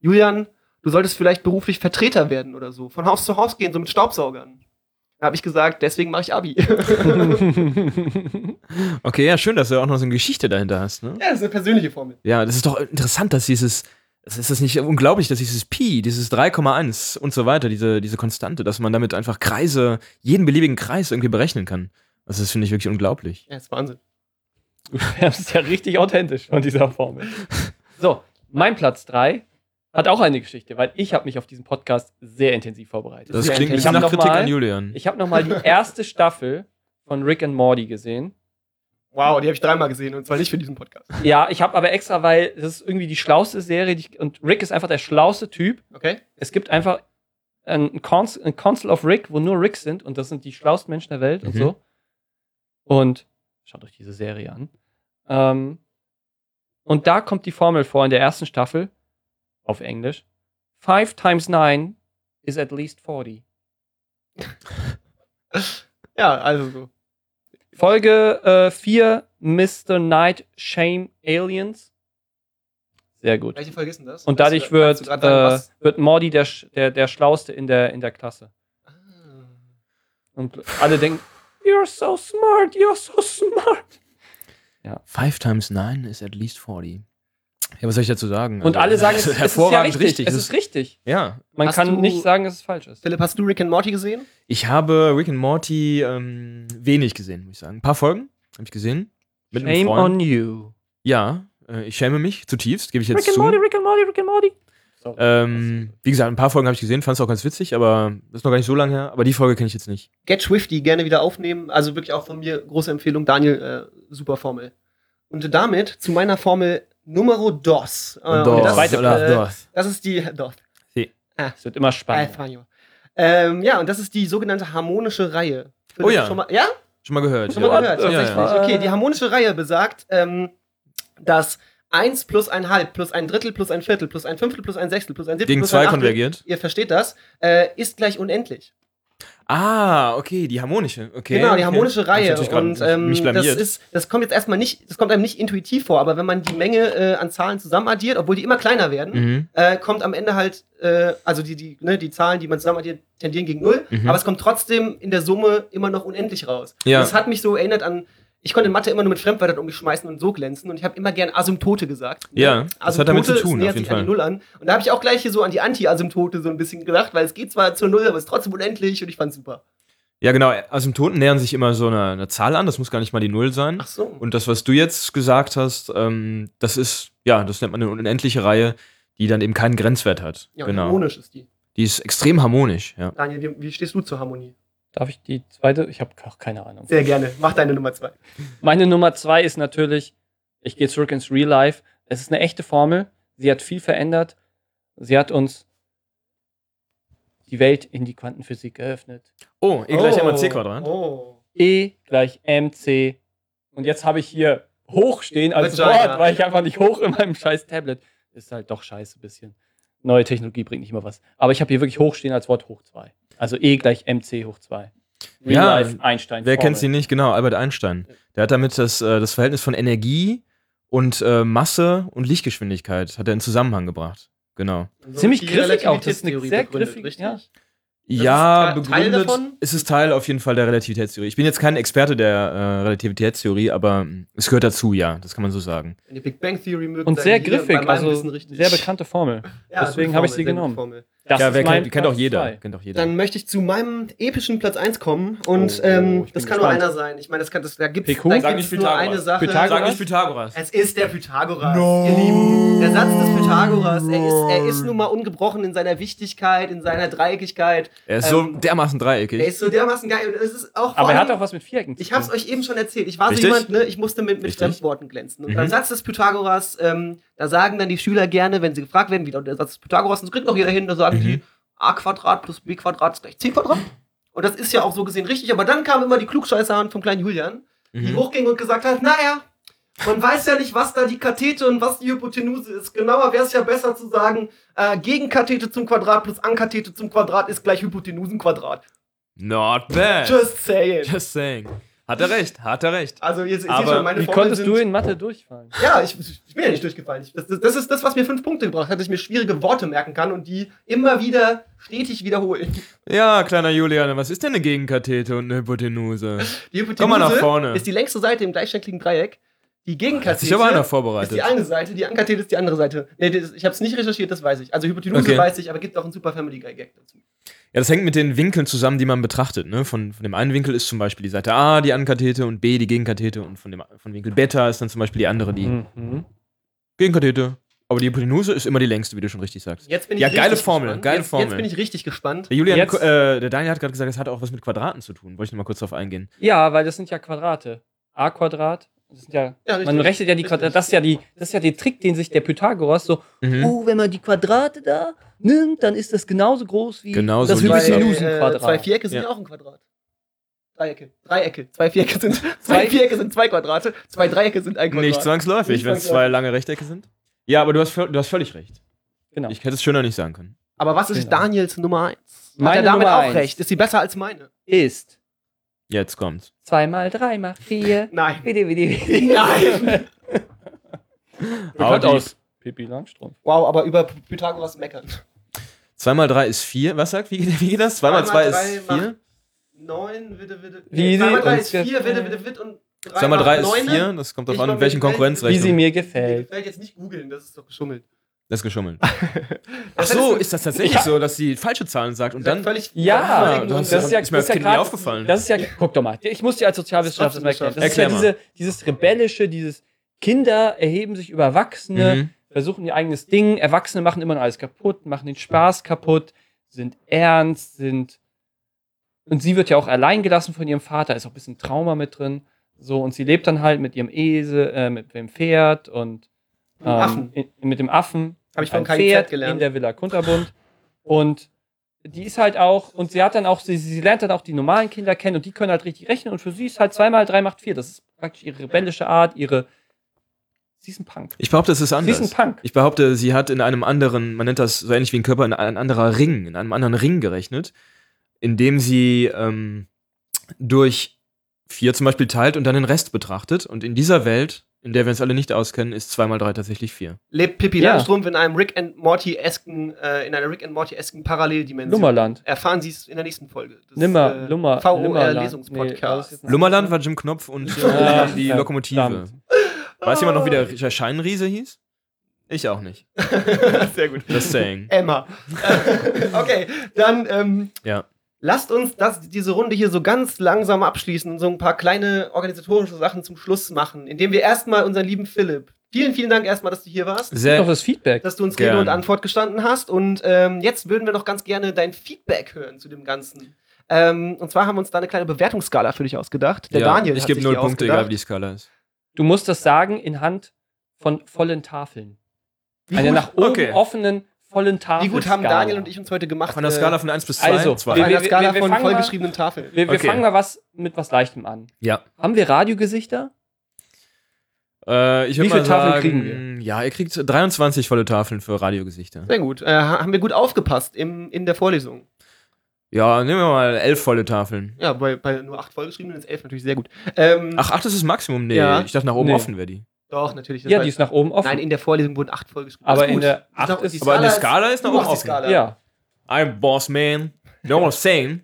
B: Julian, du solltest vielleicht beruflich Vertreter werden oder so. Von Haus zu Haus gehen, so mit Staubsaugern. Da habe ich gesagt, deswegen mache ich Abi.
D: Okay, ja, schön, dass du auch noch so eine Geschichte dahinter hast. Ne?
B: Ja, das ist eine persönliche Formel.
D: Ja, das ist doch interessant, dass dieses. Es ist das nicht unglaublich, dass dieses Pi, dieses 3,1 und so weiter, diese, diese Konstante, dass man damit einfach Kreise, jeden beliebigen Kreis irgendwie berechnen kann. Also das finde ich wirklich unglaublich.
B: Ja, das ist Wahnsinn.
A: Du wärst ja richtig authentisch von dieser Formel. So, mein Platz 3 hat auch eine Geschichte, weil ich habe mich auf diesen Podcast sehr intensiv vorbereitet.
D: Das
B: Sehr
D: klingt ein
B: intensiv.
A: Ich hab
D: bisschen nach
A: noch
D: Kritik
A: mal-
D: an Julian.
A: Ich habe nochmal die erste Staffel von Rick and Morty gesehen.
B: Wow, die habe ich dreimal gesehen und zwar nicht für diesen Podcast.
A: Ja, ich habe aber extra, weil das ist irgendwie die schlauste Serie die ich, und Rick ist einfach der schlauste Typ.
B: Okay?
A: Es gibt einfach ein, Cons- ein Council of Rick, wo nur Ricks sind und das sind die schlausten Menschen der Welt und
D: Mhm.
A: so. Und schaut euch diese Serie an. Ähm, und da kommt die Formel vor in der ersten Staffel auf Englisch. Five times nine is at least 40.
B: Ja, also so.
A: Folge äh, 4, Mr. Night Shame Aliens. Sehr gut.
B: Welche Folge ist denn das?
A: Und
B: Weißt
A: dadurch
B: du- kannst
A: wird,
B: du grad sagen,
A: äh,
B: was?
A: wird Morty der, Sch- der, der Schlauste in der, in der Klasse. Und alle denken, you're so smart, you're so smart.
D: Five times nine is at least 40. Ja, was soll ich dazu sagen?
A: Und
D: Also,
A: alle sagen,
D: das
A: es,
D: ist
A: es ist ja
D: hervorragend
A: richtig.
D: richtig.
A: Es
D: Das
A: ist richtig.
D: ja.
A: Man
B: Hast
A: kann
B: du-
A: nicht sagen, dass es falsch ist.
B: Philipp, hast du Rick and Morty gesehen?
D: Ich habe Rick and Morty ähm, wenig gesehen, muss ich sagen. Ein paar Folgen habe ich gesehen. Mit einem
A: Shame
D: Freund.
A: on you.
D: Ja, äh, ich schäme mich zutiefst, gebe ich jetzt
A: Rick and
D: zu.
A: Morty, Rick and Morty, Rick and Morty. Sorry.
D: Ähm, wie gesagt, ein paar Folgen habe ich gesehen, fand es auch ganz witzig, aber das ist noch gar nicht so lange her. Aber die Folge kenne ich jetzt nicht.
B: Get Swifty gerne wieder aufnehmen. Also wirklich auch von mir große Empfehlung. Daniel, äh, super Formel. Und damit zu meiner Formel Numero Dos. Äh, und
D: Doch,
A: das zweite
D: oder
B: äh,
D: doch.
B: das ist die Dos.
A: Es wird immer
B: Äh,
A: spannend.
B: Fanjo. ähm, ja, und das ist die sogenannte harmonische Reihe. Philipp,
D: Oh ja.
B: Schon mal, ja?
D: Schon mal gehört.
B: Schon mal
A: Ja.
B: gehört,
A: Ja,
B: tatsächlich.
A: ja.
B: Okay, die harmonische Reihe besagt, ähm, dass 1 plus ein halb plus ein Drittel plus ein Viertel plus ein Fünftel plus ein Sechstel plus ein Siebtel
D: Gegen
B: plus
D: zwei
B: ein Achtel,
D: konvergiert.
B: Ihr versteht das, äh, ist gleich unendlich.
D: Ah, okay, die harmonische. Okay,
B: genau, die
D: okay.
B: harmonische
D: Hab ich
B: Reihe.
D: natürlich grad
B: Und ähm,
D: mich
B: das,
D: blamiert.
B: ist, das kommt jetzt erstmal nicht, das kommt einem nicht intuitiv vor, aber wenn man die Menge äh, an Zahlen zusammenaddiert, obwohl die immer kleiner werden,
D: mhm.
B: äh, kommt am Ende halt, äh, also die, die, ne, die Zahlen, die man zusammen addiert, tendieren gegen null,
D: Mhm.
B: aber es kommt trotzdem in der Summe immer noch unendlich raus.
D: Ja.
B: Und Das hat mich so erinnert an, ich konnte in Mathe immer nur mit Fremdwörtern um mich schmeißen und so glänzen und ich habe immer gern Asymptote gesagt.
D: Ja, das hat damit zu
B: es
D: tun,
B: nähert
D: auf jeden
B: sich an die
D: Fall.
B: Null an. Und da habe ich auch gleich hier so an die Anti-Asymptote so ein bisschen gedacht, weil es geht zwar zur Null, aber es ist trotzdem unendlich und ich fand's super.
D: Ja, genau. Asymptoten nähern sich immer so einer, einer Zahl an. Das muss gar nicht mal die Null sein.
B: Ach so.
D: Und das, was du jetzt gesagt hast, ähm, das ist, ja, das nennt man eine unendliche Reihe, die dann eben keinen Grenzwert hat.
B: ja, und
D: genau.
B: harmonisch ist die.
D: Die Die ist extrem harmonisch, ja.
B: Daniel, wie, wie stehst du zur Harmonie?
A: Darf ich die zweite? Ich habe keine Ahnung.
B: Sehr gerne. Mach deine Nummer zwei.
A: Meine Nummer zwei ist natürlich, ich gehe zurück ins Real Life. Es ist eine echte Formel. Sie hat viel verändert. Sie hat uns die Welt in die Quantenphysik eröffnet.
D: Oh, E gleich MC Quadrat.
B: Oh.
A: E gleich mc. Und jetzt habe ich hier hoch stehen als
B: Vagina.
A: Wort, weil ich einfach nicht hoch in meinem scheiß Tablet. Ist halt doch scheiße ein bisschen. Neue Technologie bringt nicht immer was. Aber ich habe hier wirklich hoch stehen als Wort hoch 2. Also E gleich mc hoch 2.
D: Ja,
A: Einstein.
D: Wer kennt sie
A: Formel.
D: nicht? Genau, Albert Einstein. Der hat damit das, äh, das Verhältnis von Energie und äh, Masse und Lichtgeschwindigkeit hat er in Zusammenhang gebracht. Genau.
A: Ziemlich
B: Also Die
A: griffig auch. Das ist eine
B: Relativitätstheorie
A: sehr
B: begründet,
A: griffig.
B: richtig?
A: Ja.
B: ist
D: ja,
B: Te-
D: begründet.
B: Teil davon?
D: Es ist Teil auf jeden Fall der Relativitätstheorie. Ich bin jetzt kein Experte der äh, Relativitätstheorie, aber mh, es gehört dazu, ja, das kann man so sagen.
B: Wenn die Big Bang Theory mögt,
A: Und
B: dann
A: sehr
B: hier bei
A: griffig.
B: meinem
A: Also
B: Wissen richtig.
A: sehr bekannte Formel.
B: Ja,
A: deswegen
B: gute
A: habe ich
B: Formel,
A: sie
B: sehr gute
A: genommen.
B: Formel.
A: Das
D: ja,
A: ist
D: wer
A: mein
D: kennt, kennt auch
A: Platz
D: jeder.
A: zwei.
D: Kennt auch jeder.
B: Dann möchte ich zu meinem epischen Platz 1 kommen. Und
A: Oh,
B: ähm,
A: ich
B: das
A: bin
B: kann nur
A: gespannt.
B: einer sein. Ich meine, das kann, das, da gibt es
A: PQ?
D: Sag nicht
B: nur
D: Pythagoras.
B: eine Sache.
A: Pythagoras?
D: Sag nicht Pythagoras.
B: Es ist der Pythagoras, ihr Lieben. Der Satz des Pythagoras. Er ist, er ist nun mal ungebrochen in seiner Wichtigkeit, in seiner Dreieckigkeit.
D: Er ist so
B: Ähm,
D: dermaßen
B: Er
D: dreieckig.
B: ist so dermaßen geil. Und es ist auch vor
A: Aber er hat
B: allem-
A: auch was mit Vierecken zu
B: Ich habe es
A: tun.
B: euch eben schon erzählt. Ich war
D: Richtig.
B: so jemand, ne, ich musste mit, mit
D: Richtig.
B: Fremdworten glänzen. Und
D: Mhm.
B: beim Satz des Pythagoras, ähm, da sagen dann die Schüler gerne, wenn sie gefragt werden, wie lautet der Satz des Pythagoras, und das kriegt noch jeder hin, da sagen
D: Mhm.
B: die a Quadrat plus b Quadrat ist gleich c Quadrat. Und das ist ja auch so gesehen richtig. Aber dann kam immer die Klugscheißerhand vom kleinen Julian, die
D: Mhm.
B: hochging und gesagt hat, naja, man weiß ja nicht, was da die Kathete und was die Hypotenuse ist. Genauer wäre es ja besser zu sagen, äh, Gegenkathete zum Quadrat plus Ankathete zum Quadrat ist gleich Hypotenusenquadrat.
D: Not bad.
B: Just saying.
D: Just saying. Hat er recht, hat er recht.
B: Also ihr, ihr seht
D: Aber
B: schon, meine
A: Wie
B: Formeln
A: konntest
B: sind
A: du in Mathe durchfallen?
B: Ja, ich, ich bin ja nicht durchgefallen. Ich, das, das- das ist das, was mir fünf Punkte gebracht hat, dass ich mir schwierige Worte merken kann und die immer wieder stetig wiederholen.
D: Ja, kleiner Julian, was ist denn eine Gegenkathete und eine Hypotenuse?
B: Die Hypotenuse
D: Komm mal nach vorne.
B: ist die längste Seite im gleichschenkligen Dreieck. Die
D: Hat
B: Gegenkathete
D: sich aber einer
B: ist
D: vorbereitet.
B: die eine Seite, die Ankathete ist die andere Seite. Nee, das, ich habe es nicht recherchiert, das weiß ich. Also Hypotenuse
D: Okay.
B: weiß ich, aber gibt auch einen Super Family Guy Gag dazu.
D: Ja, das hängt mit den Winkeln zusammen, die man betrachtet. Ne? Von, von dem einen Winkel ist zum Beispiel die Seite A die Ankathete und B die Gegenkathete und von dem von Winkel Beta ist dann zum Beispiel die andere die
A: Mhm.
D: Gegenkathete. Aber die Hypotenuse ist immer die längste, wie du schon richtig sagst.
B: Jetzt bin
D: Ja,
B: ich
D: geile
B: richtig
D: Formel,
B: gespannt.
D: geile
B: jetzt,
D: Formel.
B: Jetzt bin ich richtig gespannt.
D: Der Julian,
A: Jetzt-
D: äh, der Daniel hat gerade gesagt, das hat auch was mit Quadraten zu tun. Wollte ich nochmal kurz drauf eingehen.
A: Ja, weil das sind ja Quadrate. A Quadrat, das sind ja,
B: Ja, richtig.
A: man rechnet ja die Quadrate, das ist ja die das ist ja der Trick, den sich der Pythagoras so,
D: Mhm.
A: oh, wenn man die Quadrate da nimmt, dann ist das genauso groß wie
D: Genauso
A: das
D: lieb.
B: Zwei, äh,
A: Hypotenusenquadrat.
B: Zwei Vierecke sind
D: Ja.
B: ja auch ein Quadrat. Dreiecke. Dreiecke. Zwei Vierecke sind zwei,
A: Zwei-
B: Vierecke sind zwei Quadrate. Zwei Dreiecke sind ein Quadrat.
D: Nicht zwangsläufig,
B: Nicht
D: wenn es zwei
B: zwangsläufig.
D: lange Rechtecke sind. Ja, aber du hast, völ- du hast völlig recht.
A: genau.
D: Ich hätte es schöner nicht sagen können.
B: Aber was ist
A: Genau.
B: Daniels Nummer 1? Hat er
A: Meine
B: damit
A: Nummer
B: auch
A: eins.
B: recht? Ist sie besser als meine?
A: Ist
D: Jetzt kommt's.
A: 2 mal 3 macht 4.
B: Nein.
A: Bitte, bitte, bitte.
B: Nein.
A: Bekannt
D: Audi.
A: aus Pippi Langstrumpf.
B: Wow, aber über Pythagoras meckern.
D: 2 mal 3 ist 4. Was sagt? Wie, geht- wie geht das? 2 mal 2
B: Zwei mal
D: ist
B: drei
D: 4.
B: 9, bitte, bitte.
A: Wie
B: zwei
A: sie
B: mal drei
A: uns
B: ist 4,
A: jetzt-
B: bitte, bitte, bitte. Und
D: 2 mal 3 ist
B: macht neune.
D: 4. Das kommt
B: Ich
D: darauf an,
B: mach
D: in
B: mir die Welt-
D: welchen
A: Wie sie
D: Konkurrenzrechnungen.
A: mir
B: Mir
A: gefällt.
B: gefällt jetzt nicht googeln, das ist doch geschummelt.
D: Das ist geschummelt. Ach
B: Das
D: so,
B: ist-
D: ist das tatsächlich so, dass sie falsche Zahlen sagt und dann.
B: völlig
A: Ja,
D: Ah, du hast
A: das ist ja-
D: ist mir als
A: das ist ja
D: Kind nie
A: grad-
D: aufgefallen.
A: Das ist ja, guck doch mal, ich muss dir als Sozialwissenschaftler das erklären. Das ist ja
D: Erklär
A: diese, dieses rebellische, dieses Kinder erheben sich über Erwachsene,
D: Mhm.
A: versuchen ihr eigenes Ding. Erwachsene machen immer alles kaputt, machen den Spaß kaputt, sind ernst, sind. Und sie wird ja auch allein gelassen von ihrem Vater, ist auch ein bisschen Trauma mit drin. So, und sie lebt dann halt mit ihrem Esel, äh, mit dem Pferd und
B: Mit dem Affen.
A: in, mit dem Affen.
B: Hab ich von
A: Ein
B: KIZ gelernt.
A: In der Villa Kunterbund. Und die ist halt auch, und sie hat dann auch, sie, sie lernt dann auch die normalen Kinder kennen und die können halt richtig rechnen. Und für sie ist halt zweimal drei macht vier. Das ist praktisch ihre rebellische Art, ihre. Sie ist ein Punk.
D: Ich behaupte, es ist
A: Sie
D: anders.
A: ist ein Punk.
D: Ich behaupte, sie hat in einem anderen, man nennt das so ähnlich wie ein Körper, in ein anderer Ring, in einem anderen Ring gerechnet, indem sie ähm, durch vier zum Beispiel teilt und dann den Rest betrachtet. Und in dieser Welt, in der wir uns alle nicht auskennen, ist zwei mal drei tatsächlich vier.
B: Lebt Pippi
A: Ja.
B: Langstrumpf in einem Rick and Morty-esken, äh, in einer Rick and Morty-esken Paralleldimension?
A: Lummerland.
B: Erfahren Sie es in der nächsten Folge. Das äh,
A: Nimmer, Lummer,
B: VOR
A: Lummerland.
B: Lesungspodcast.
A: Nee, das ist-
D: Lummerland war Jim Knopf und
A: Ja,
D: äh, die
A: verdammt.
D: Lokomotive. Weiß jemand noch, wie der Scheinriese hieß? Ich auch nicht.
B: Sehr gut.
D: Just saying.
B: Emma. okay, dann ähm,
D: Ja.
B: lasst uns das, diese Runde hier so ganz langsam abschließen und so ein paar kleine organisatorische Sachen zum Schluss machen, indem wir erstmal unseren lieben Philipp, Vielen, vielen Dank erstmal, dass du hier warst.
A: Doch
D: Sehr,
A: das Feedback.
B: dass du uns
D: Gerne.
B: Rede und Antwort gestanden hast. Und ähm, jetzt würden wir doch ganz gerne dein Feedback hören zu dem Ganzen. Ähm, und zwar haben wir uns da eine kleine Bewertungsskala für dich ausgedacht. Der
D: ja,
B: Daniel
D: ich
B: hat
D: gebe
B: sich
D: null
B: die
D: Punkte, egal
B: ausgedacht.
D: wie die Skala ist.
A: Du musst das sagen in Hand von vollen Tafeln.
B: Wie
A: Eine
B: gut-
A: nach oben
D: Okay.
A: offenen, vollen Tafel.
B: Wie gut haben Daniel und ich uns heute gemacht?
D: Von der
B: äh,
D: Skala von 1 bis 2?
A: Also,
B: auf
A: Wir-
B: einer
A: wir- wir-
B: Skala
A: wir
B: von
A: fangen mal-
B: vollgeschriebenen Tafeln.
A: Wir, wir
D: Okay.
A: fangen mal was mit was Leichtem an.
D: Ja.
A: Haben wir Radiogesichter?
D: Äh, ich würd
A: Wie viele
D: mal
A: Tafeln
D: sagen,
A: kriegen
D: Ja, ihr kriegt 23 volle Tafeln für Radiogesichter.
B: Sehr gut. Äh, haben wir gut aufgepasst im, in der Vorlesung.
D: Ja, nehmen wir mal 11 volle Tafeln.
B: Ja, bei, bei nur acht vollgeschriebenen ist elf natürlich sehr gut. Ähm,
D: Ach, 8 ist das Maximum? Nee,
B: Ja.
D: ich dachte, nach oben
A: Nee.
D: offen wäre die.
B: Doch, natürlich. das
A: Ja,
B: war-
A: die ist nach oben offen.
B: Nein, in der Vorlesung wurden acht vollgeschrieben.
A: Aber
B: Das ist
A: in
B: gut.
A: der
B: Ich glaub,
A: acht ist-
B: die
D: Aber in der
B: ist-
D: Skala ist nach
B: Du
D: oben
B: machst die
D: offen.
B: Skala.
A: ja.
D: I'm boss man. No one same.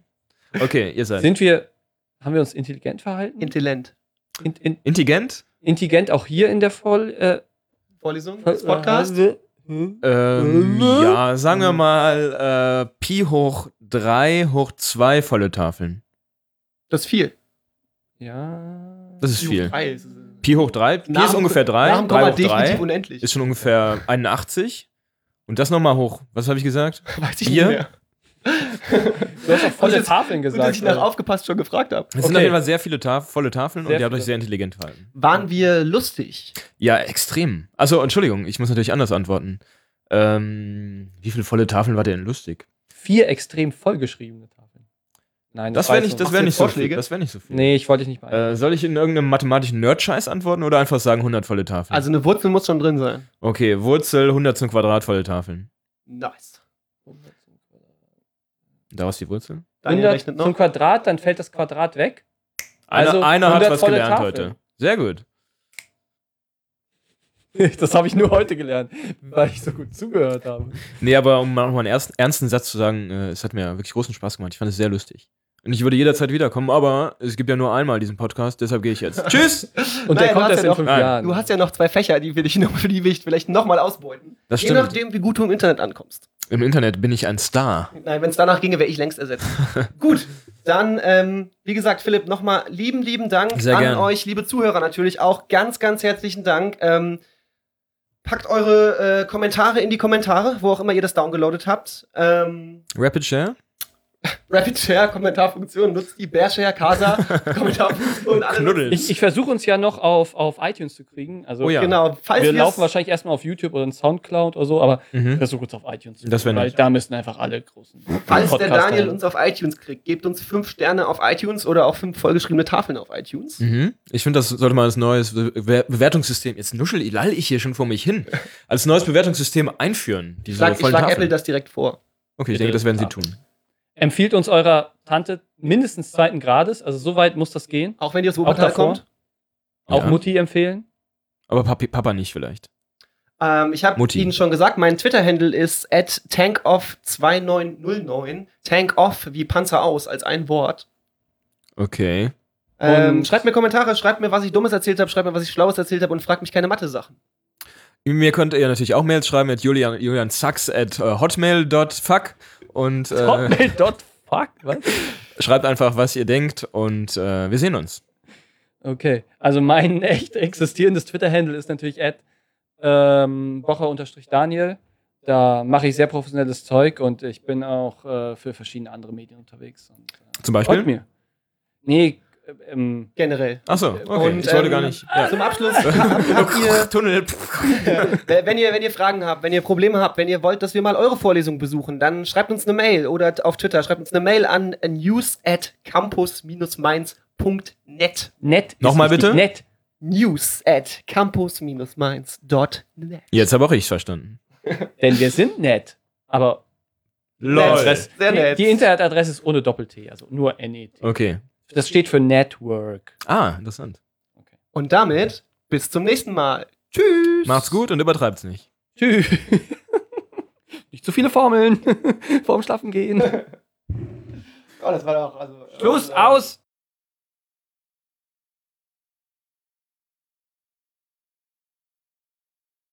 D: Okay, ihr seid.
A: Sind wir, haben wir uns intelligent verhalten?
B: Intelligent.
A: In, in,
D: Intelligent?
A: intelligent auch hier in der Voll, äh,
B: Vorlesung,
A: Voll-
B: des Podcast.
A: äh, hm?
D: Ähm,
A: Mhm.
D: ja, sagen wir mal äh, Pi hoch 3 hoch 2 volle Tafeln.
B: Das ist viel.
A: Ja.
D: Das ist viel.
B: Pi ist
D: Pi hoch 3? Pi ist ungefähr 3. 3
B: Komma
D: hoch 3
B: definitiv unendlich.
D: ist schon ungefähr 81. Und das nochmal hoch. Was habe ich gesagt?
B: Weiß
D: Bier?
A: Du hast auch volle
B: Das ist-
A: Tafeln
B: Gut, dass
A: gesagt. äh,
B: ich nach
A: Alter.
B: aufgepasst schon gefragt habe.
D: Es sind
A: Okay.
D: auf jeden Fall sehr viele Taf volle Tafeln
A: Sehr
D: und ihr habt
A: viele.
D: euch sehr intelligent verhalten.
B: Waren wir lustig?
D: Ja, extrem. Also Entschuldigung, ich muss natürlich anders antworten. Ähm, wie viele volle Tafeln war denn lustig?
A: Vier extrem vollgeschriebene Tafeln. Nein,
D: Das
A: war
D: wäre
A: jetzt
D: nicht,
A: nur-
D: das wär
B: du
D: nicht so
B: Vorschläge?
D: viel. Das wäre nicht so viel.
A: Nee, ich wollte dich nicht beeinflussen.
D: Äh, soll ich in irgendeinem mathematischen Nerd-Scheiß antworten oder einfach sagen 100 volle Tafeln?
B: Also eine Wurzel muss schon drin sein.
D: okay, Wurzel 100 zum Quadrat volle Tafeln.
B: Nice.
D: Daraus die Wurzel?
B: Daniel
A: 100
B: rechnet
A: zum
B: noch.
A: Quadrat, dann fällt das Quadrat weg.
D: Einer,
A: Also,
D: einer hat
A: 100
D: was
A: volle
D: gelernt
A: Tafeln.
D: heute. Sehr gut.
A: Das habe ich nur heute gelernt, weil ich so gut zugehört habe.
D: Nee, aber um mal nochmal einen ersten, ernsten Satz zu sagen, äh, es hat mir wirklich großen Spaß gemacht. Ich fand es sehr lustig. Und ich würde jederzeit wiederkommen, aber es gibt ja nur einmal diesen Podcast, deshalb gehe ich jetzt. Tschüss!
A: Und
B: Naja,
A: der kommt
B: du
A: erst
B: hast ja
A: in
B: noch-
A: fünf
D: nein,
A: Jahren.
B: Du hast ja noch zwei Fächer, die will ich noch, für die will ich vielleicht nochmal ausbeuten.
D: Das
B: Je
D: stimmt.
B: nachdem, wie gut du im Internet ankommst.
D: Im Internet bin ich ein Star.
B: Nein, wenn es danach ginge, wäre ich längst ersetzt. Gut, dann, ähm, wie gesagt, Philipp, nochmal lieben, lieben Dank
D: Sehr
B: an
D: gern.
B: euch, liebe Zuhörer natürlich auch. Ganz, ganz herzlichen Dank. Ähm, packt eure äh, Kommentare in die Kommentare, wo auch immer ihr das downgeloadet habt. Ähm,
D: Rapid Share?
B: Rapid Share, Kommentarfunktion, nutzt die Bearshare, Casa, Kommentarfunktion, alles.
A: ich ich versuche uns ja noch auf, auf iTunes zu kriegen. Also
D: Oh ja.
B: Genau, falls
A: wir
B: ihr's-
A: laufen wahrscheinlich erstmal auf YouTube oder in Soundcloud oder so, aber ich
D: Mhm.
A: versuche uns auf iTunes zu
D: Das wär
A: kriegen, weil
D: nett.
A: da müssen einfach alle großen
B: Falls der
A: Podcaster
B: Daniel
A: hin.
B: uns auf iTunes kriegt, gebt uns fünf Sterne auf iTunes oder auch fünf vollgeschriebene Tafeln auf iTunes.
D: Mhm. Ich finde, das sollte mal als neues Be- Be- Bewertungssystem, jetzt nuschel lall ich hier schon vor mich hin, als neues Bewertungssystem einführen.
B: Ich
D: Diese
B: schlag, ich
D: vollen
B: schlag
D: Tafeln.
B: Apple das direkt vor.
D: Okay, ich denke, das werden sie tun.
A: Empfiehlt uns eurer Tante mindestens zweiten Grades, also so weit muss das gehen.
B: Auch wenn ihr aus Wuppertal
A: Auch davor?
B: kommt.
A: Auch
D: Ja.
A: Mutti empfehlen.
D: Aber Papi, Papa nicht vielleicht.
B: Ähm, ich habe
D: Mutti.
B: Ihnen schon gesagt, mein Twitter-Handle ist at tankoff2909. Tankoff wie Panzer aus, als ein Wort.
D: Okay.
B: Ähm,
A: Und-
B: schreibt mir Kommentare, schreibt mir, was ich Dummes erzählt habe, schreibt mir, was ich Schlaues erzählt habe und fragt mich keine Mathe-Sachen.
D: Mir könnt ihr natürlich auch Mails schreiben at Julian, Julian Sachs at äh, hotmail.fuck und äh,
A: Hotmail.fuck, was?
D: schreibt einfach, was ihr denkt und äh, wir sehen uns.
A: Okay, also mein echt existierendes Twitter-Handle ist natürlich at ähm, bocher-daniel. Da mache ich sehr professionelles Zeug und ich bin auch äh, für verschiedene andere Medien unterwegs. Und, äh,
D: Zum
A: freut
D: Beispiel?
A: mir. Nee, äh, ähm,
B: Generell.
D: Achso, okay.
B: Und,
D: ich wollte
B: ähm,
D: gar nicht. Ja.
B: Zum Abschluss habt,
D: Oh
B: habt ihr
D: Tunnel.
B: Äh, wenn, ihr, wenn ihr Fragen habt, wenn ihr Probleme habt, wenn ihr wollt, dass wir mal eure Vorlesung besuchen, dann schreibt uns eine Mail oder t- auf Twitter, schreibt uns eine Mail an news at campus-mainz.net.
A: nett. ist
D: Nochmal
A: richtig.
D: bitte?
A: Nett.
B: News at campus-mainz.net.
D: Jetzt habe auch ich verstanden.
A: Denn wir sind nett. Aber
B: Lol.
A: Adresse-
B: Sehr nett.
A: Die, die Internetadresse ist ohne Doppel-T, also nur NET.
D: Okay.
A: Das steht für Network.
D: Ah, interessant.
B: Und damit bis zum nächsten Mal. Tschüss.
D: Macht's gut und übertreibt's nicht.
A: Tschüss. Nicht zu viele Formeln. Vorm Schlafen gehen.
B: Oh, das war doch also,
A: Schluss
B: äh,
A: aus.